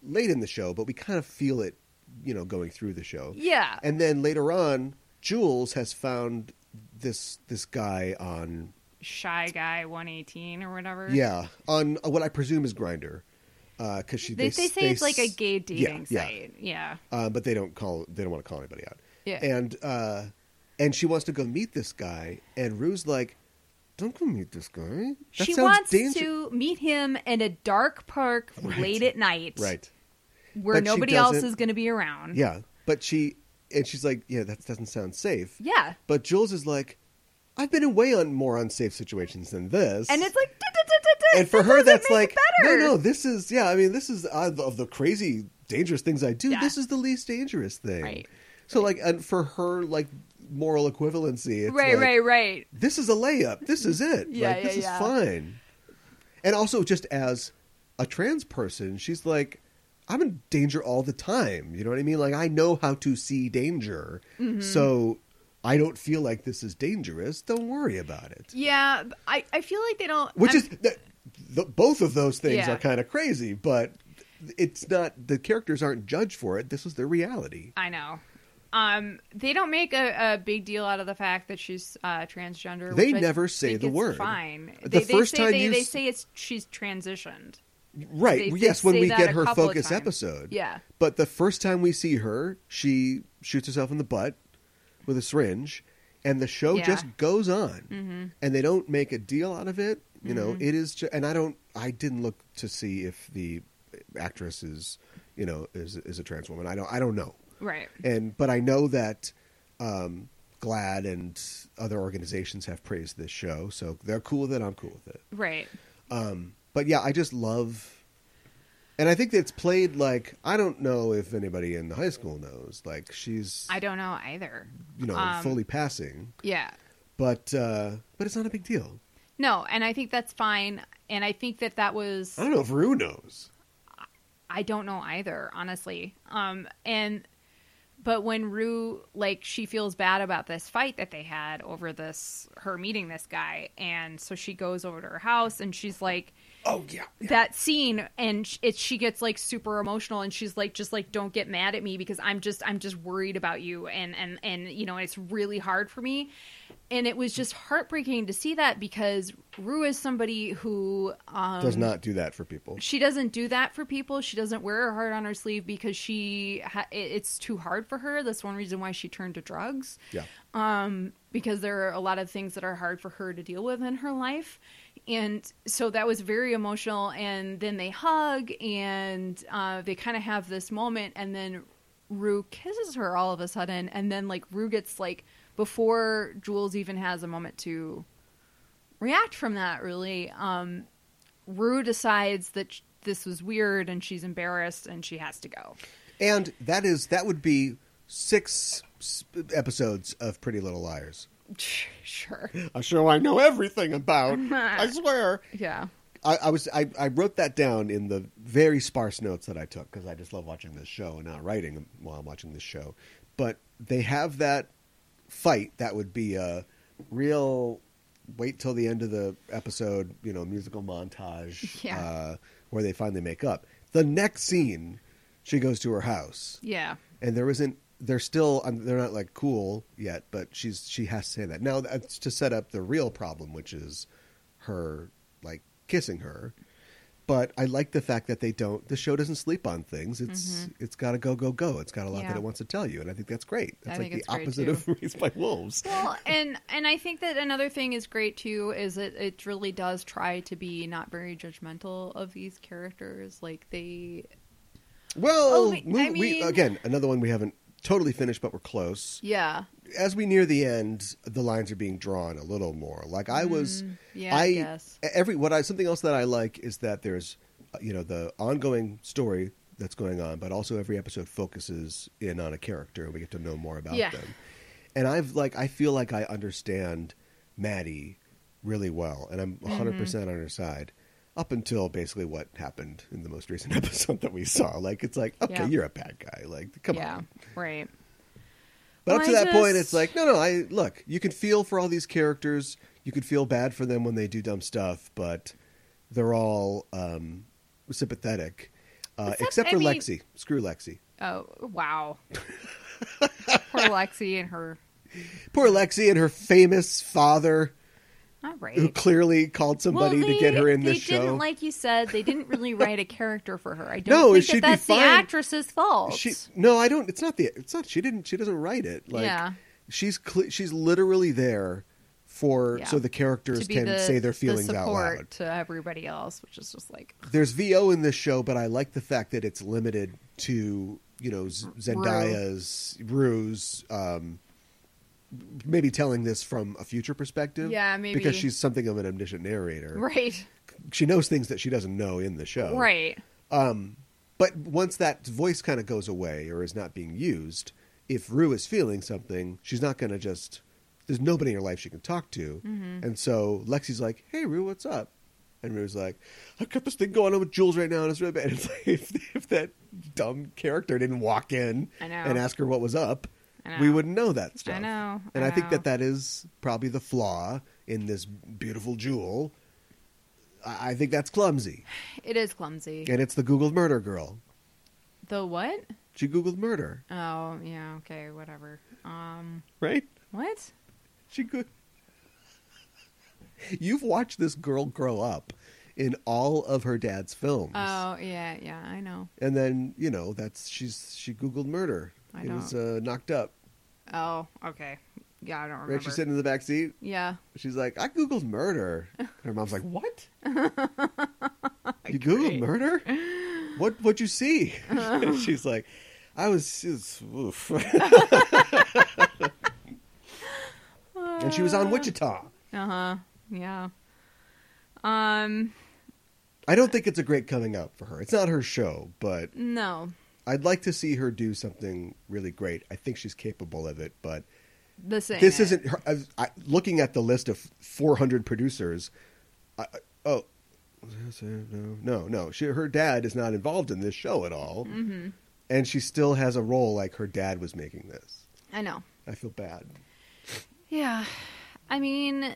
Speaker 3: late in the show, but we kind of feel it, you know, going through the show.
Speaker 4: Yeah.
Speaker 3: And then later on, Jules has found this this guy on
Speaker 4: Shy guy 118 or whatever.
Speaker 3: yeah, on what I presume is Grinder. Uh, cuz she
Speaker 4: They, they say it's like a gay dating
Speaker 3: yeah, yeah.
Speaker 4: site. Yeah.
Speaker 3: uh, but they don't call they don't want to call anybody out.
Speaker 4: Yeah.
Speaker 3: And uh, and she wants to go meet this guy, and Rue's like, "Don't go meet this guy. That
Speaker 4: she
Speaker 3: sounds
Speaker 4: wants
Speaker 3: danger-"
Speaker 4: to meet him in a dark park late at night,
Speaker 3: right?
Speaker 4: Where
Speaker 3: But she
Speaker 4: nobody else
Speaker 3: doesn't-
Speaker 4: is going to be around.
Speaker 3: Yeah, but she and she's like, "Yeah, that doesn't sound safe."
Speaker 4: yeah,
Speaker 3: But Jules is like, "I've been in way on more unsafe situations than this."
Speaker 4: and it's like, "Duh, duh, duh, duh, duh,
Speaker 3: and for
Speaker 4: that
Speaker 3: her
Speaker 4: doesn't
Speaker 3: that's
Speaker 4: make
Speaker 3: like
Speaker 4: it better.
Speaker 3: no no this is yeah i mean this is uh, of the crazy dangerous things i do
Speaker 4: Yeah.
Speaker 3: this is the least dangerous thing
Speaker 4: Right.
Speaker 3: so like and for her like moral equivalency it's
Speaker 4: right,
Speaker 3: like,
Speaker 4: right, right.
Speaker 3: this is a layup. This is it.
Speaker 4: Yeah,
Speaker 3: like, this
Speaker 4: yeah,
Speaker 3: is
Speaker 4: yeah.
Speaker 3: fine. And also, just as a trans person, she's like, I'm in danger all the time. You know what I mean? Like, I know how to see danger.
Speaker 4: Mm-hmm.
Speaker 3: So I don't feel like this is dangerous. Don't worry about it.
Speaker 4: Yeah, I, I feel like they don't.
Speaker 3: Which
Speaker 4: I'm-
Speaker 3: is, that the, both of those things
Speaker 4: Yeah.
Speaker 3: are kind of crazy, but it's not, the characters aren't judged for it. This is their reality.
Speaker 4: I know. Um, they don't make a, a big deal out of the fact that she's uh, transgender.
Speaker 3: They
Speaker 4: which I
Speaker 3: never say
Speaker 4: think
Speaker 3: the
Speaker 4: is
Speaker 3: word.
Speaker 4: Fine.
Speaker 3: The
Speaker 4: they, they
Speaker 3: first
Speaker 4: say
Speaker 3: time
Speaker 4: they,
Speaker 3: you
Speaker 4: they
Speaker 3: s-
Speaker 4: say it's she's transitioned.
Speaker 3: Right.
Speaker 4: They- they
Speaker 3: yes, when
Speaker 4: say
Speaker 3: we
Speaker 4: that
Speaker 3: get
Speaker 4: a
Speaker 3: her
Speaker 4: couple of
Speaker 3: focus
Speaker 4: times.
Speaker 3: episode.
Speaker 4: Yeah.
Speaker 3: But the first time we see her, she shoots herself in the butt with a syringe, and the show
Speaker 4: Yeah.
Speaker 3: just goes on. Mm-hmm. And they don't make a deal out of it. You know, it is, ju- and I don't, I didn't look to see if the actress is, you know, is is a trans woman. I don't, I don't know.
Speaker 4: Right.
Speaker 3: And but I know that um, GLAD and other organizations have praised this show, so they're cool with it. I'm cool with it.
Speaker 4: Right.
Speaker 3: But yeah, I just love, and I think it's played like I don't know if anybody in high school knows. Like she's,
Speaker 4: I don't know either.
Speaker 3: you know,
Speaker 4: um,
Speaker 3: fully passing,
Speaker 4: Yeah.
Speaker 3: but uh, but it's not a big deal.
Speaker 4: No, and I think that's fine. And I think that that was
Speaker 3: I don't know if Rue knows.
Speaker 4: I don't know either, honestly. Um, and but when Rue like she feels bad about this fight that they had over this her meeting this guy, and so she goes over to her house and she's like
Speaker 3: Oh yeah, yeah.
Speaker 4: that scene, and sh- it she gets like super emotional, and she's like just like don't get mad at me because I'm just I'm just worried about you, and and and you know it's really hard for me, and it was just heartbreaking to see that because Rue is somebody who um,
Speaker 3: does not do that for people.
Speaker 4: she doesn't do that for people. She doesn't wear her heart on her sleeve because she ha- it- it's too hard for her. That's one reason why she turned to drugs
Speaker 3: Yeah,
Speaker 4: because there are a lot of things that are hard for her to deal with in her life. And so that was very emotional. And then they hug and uh, they kind of have this moment. And then Rue kisses her all of a sudden. And then, like, Rue gets, like, before Jules even has a moment to react from that, really, um, Rue decides that sh- this was weird and she's embarrassed and she has to go.
Speaker 3: and that is that would be six s- episodes of Pretty Little Liars.
Speaker 4: Sure.
Speaker 3: A show I know everything about. I swear.
Speaker 4: Yeah.
Speaker 3: I, I was I, I wrote that down in the very sparse notes that I took because I just love watching this show and not writing while I'm watching this show. But they have that fight that would be a real wait till the end of the episode, you know, musical montage
Speaker 4: Yeah.
Speaker 3: uh, where they finally make up. The next scene, she goes to her house
Speaker 4: Yeah.
Speaker 3: and there isn't they're still um, they're not like cool yet but she's she has to say that now that's to set up the real problem which is her like kissing her but i like the fact that they don't the show doesn't sleep on things it's it's got to go go go it's got a lot
Speaker 4: Mm-hmm. Yeah.
Speaker 3: that it wants to tell you and i think that's great that's like
Speaker 4: think it's
Speaker 3: the
Speaker 4: great,
Speaker 3: opposite
Speaker 4: too.
Speaker 3: of raised by wolves
Speaker 4: Well, and and I think that another thing is great too is it it really does try to be not very judgmental of these characters. Like they,
Speaker 3: well
Speaker 4: Oh, wait,
Speaker 3: we,
Speaker 4: I
Speaker 3: we
Speaker 4: mean-
Speaker 3: again another one we haven't totally finished but we're close
Speaker 4: yeah,
Speaker 3: as we near the end, the lines are being drawn a little more. Like I was,
Speaker 4: yeah, I guess.
Speaker 3: every what I something else that I like is that there's, uh, you know, the ongoing story that's going on, but also every episode focuses in on a character, and we get to know more about
Speaker 4: Yeah.
Speaker 3: them. And I've like I feel like I understand Maddie really well, and I'm 100
Speaker 4: Mm-hmm.
Speaker 3: percent on her side. Up until basically what happened in the most recent episode that we saw, like it's like okay,
Speaker 4: Yeah.
Speaker 3: you're a bad guy. Like come
Speaker 4: yeah,
Speaker 3: on,
Speaker 4: right,
Speaker 3: but up
Speaker 4: Well,
Speaker 3: to
Speaker 4: I
Speaker 3: that point,
Speaker 4: just-
Speaker 3: it's like, no, no, I look, you can feel for all these characters. You can feel bad for them when they do dumb stuff, but they're all um, sympathetic. Uh,
Speaker 4: Except-
Speaker 3: except
Speaker 4: I
Speaker 3: for
Speaker 4: mean-
Speaker 3: Lexi. Screw Lexi.
Speaker 4: oh wow, poor Lexi and her.
Speaker 3: Poor Lexi and her famous father,
Speaker 4: All right.
Speaker 3: who clearly called somebody
Speaker 4: well, they,
Speaker 3: to get her in
Speaker 4: they
Speaker 3: this show.
Speaker 4: didn't, like you said, they didn't really write a character for her. I
Speaker 3: No,
Speaker 4: don't think
Speaker 3: she'd
Speaker 4: that
Speaker 3: be
Speaker 4: that's
Speaker 3: fine.
Speaker 4: the actress's fault.
Speaker 3: She no, I don't. It's not the. It's not. She didn't. She doesn't write it. Like
Speaker 4: Yeah.
Speaker 3: she's cle she's literally there for
Speaker 4: Yeah.
Speaker 3: so the characters
Speaker 4: to be
Speaker 3: can
Speaker 4: the,
Speaker 3: say their feelings
Speaker 4: the
Speaker 3: out
Speaker 4: support
Speaker 3: loud.
Speaker 4: to everybody else, which is just like
Speaker 3: there's VO in this show, but I like the fact that it's limited to you know Z- Zendaya's Rue's um, maybe telling this from a future perspective.
Speaker 4: Yeah, maybe.
Speaker 3: because she's something of an omniscient narrator.
Speaker 4: right,
Speaker 3: She knows things that she doesn't know in the show.
Speaker 4: right,
Speaker 3: But once that voice kind of goes away or is not being used, if Rue is feeling something, she's not going to just. There's nobody in her life she can talk to,
Speaker 4: Mm-hmm.
Speaker 3: and so Lexi's like, "Hey, Rue, what's up?" And Rue's like, "I've got this thing going on with Jules right now, and it's really bad." And it's like, if, if that dumb character didn't walk in
Speaker 4: I know.
Speaker 3: and ask her what was up,
Speaker 4: I know.
Speaker 3: we wouldn't know that stuff.
Speaker 4: know,
Speaker 3: and I,
Speaker 4: I
Speaker 3: think
Speaker 4: know.
Speaker 3: that that is probably the flaw in this beautiful Jewel. I, I think that's clumsy,
Speaker 4: it is clumsy.
Speaker 3: and it's the Googled murder girl.
Speaker 4: The what?
Speaker 3: She Googled murder,
Speaker 4: Oh, yeah, okay, whatever. Um,
Speaker 3: right?
Speaker 4: what?
Speaker 3: She go- You've watched this girl grow up in all of her dad's films,
Speaker 4: Oh, yeah, yeah, I know.
Speaker 3: and then you know that's she's she Googled murder.
Speaker 4: I
Speaker 3: it was
Speaker 4: don't-
Speaker 3: uh, knocked up.
Speaker 4: Oh, okay. Yeah, I don't remember.
Speaker 3: Right? She's sitting in the back seat.
Speaker 4: yeah,
Speaker 3: She's like, I googled murder. And her mom's like, What? you googled
Speaker 4: Great.
Speaker 3: murder? What? What'd you see? And she's like, I was, it was- oof." and she was on Wichita.
Speaker 4: Uh huh. Yeah. Um.
Speaker 3: I don't think it's a great coming out for her. It's not her show, but
Speaker 4: No.
Speaker 3: I'd like to see her do something really great. I think she's capable of it, but
Speaker 4: The same.
Speaker 3: this isn't. Her, I, I, looking at the list of 400 producers, I, I- oh, no, no, no. She, her dad is not involved in this show at all,
Speaker 4: Mm-hmm.
Speaker 3: and she still has a role like her dad was making this.
Speaker 4: I know.
Speaker 3: I feel bad.
Speaker 4: Yeah. I mean,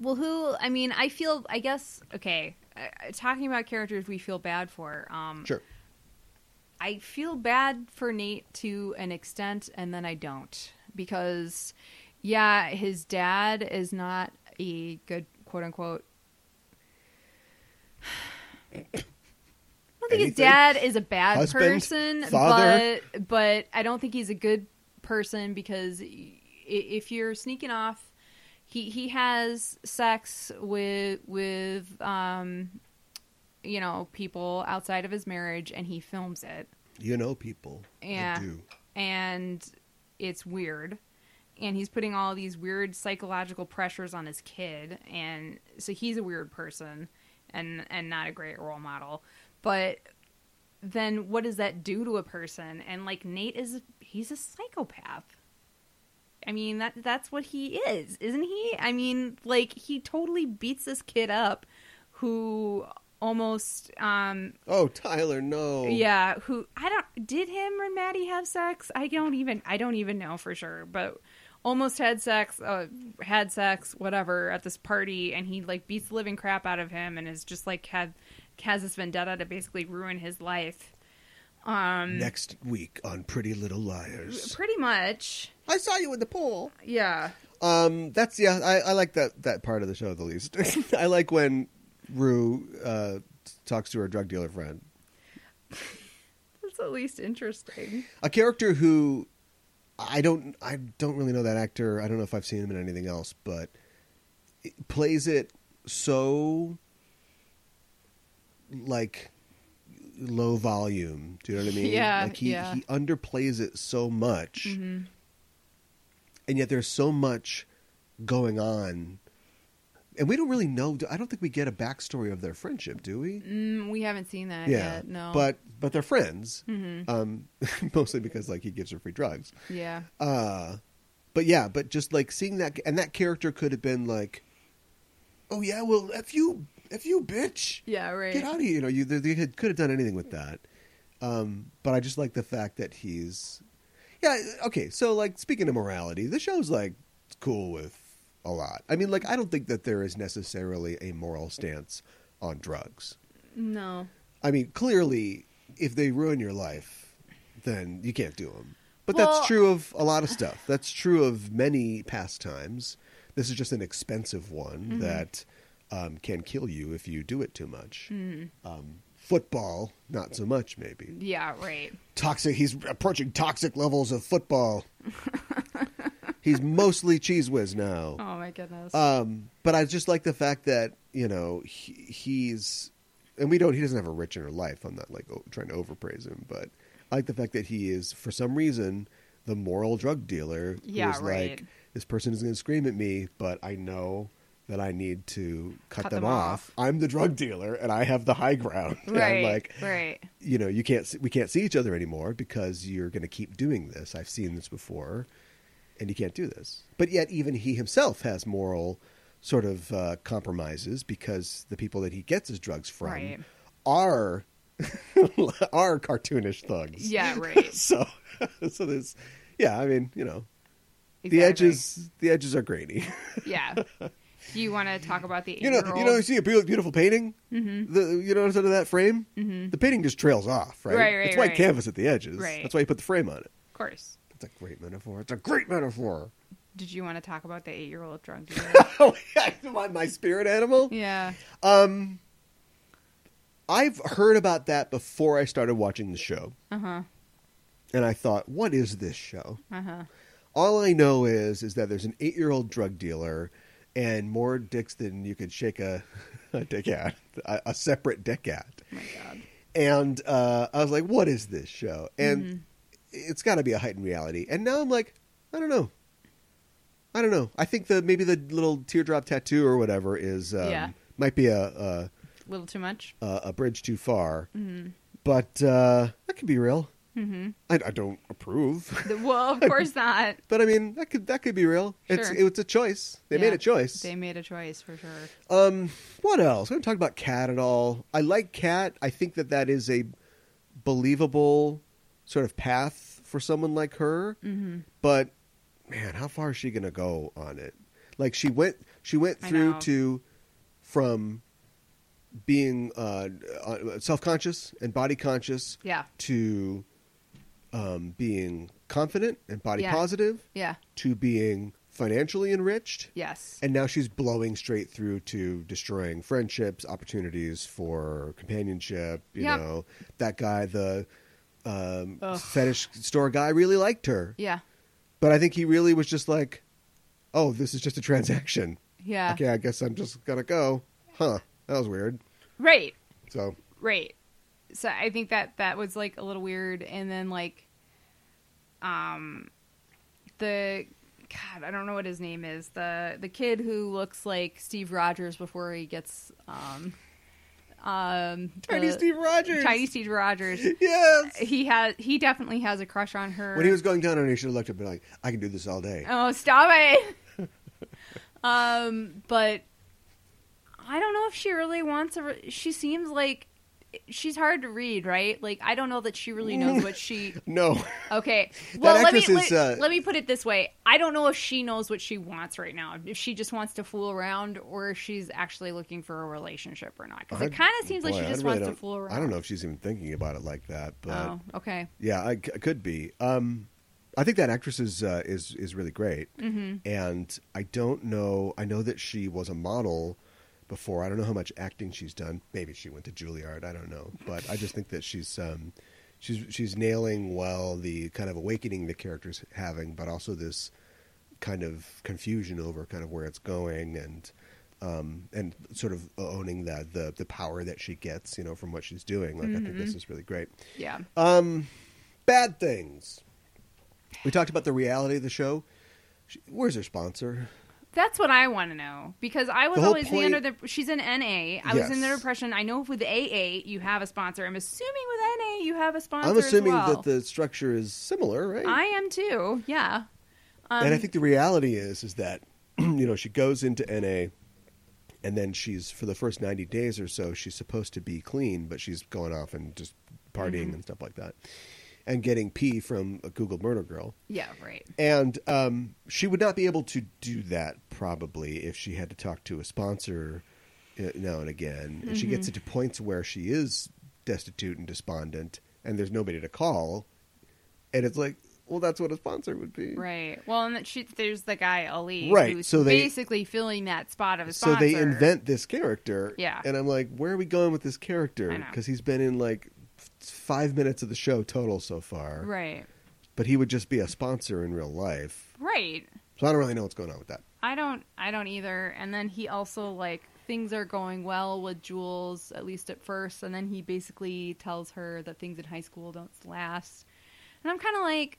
Speaker 4: well, who? I mean, I feel. I guess. Okay. I, I- talking about characters we feel bad for. Um,
Speaker 3: Sure,
Speaker 4: I feel bad for Nate to an extent, and then I don't because, yeah, his dad is not a good quote unquote. I don't think his
Speaker 3: Anything?
Speaker 4: dad is a bad
Speaker 3: Husband?
Speaker 4: person,
Speaker 3: Father?
Speaker 4: but but I don't think he's a good person because i- if you're sneaking off, he he has sex with with um you know people outside of his marriage, and he films it
Speaker 3: you know people. I
Speaker 4: Yeah.
Speaker 3: do.
Speaker 4: and it's weird. And he's putting all these weird psychological pressures on his kid, and so he's a weird person, and and not a great role model. But then, what does that do to a person? And like Nate is, he's a psychopath. I mean that that's what he is, isn't he? I mean, like he totally beats this kid up, who almost um
Speaker 3: Oh, Tyler, no.
Speaker 4: yeah, who I don't did him and Maddie have sex? I don't even I don't even know for sure, but almost had sex, uh, had sex, whatever at this party, and he like beats the living crap out of him, and is just like had has this vendetta to basically ruin his life, Um,
Speaker 3: Next week on Pretty Little Liars.
Speaker 4: pretty much.
Speaker 3: I saw you in the pool.
Speaker 4: Yeah,
Speaker 3: Um, that's yeah. I, I like that that part of the show the least. I like when Rue uh, talks to her drug dealer friend,
Speaker 4: that's at least interesting.
Speaker 3: a character who I don't I don't really know that actor. I don't know if I've seen him in anything else, but it plays it so like low volume. Do you know what I mean?
Speaker 4: Yeah,
Speaker 3: like he
Speaker 4: yeah. Mm-hmm.
Speaker 3: he underplays it so much, and yet there's so much going on. And we don't really know. I don't think we get a backstory of their friendship, do we?
Speaker 4: Mm, we haven't seen that yet. No, Mm-hmm.
Speaker 3: But but they're friends, um, mostly because like he gives her free drugs.
Speaker 4: yeah,
Speaker 3: Uh, but yeah, but just like seeing that, and that character could have been like, oh yeah, well f you, f you, bitch,
Speaker 4: yeah, right.
Speaker 3: get out of here. You know, you they could could have done anything with that. Um, but I just like the fact that he's, yeah, okay. So like speaking of morality, the show's like cool with a lot. I mean, like I don't think that there is necessarily a moral stance on drugs.
Speaker 4: No,
Speaker 3: I mean, clearly, if they ruin your life, then you can't do them. But
Speaker 4: Well-
Speaker 3: that's true of a lot of stuff. That's true of many pastimes. This is just an expensive one that um, can kill you if you do it too much. Um, football, not so much, maybe.
Speaker 4: yeah, right.
Speaker 3: Toxic. He's approaching toxic levels of football. he's mostly cheese whiz now.
Speaker 4: Oh my goodness.
Speaker 3: Um, but I just like the fact that you know he, he's, and we don't. He doesn't have a rich inner life. I'm not like o- trying to overpraise him, but I like the fact that he is, for some reason, the moral drug dealer. who
Speaker 4: Yeah,
Speaker 3: is
Speaker 4: right.
Speaker 3: Like this person is going to scream at me, but I know that I need to cut, them, off. I'm the drug dealer, and I have the high ground. And
Speaker 4: right,
Speaker 3: I'm like,
Speaker 4: right.
Speaker 3: you know, you can't. s- We can't see each other anymore because you're going to keep doing this. I've seen this before and you can't do this. But yet, even he himself has moral sort of uh, compromises because the people that he gets his drugs from
Speaker 4: Right.
Speaker 3: are are cartoonish thugs.
Speaker 4: Yeah, right.
Speaker 3: So, so there's, yeah. I mean, you know,
Speaker 4: Exactly.
Speaker 3: the edges the edges are grainy.
Speaker 4: Yeah. Do you want to talk about the eight
Speaker 3: you know, you know, you see a beau- beautiful painting. Mm-hmm. The you notice under that frame, mm-hmm. the painting just trails off, right?
Speaker 4: Right, right,
Speaker 3: it's white
Speaker 4: right.
Speaker 3: canvas at the edges.
Speaker 4: Right.
Speaker 3: That's why you put the frame on it.
Speaker 4: Of course.
Speaker 3: It's a great metaphor. It's a great metaphor.
Speaker 4: Did you want to talk about the eight year old drug dealer?
Speaker 3: Oh, yeah, my, my spirit animal.
Speaker 4: yeah.
Speaker 3: I've heard about that before I started watching the show,
Speaker 4: Uh huh.
Speaker 3: and I thought, what is this show?
Speaker 4: Uh huh.
Speaker 3: all I know is is that there's an eight year old drug dealer and more dicks than you could shake a, a dick at, a, a separate dick at.
Speaker 4: Oh my god.
Speaker 3: And uh, I was like, what is this show? And
Speaker 4: Mm-hmm.
Speaker 3: it's got to be a heightened reality. And now I'm like, I don't know. I don't know. I think the maybe the little teardrop tattoo or whatever is um,
Speaker 4: Yeah.
Speaker 3: might be a, a
Speaker 4: A little too much.
Speaker 3: a a bridge too far, but uh, that could be real.
Speaker 4: Mm-hmm.
Speaker 3: I, I don't approve.
Speaker 4: well, of course not.
Speaker 3: But I mean, that could that could be real. It's
Speaker 4: Sure.
Speaker 3: it was a choice. They made
Speaker 4: Yeah,
Speaker 3: a choice.
Speaker 4: They made a choice for sure.
Speaker 3: Um, what else? We haven't talked about Cat at all. I like Cat. I think that that is a believable sort of path for someone like her.
Speaker 4: Mm-hmm.
Speaker 3: But man, how far is she going to go on it? Like she went she went
Speaker 4: I
Speaker 3: through
Speaker 4: know.
Speaker 3: to from being uh, uh, self conscious and body conscious
Speaker 4: Yeah.
Speaker 3: to um, being confident and body
Speaker 4: Yeah.
Speaker 3: positive
Speaker 4: Yeah.
Speaker 3: to being financially enriched.
Speaker 4: Yes.
Speaker 3: And now she's blowing straight through to destroying friendships, opportunities for companionship. You
Speaker 4: Yep.
Speaker 3: know, that guy, the um,
Speaker 4: Ugh.
Speaker 3: fetish store guy, really liked her.
Speaker 4: yeah.
Speaker 3: But I think he really was just like, oh, this is just a transaction.
Speaker 4: Yeah.
Speaker 3: Okay, I guess I'm just going to go. Huh. That was weird.
Speaker 4: Right.
Speaker 3: So,
Speaker 4: Right. So I think that that was like a little weird and then like um the god, I don't know what his name is. The the kid who looks like Steve Rogers before he gets um um
Speaker 3: Tiny
Speaker 4: the-
Speaker 3: Steve Rogers.
Speaker 4: Tiny Steve Rogers.
Speaker 3: Yes.
Speaker 4: He has he definitely has a crush on her.
Speaker 3: When he was going down on her, he should have looked up and been like, I can do this all day.
Speaker 4: Oh, stop it. um, but I don't know if she really wants to. Re- she seems like she's hard to read, right? Like I don't know that she really knows what she.
Speaker 3: No.
Speaker 4: Okay, well let me
Speaker 3: actress is,
Speaker 4: let,
Speaker 3: uh,
Speaker 4: let me put it this way: I don't know if she knows what she wants right now. If she just wants to fool around, or if she's actually looking for a relationship or not. Because it
Speaker 3: I-
Speaker 4: kind of seems like
Speaker 3: boy,
Speaker 4: she
Speaker 3: I
Speaker 4: just
Speaker 3: really
Speaker 4: wants to
Speaker 3: don't-
Speaker 4: fool around.
Speaker 3: I don't know if she's even thinking about it like that, but.
Speaker 4: Oh, okay.
Speaker 3: Yeah, I, c- I could be. Um, I think that actress is uh, is is really great,
Speaker 4: Mm-hmm.
Speaker 3: and I don't know. I know that she was a model before. I don't know how much acting she's done. Maybe she went to Juilliard. I don't know, but I just think that she's um, she's she's nailing well the kind of awakening the character's having, but also this kind of confusion over kind of where it's going and. Um, and sort of owning that the the power that she gets, you know, from what she's doing. Like I think this is really great
Speaker 4: Yeah.
Speaker 3: bad things. We talked about the reality of the show. She- Where's her sponsor?
Speaker 4: That's what I want to know because I was
Speaker 3: The whole
Speaker 4: always the
Speaker 3: point-
Speaker 4: under the. She's an NA. I was in the
Speaker 3: Yes.
Speaker 4: depression. I know with AA you have a sponsor. I'm assuming with NA you have a sponsor.
Speaker 3: I'm assuming
Speaker 4: as well.
Speaker 3: that the structure is similar, right?
Speaker 4: I um, am too. Yeah.
Speaker 3: and I think the reality is is that you know she goes into NA, and then she's for the first 90 days or so she's supposed to be clean, but she's going off and just
Speaker 4: Mm-hmm.
Speaker 3: partying and stuff like that, and getting pee from a Google murder girl.
Speaker 4: Yeah. Right.
Speaker 3: And um, she would not be able to do that probably if she had to talk to a sponsor uh, now and again. And she
Speaker 4: Mm-hmm.
Speaker 3: gets into points where she is destitute and despondent, and there's nobody to call. And it's like, well, that's what a sponsor would be.
Speaker 4: Right. Well, and that she, there's the guy Ali,
Speaker 3: Right,
Speaker 4: Who's
Speaker 3: so they-
Speaker 4: basically filling that spot of a
Speaker 3: So
Speaker 4: sponsor.
Speaker 3: they invent this character.
Speaker 4: Yeah.
Speaker 3: And I'm like, where are we going with this character?
Speaker 4: I know.
Speaker 3: Because he's been in like f- five minutes of the show total so far.
Speaker 4: Right.
Speaker 3: But he would just be a sponsor in real life.
Speaker 4: Right.
Speaker 3: So I don't really know what's going on with that.
Speaker 4: I don't. I don't either. And then he also like things are going well with Jules at least at first, and then he basically tells her that things in high school don't last. And I'm kind of like,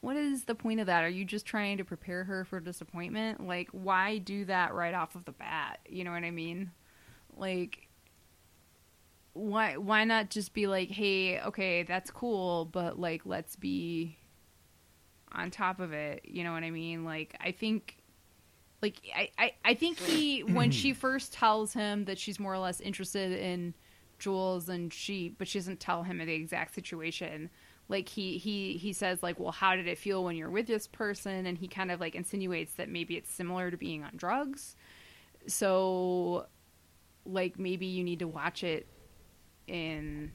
Speaker 4: what is the point of that? Are you just trying to prepare her for disappointment? Like, why do that right off of the bat? You know what I mean? Like, why why not just be like, hey, okay, that's cool, but like, let's be on top of it. You know what I mean? Like, I think. Like I, I, I think he when she first tells him that she's more or less interested in Jules and she but she doesn't tell him the exact situation. Like he he he says like, "Well, how did it feel when you're with this person?" and he kind of like insinuates that maybe it's similar to being on drugs. So like maybe you need to watch it in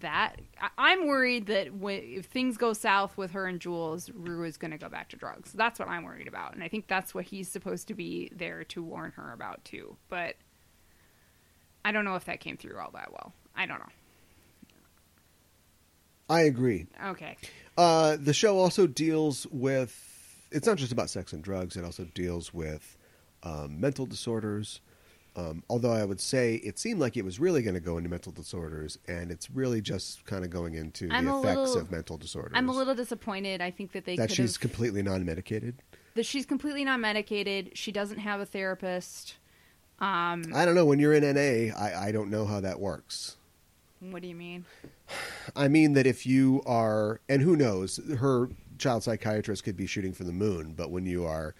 Speaker 4: that I- I'm worried that when, if things go south with her and Jules, Rue is going to go back to drugs. That's what I'm worried about, and I think that's what he's supposed to be there to warn her about too. But I don't know if that came through all that well. I don't know.
Speaker 3: I agree.
Speaker 4: Okay.
Speaker 3: Uh, the show also deals with it's not just about sex and drugs. It also deals with um, mental disorders. Um, although I would say it seemed like it was really going to go into mental disorders, and it's really just kind of going into
Speaker 4: I'm
Speaker 3: the
Speaker 4: a
Speaker 3: effects
Speaker 4: little-
Speaker 3: of mental disorders.
Speaker 4: I'm a little disappointed. I think that they
Speaker 3: that
Speaker 4: could
Speaker 3: she's
Speaker 4: have
Speaker 3: completely non-medicated.
Speaker 4: that she's completely not medicated. She doesn't have a therapist. Mm.
Speaker 3: I don't know. When you're in NA, I, I don't know how that works.
Speaker 4: What do you mean?
Speaker 3: I mean that if you are, and who knows, her child psychiatrist could be shooting for the moon, but when you are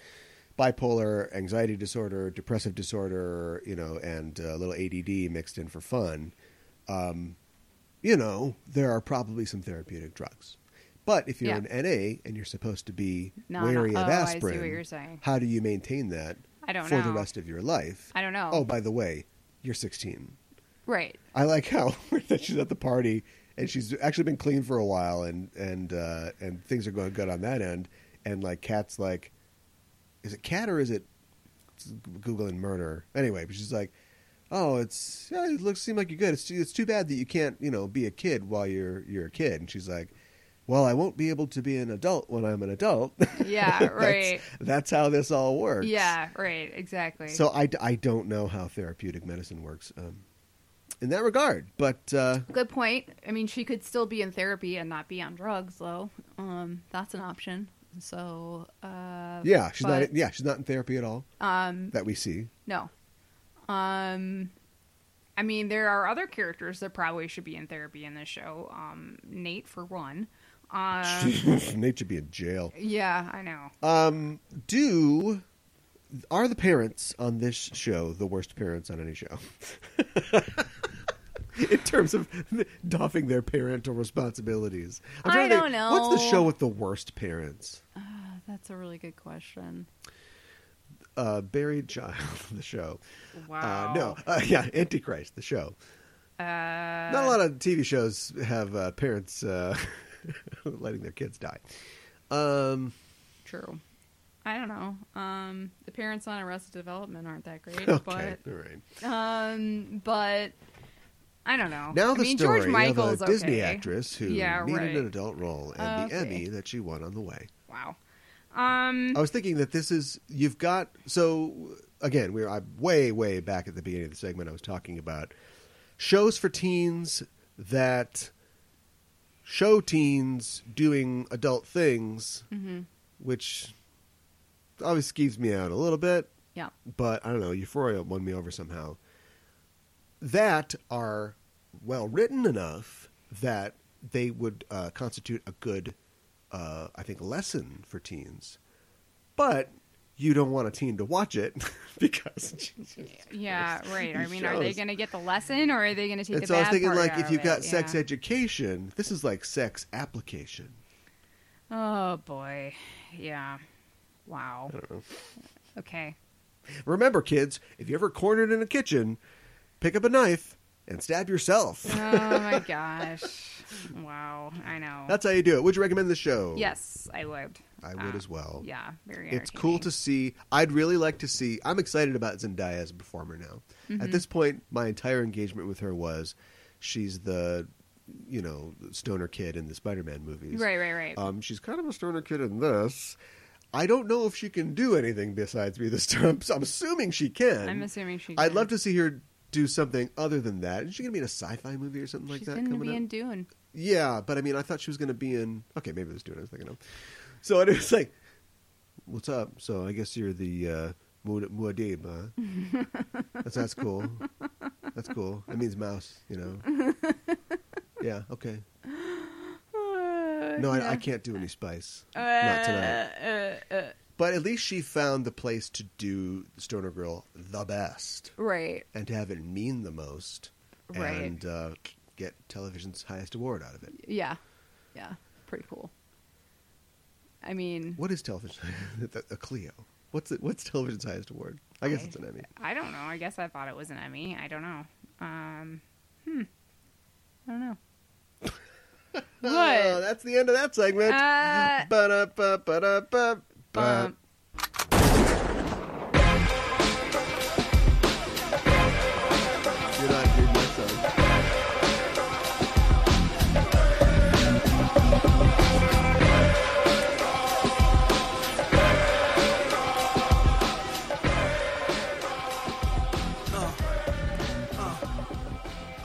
Speaker 3: bipolar, anxiety disorder, depressive disorder, you know, and a little ADD mixed in for fun, um, you know, there are probably some therapeutic drugs. But if you're
Speaker 4: Yeah.
Speaker 3: in NA and you're supposed to be
Speaker 4: No,
Speaker 3: wary
Speaker 4: no.
Speaker 3: of
Speaker 4: Oh, I see
Speaker 3: aspirin,
Speaker 4: what you're saying.
Speaker 3: how do you maintain that
Speaker 4: I don't
Speaker 3: for the
Speaker 4: know.
Speaker 3: rest of your life?
Speaker 4: I don't know.
Speaker 3: Oh, by the way, you're 16.
Speaker 4: Right.
Speaker 3: I like how that she's at the party and she's actually been clean for a while and and uh, and things are going good on that end. And like Kat's like, is it Kat or is it googling murder? Anyway, but she's like, oh, it's yeah, it looks seem like you're good. It's too, it's too bad that you can't you know be a kid while you're you're a kid. And she's like, well, I won't be able to be an adult when I'm an adult.
Speaker 4: Yeah, right.
Speaker 3: That's how this all works.
Speaker 4: yeah, right. Exactly.
Speaker 3: So I, I don't know how therapeutic medicine works um, in that regard, but uh,
Speaker 4: good point. I mean, she could still be in therapy and not be on drugs, though. Um, that's an option. So, uh,
Speaker 3: yeah, she's
Speaker 4: but-
Speaker 3: not. Yeah, she's not in therapy at all
Speaker 4: um,
Speaker 3: that we see.
Speaker 4: no. Um, I mean, there are other characters that probably should be in therapy in this show. Um, Nate, for one. Um,
Speaker 3: Nate should be in jail.
Speaker 4: yeah, I know.
Speaker 3: Um, do are the parents on this show the worst parents on any show? in terms of doffing their parental responsibilities, I'm
Speaker 4: I
Speaker 3: trying to think,
Speaker 4: don't
Speaker 3: What's the
Speaker 4: know.
Speaker 3: show with the worst parents?
Speaker 4: Uh, That's a really good question.
Speaker 3: Uh, buried child, the show.
Speaker 4: Wow.
Speaker 3: Uh, no, uh, yeah, Antichrist, the show.
Speaker 4: Uh,
Speaker 3: Not a lot of TV shows have uh, parents uh, letting their kids die. Um,
Speaker 4: True. I don't know. Um, the parents on Arrested Development aren't that great,
Speaker 3: okay, all right.
Speaker 4: but um, but I don't know.
Speaker 3: Now
Speaker 4: I
Speaker 3: the
Speaker 4: mean,
Speaker 3: story
Speaker 4: George
Speaker 3: of
Speaker 4: Michael's
Speaker 3: a Disney
Speaker 4: okay.
Speaker 3: actress who
Speaker 4: Yeah,
Speaker 3: needed
Speaker 4: right.
Speaker 3: an adult role and the
Speaker 4: Okay.
Speaker 3: Emmy that she won on the way.
Speaker 4: Wow. Um,
Speaker 3: I was thinking that this is you've got so again we're I'm way way back at the beginning of the segment. I was talking about shows for teens that show teens doing adult things,
Speaker 4: Mm-hmm.
Speaker 3: which always skeeves me out a little bit.
Speaker 4: yeah.
Speaker 3: But I don't know, Euphoria won me over somehow. That are well written enough that they would uh, constitute a good, uh, I think, lesson for teens. But you don't want a teen to watch it because
Speaker 4: Yeah, right. I
Speaker 3: These
Speaker 4: mean, are they
Speaker 3: shows.
Speaker 4: going to get the lesson or are they going to take
Speaker 3: and
Speaker 4: the
Speaker 3: so I was
Speaker 4: bad
Speaker 3: thinking,
Speaker 4: part
Speaker 3: like,
Speaker 4: out
Speaker 3: if
Speaker 4: of
Speaker 3: you've
Speaker 4: it?
Speaker 3: got sex
Speaker 4: Yeah.
Speaker 3: education, this is like sex application.
Speaker 4: Oh boy. Yeah. Wow. Okay.
Speaker 3: Remember, kids, if you're ever cornered in a kitchen, pick up a knife and stab yourself.
Speaker 4: Oh my gosh. Wow. I know.
Speaker 3: That's how you do it. Would you recommend the show?
Speaker 4: yes, I would.
Speaker 3: I would
Speaker 4: Uh,
Speaker 3: as well.
Speaker 4: Yeah, very.
Speaker 3: It's cool
Speaker 4: entertaining.
Speaker 3: to see. I'd really like to see. I'm excited about Zendaya as a performer now.
Speaker 4: Mm-hmm.
Speaker 3: At this point, my entire engagement with her was she's the, you know, stoner kid in the Spider Man movies.
Speaker 4: Right, right, right.
Speaker 3: Um, she's kind of a stoner kid in this. I don't know if she can do anything besides be the stoner. I'm assuming she can.
Speaker 4: I'm assuming she.
Speaker 3: I'd
Speaker 4: can.
Speaker 3: love to see her do something other than that. Is she going to be in a sci fi movie or something like
Speaker 4: She's
Speaker 3: that
Speaker 4: going to
Speaker 3: coming
Speaker 4: be
Speaker 3: up?
Speaker 4: in Dune.
Speaker 3: Yeah, but I mean, I thought she was going to be in. Okay, maybe it was doing. I was thinking of. So it was like, "What's up?" So I guess you're the uh, Mu- Muad'Dib, huh? that's that's cool. That's cool. That means mouse, you know. Yeah. Okay. No, I, I can't do any spice. Not tonight. But at least she found the place to do Stoner Girl the best
Speaker 4: Right.
Speaker 3: and to have it mean the most
Speaker 4: Right.
Speaker 3: and uh, get television's highest award out of it.
Speaker 4: Yeah. Yeah. Pretty cool. I mean,
Speaker 3: What is television? a Clio. What's it, what's television's highest award? I guess
Speaker 4: I-
Speaker 3: it's an Emmy.
Speaker 4: I don't know. I guess I thought it was an Emmy. I don't know. Um, hmm. I don't know.
Speaker 3: Oh,
Speaker 4: what?
Speaker 3: that's the end of that segment.
Speaker 4: Uh,
Speaker 3: Ba-da-ba, ba-da-ba, ba.
Speaker 4: Bump.
Speaker 3: You're not hearing my song.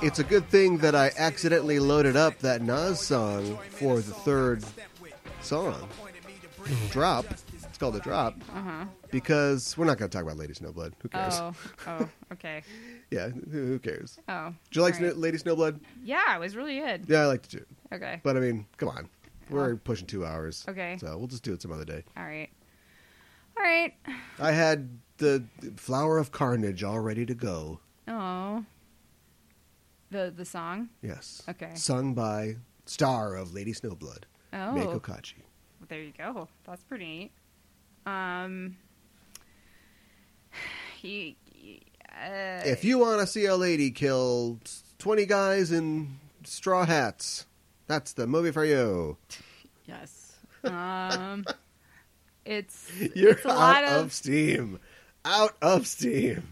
Speaker 3: It's a good thing that I accidentally loaded up that Nas song for the third song drop. It's called a drop because we're not going to talk about Lady Snowblood. Who cares?
Speaker 4: Uh-huh. Oh, oh, okay.
Speaker 3: Yeah, who who cares?
Speaker 4: Oh.
Speaker 3: Do you like
Speaker 4: all right.
Speaker 3: Sno- Lady Snowblood?
Speaker 4: Yeah, it was really good.
Speaker 3: Yeah, I like to do. it.
Speaker 4: Okay.
Speaker 3: But I mean, come on, we're pushing two hours.
Speaker 4: Okay.
Speaker 3: so we'll just do it some other day.
Speaker 4: all right. All right.
Speaker 3: I had the Flower of Carnage all ready to go.
Speaker 4: Oh. The the song.
Speaker 3: Yes.
Speaker 4: Okay.
Speaker 3: Sung by star of Lady Snowblood,
Speaker 4: Oh.
Speaker 3: Mako Kachi.
Speaker 4: There you go. That's pretty neat. Um. He. he- uh,
Speaker 3: If you want to see a lady kill 20 guys in straw hats, that's the movie for you.
Speaker 4: Yes. Um. it's
Speaker 3: You're
Speaker 4: it's a
Speaker 3: out
Speaker 4: lot
Speaker 3: of,
Speaker 4: of,
Speaker 3: steam. Out of steam.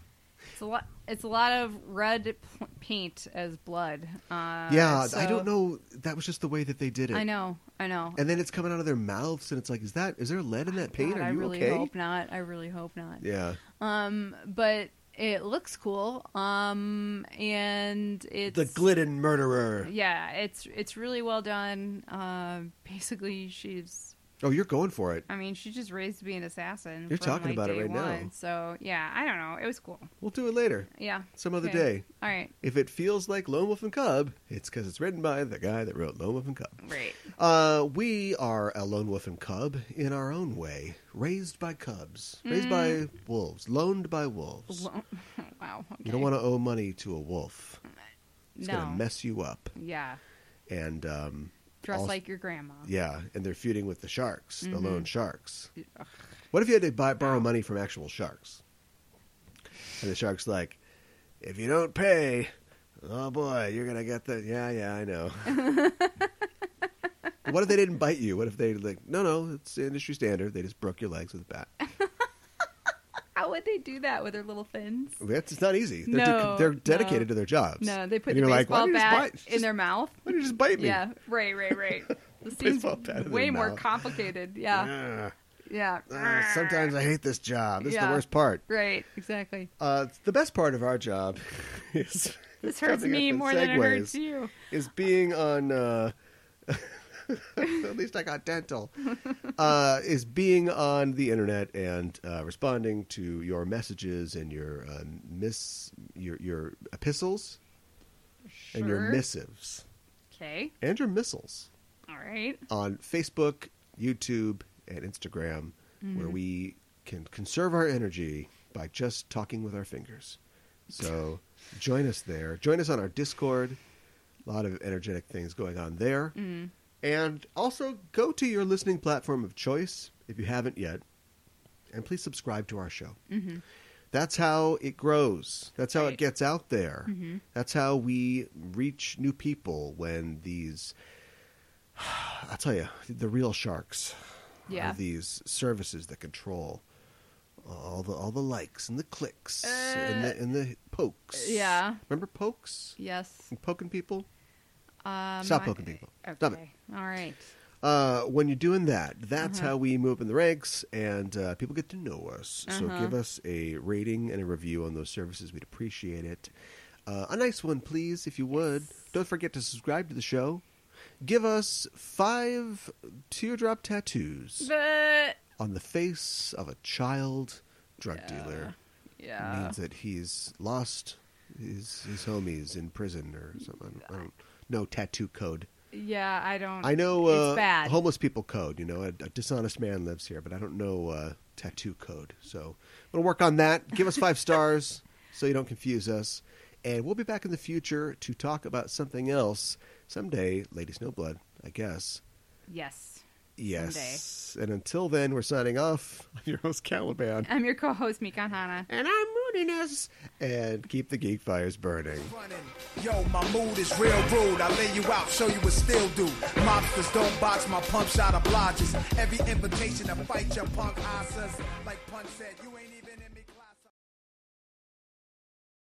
Speaker 4: it's a lot it's a lot of red p- paint as blood. Uh,
Speaker 3: yeah, I
Speaker 4: so-
Speaker 3: don't know. That was just the way that they did it.
Speaker 4: I know. I know.
Speaker 3: And then it's coming out of their mouths, and it's like, is that is there lead in that paint?
Speaker 4: God,
Speaker 3: Are
Speaker 4: I
Speaker 3: you
Speaker 4: really
Speaker 3: okay?
Speaker 4: hope not. I really hope not.
Speaker 3: Yeah.
Speaker 4: Um, but it looks cool. Um, and it's
Speaker 3: The Glidden murderer.
Speaker 4: yeah, it's it's really well done. Um, basically, she's
Speaker 3: Oh, you're going for it.
Speaker 4: I mean, she's just raised to be an assassin.
Speaker 3: You're
Speaker 4: from,
Speaker 3: talking
Speaker 4: like,
Speaker 3: about it
Speaker 4: day
Speaker 3: right now.
Speaker 4: one. So yeah, I don't know. It was cool.
Speaker 3: We'll do it later,
Speaker 4: Yeah.
Speaker 3: some other
Speaker 4: Okay.
Speaker 3: day.
Speaker 4: All right.
Speaker 3: If it feels like Lone Wolf and Cub, it's because it's written by the guy that wrote Lone Wolf and Cub.
Speaker 4: Great.
Speaker 3: Uh, we are a lone wolf and cub in our own way, raised by cubs, raised by wolves, loaned by wolves.
Speaker 4: Mm. Lo- wow. Okay.
Speaker 3: You don't want to owe money to a wolf; it's
Speaker 4: no.
Speaker 3: going to mess you up.
Speaker 4: Yeah.
Speaker 3: And um,
Speaker 4: Dress
Speaker 3: also-
Speaker 4: like your grandma.
Speaker 3: yeah, and they're feuding with the sharks, the lone sharks.
Speaker 4: Mm-hmm. Ugh.
Speaker 3: What if you had to buy, borrow money from actual sharks? And the shark's like, "If you don't pay, oh boy, you're gonna get the yeah, yeah, I know." But what if they didn't bite you? What if they like, no, no, it's industry standard. They just broke your legs with a bat.
Speaker 4: How would they do that with their little fins?
Speaker 3: That's it's not easy. They're,
Speaker 4: No,
Speaker 3: they're
Speaker 4: no.
Speaker 3: dedicated to their jobs.
Speaker 4: No, they put
Speaker 3: and
Speaker 4: the
Speaker 3: you're like, why
Speaker 4: baseball
Speaker 3: did you just
Speaker 4: bat
Speaker 3: bite?
Speaker 4: in their mouth.
Speaker 3: Why did you just bite me?
Speaker 4: Yeah, right, right, right. This seems
Speaker 3: Baseball bat in their
Speaker 4: way more
Speaker 3: mouth.
Speaker 4: complicated. Yeah,
Speaker 3: Ah,
Speaker 4: yeah.
Speaker 3: ah, sometimes I hate this job. This is
Speaker 4: Yeah.
Speaker 3: the worst part.
Speaker 4: Right, exactly.
Speaker 3: Uh, the best part of our job is
Speaker 4: This hurts
Speaker 3: coming up
Speaker 4: me
Speaker 3: in
Speaker 4: more than it hurts
Speaker 3: segues.
Speaker 4: you.
Speaker 3: is being on uh at least i got dental uh is being on the internet and uh responding to your messages and your uh, miss your your epistles
Speaker 4: Sure.
Speaker 3: and your missives
Speaker 4: Okay.
Speaker 3: and your missiles
Speaker 4: All right.
Speaker 3: on facebook youtube and instagram where we can conserve our energy by just talking with our fingers so join us there join us on our discord a lot of energetic things going on there
Speaker 4: Mm.
Speaker 3: And also go to your listening platform of choice if you haven't yet, and please subscribe to our show. Mm-hmm. That's how it grows. That's how it
Speaker 4: Right.
Speaker 3: gets out there. That's how we reach new people when these. I'll tell you, the real sharks
Speaker 4: Yeah.
Speaker 3: are these services that control uh, all the all the likes and the clicks and, the, and the pokes.
Speaker 4: Uh, yeah.
Speaker 3: remember pokes
Speaker 4: Yes.
Speaker 3: and poking people.
Speaker 4: Um,
Speaker 3: Stop
Speaker 4: I-
Speaker 3: poking people.
Speaker 4: Okay. Uh-huh.
Speaker 3: Stop it.
Speaker 4: All right.
Speaker 3: uh, when you're doing that, that's how we move up in the ranks and uh, people get to know us. So
Speaker 4: Uh-huh.
Speaker 3: give us a rating and a review on those services. We'd appreciate it. Uh, a nice one, please, if you would. Don't forget to subscribe to the show. Give us five teardrop tattoos
Speaker 4: But
Speaker 3: on the face of a child drug dealer. It
Speaker 4: yeah.
Speaker 3: means that he's lost his, his homies in prison or something. I don't, I don't know tattoo code.
Speaker 4: Yeah, I don't.
Speaker 3: I know
Speaker 4: Mm. It's
Speaker 3: uh,
Speaker 4: bad.
Speaker 3: homeless people code. You know, a, a dishonest man lives here, but I don't know uh, tattoo code. So I'm gonna work on that. Give us five stars so you don't confuse us, and we'll be back in the future to talk about something else someday. Lady Snowblood, I guess.
Speaker 4: yes.
Speaker 3: Yes. And until then, we're signing off. I'm your host Caliban,
Speaker 4: I'm your co-host Mikan Hana.
Speaker 3: and I'm Moodiness. And keep the geek fires burning.
Speaker 1: running. Yo, my mood is real rude. I lay you out, show you what still do. Mobsters don't box my pump shot obliges. Every invitation to fight your punk asses. Like Pun said, you ain't even.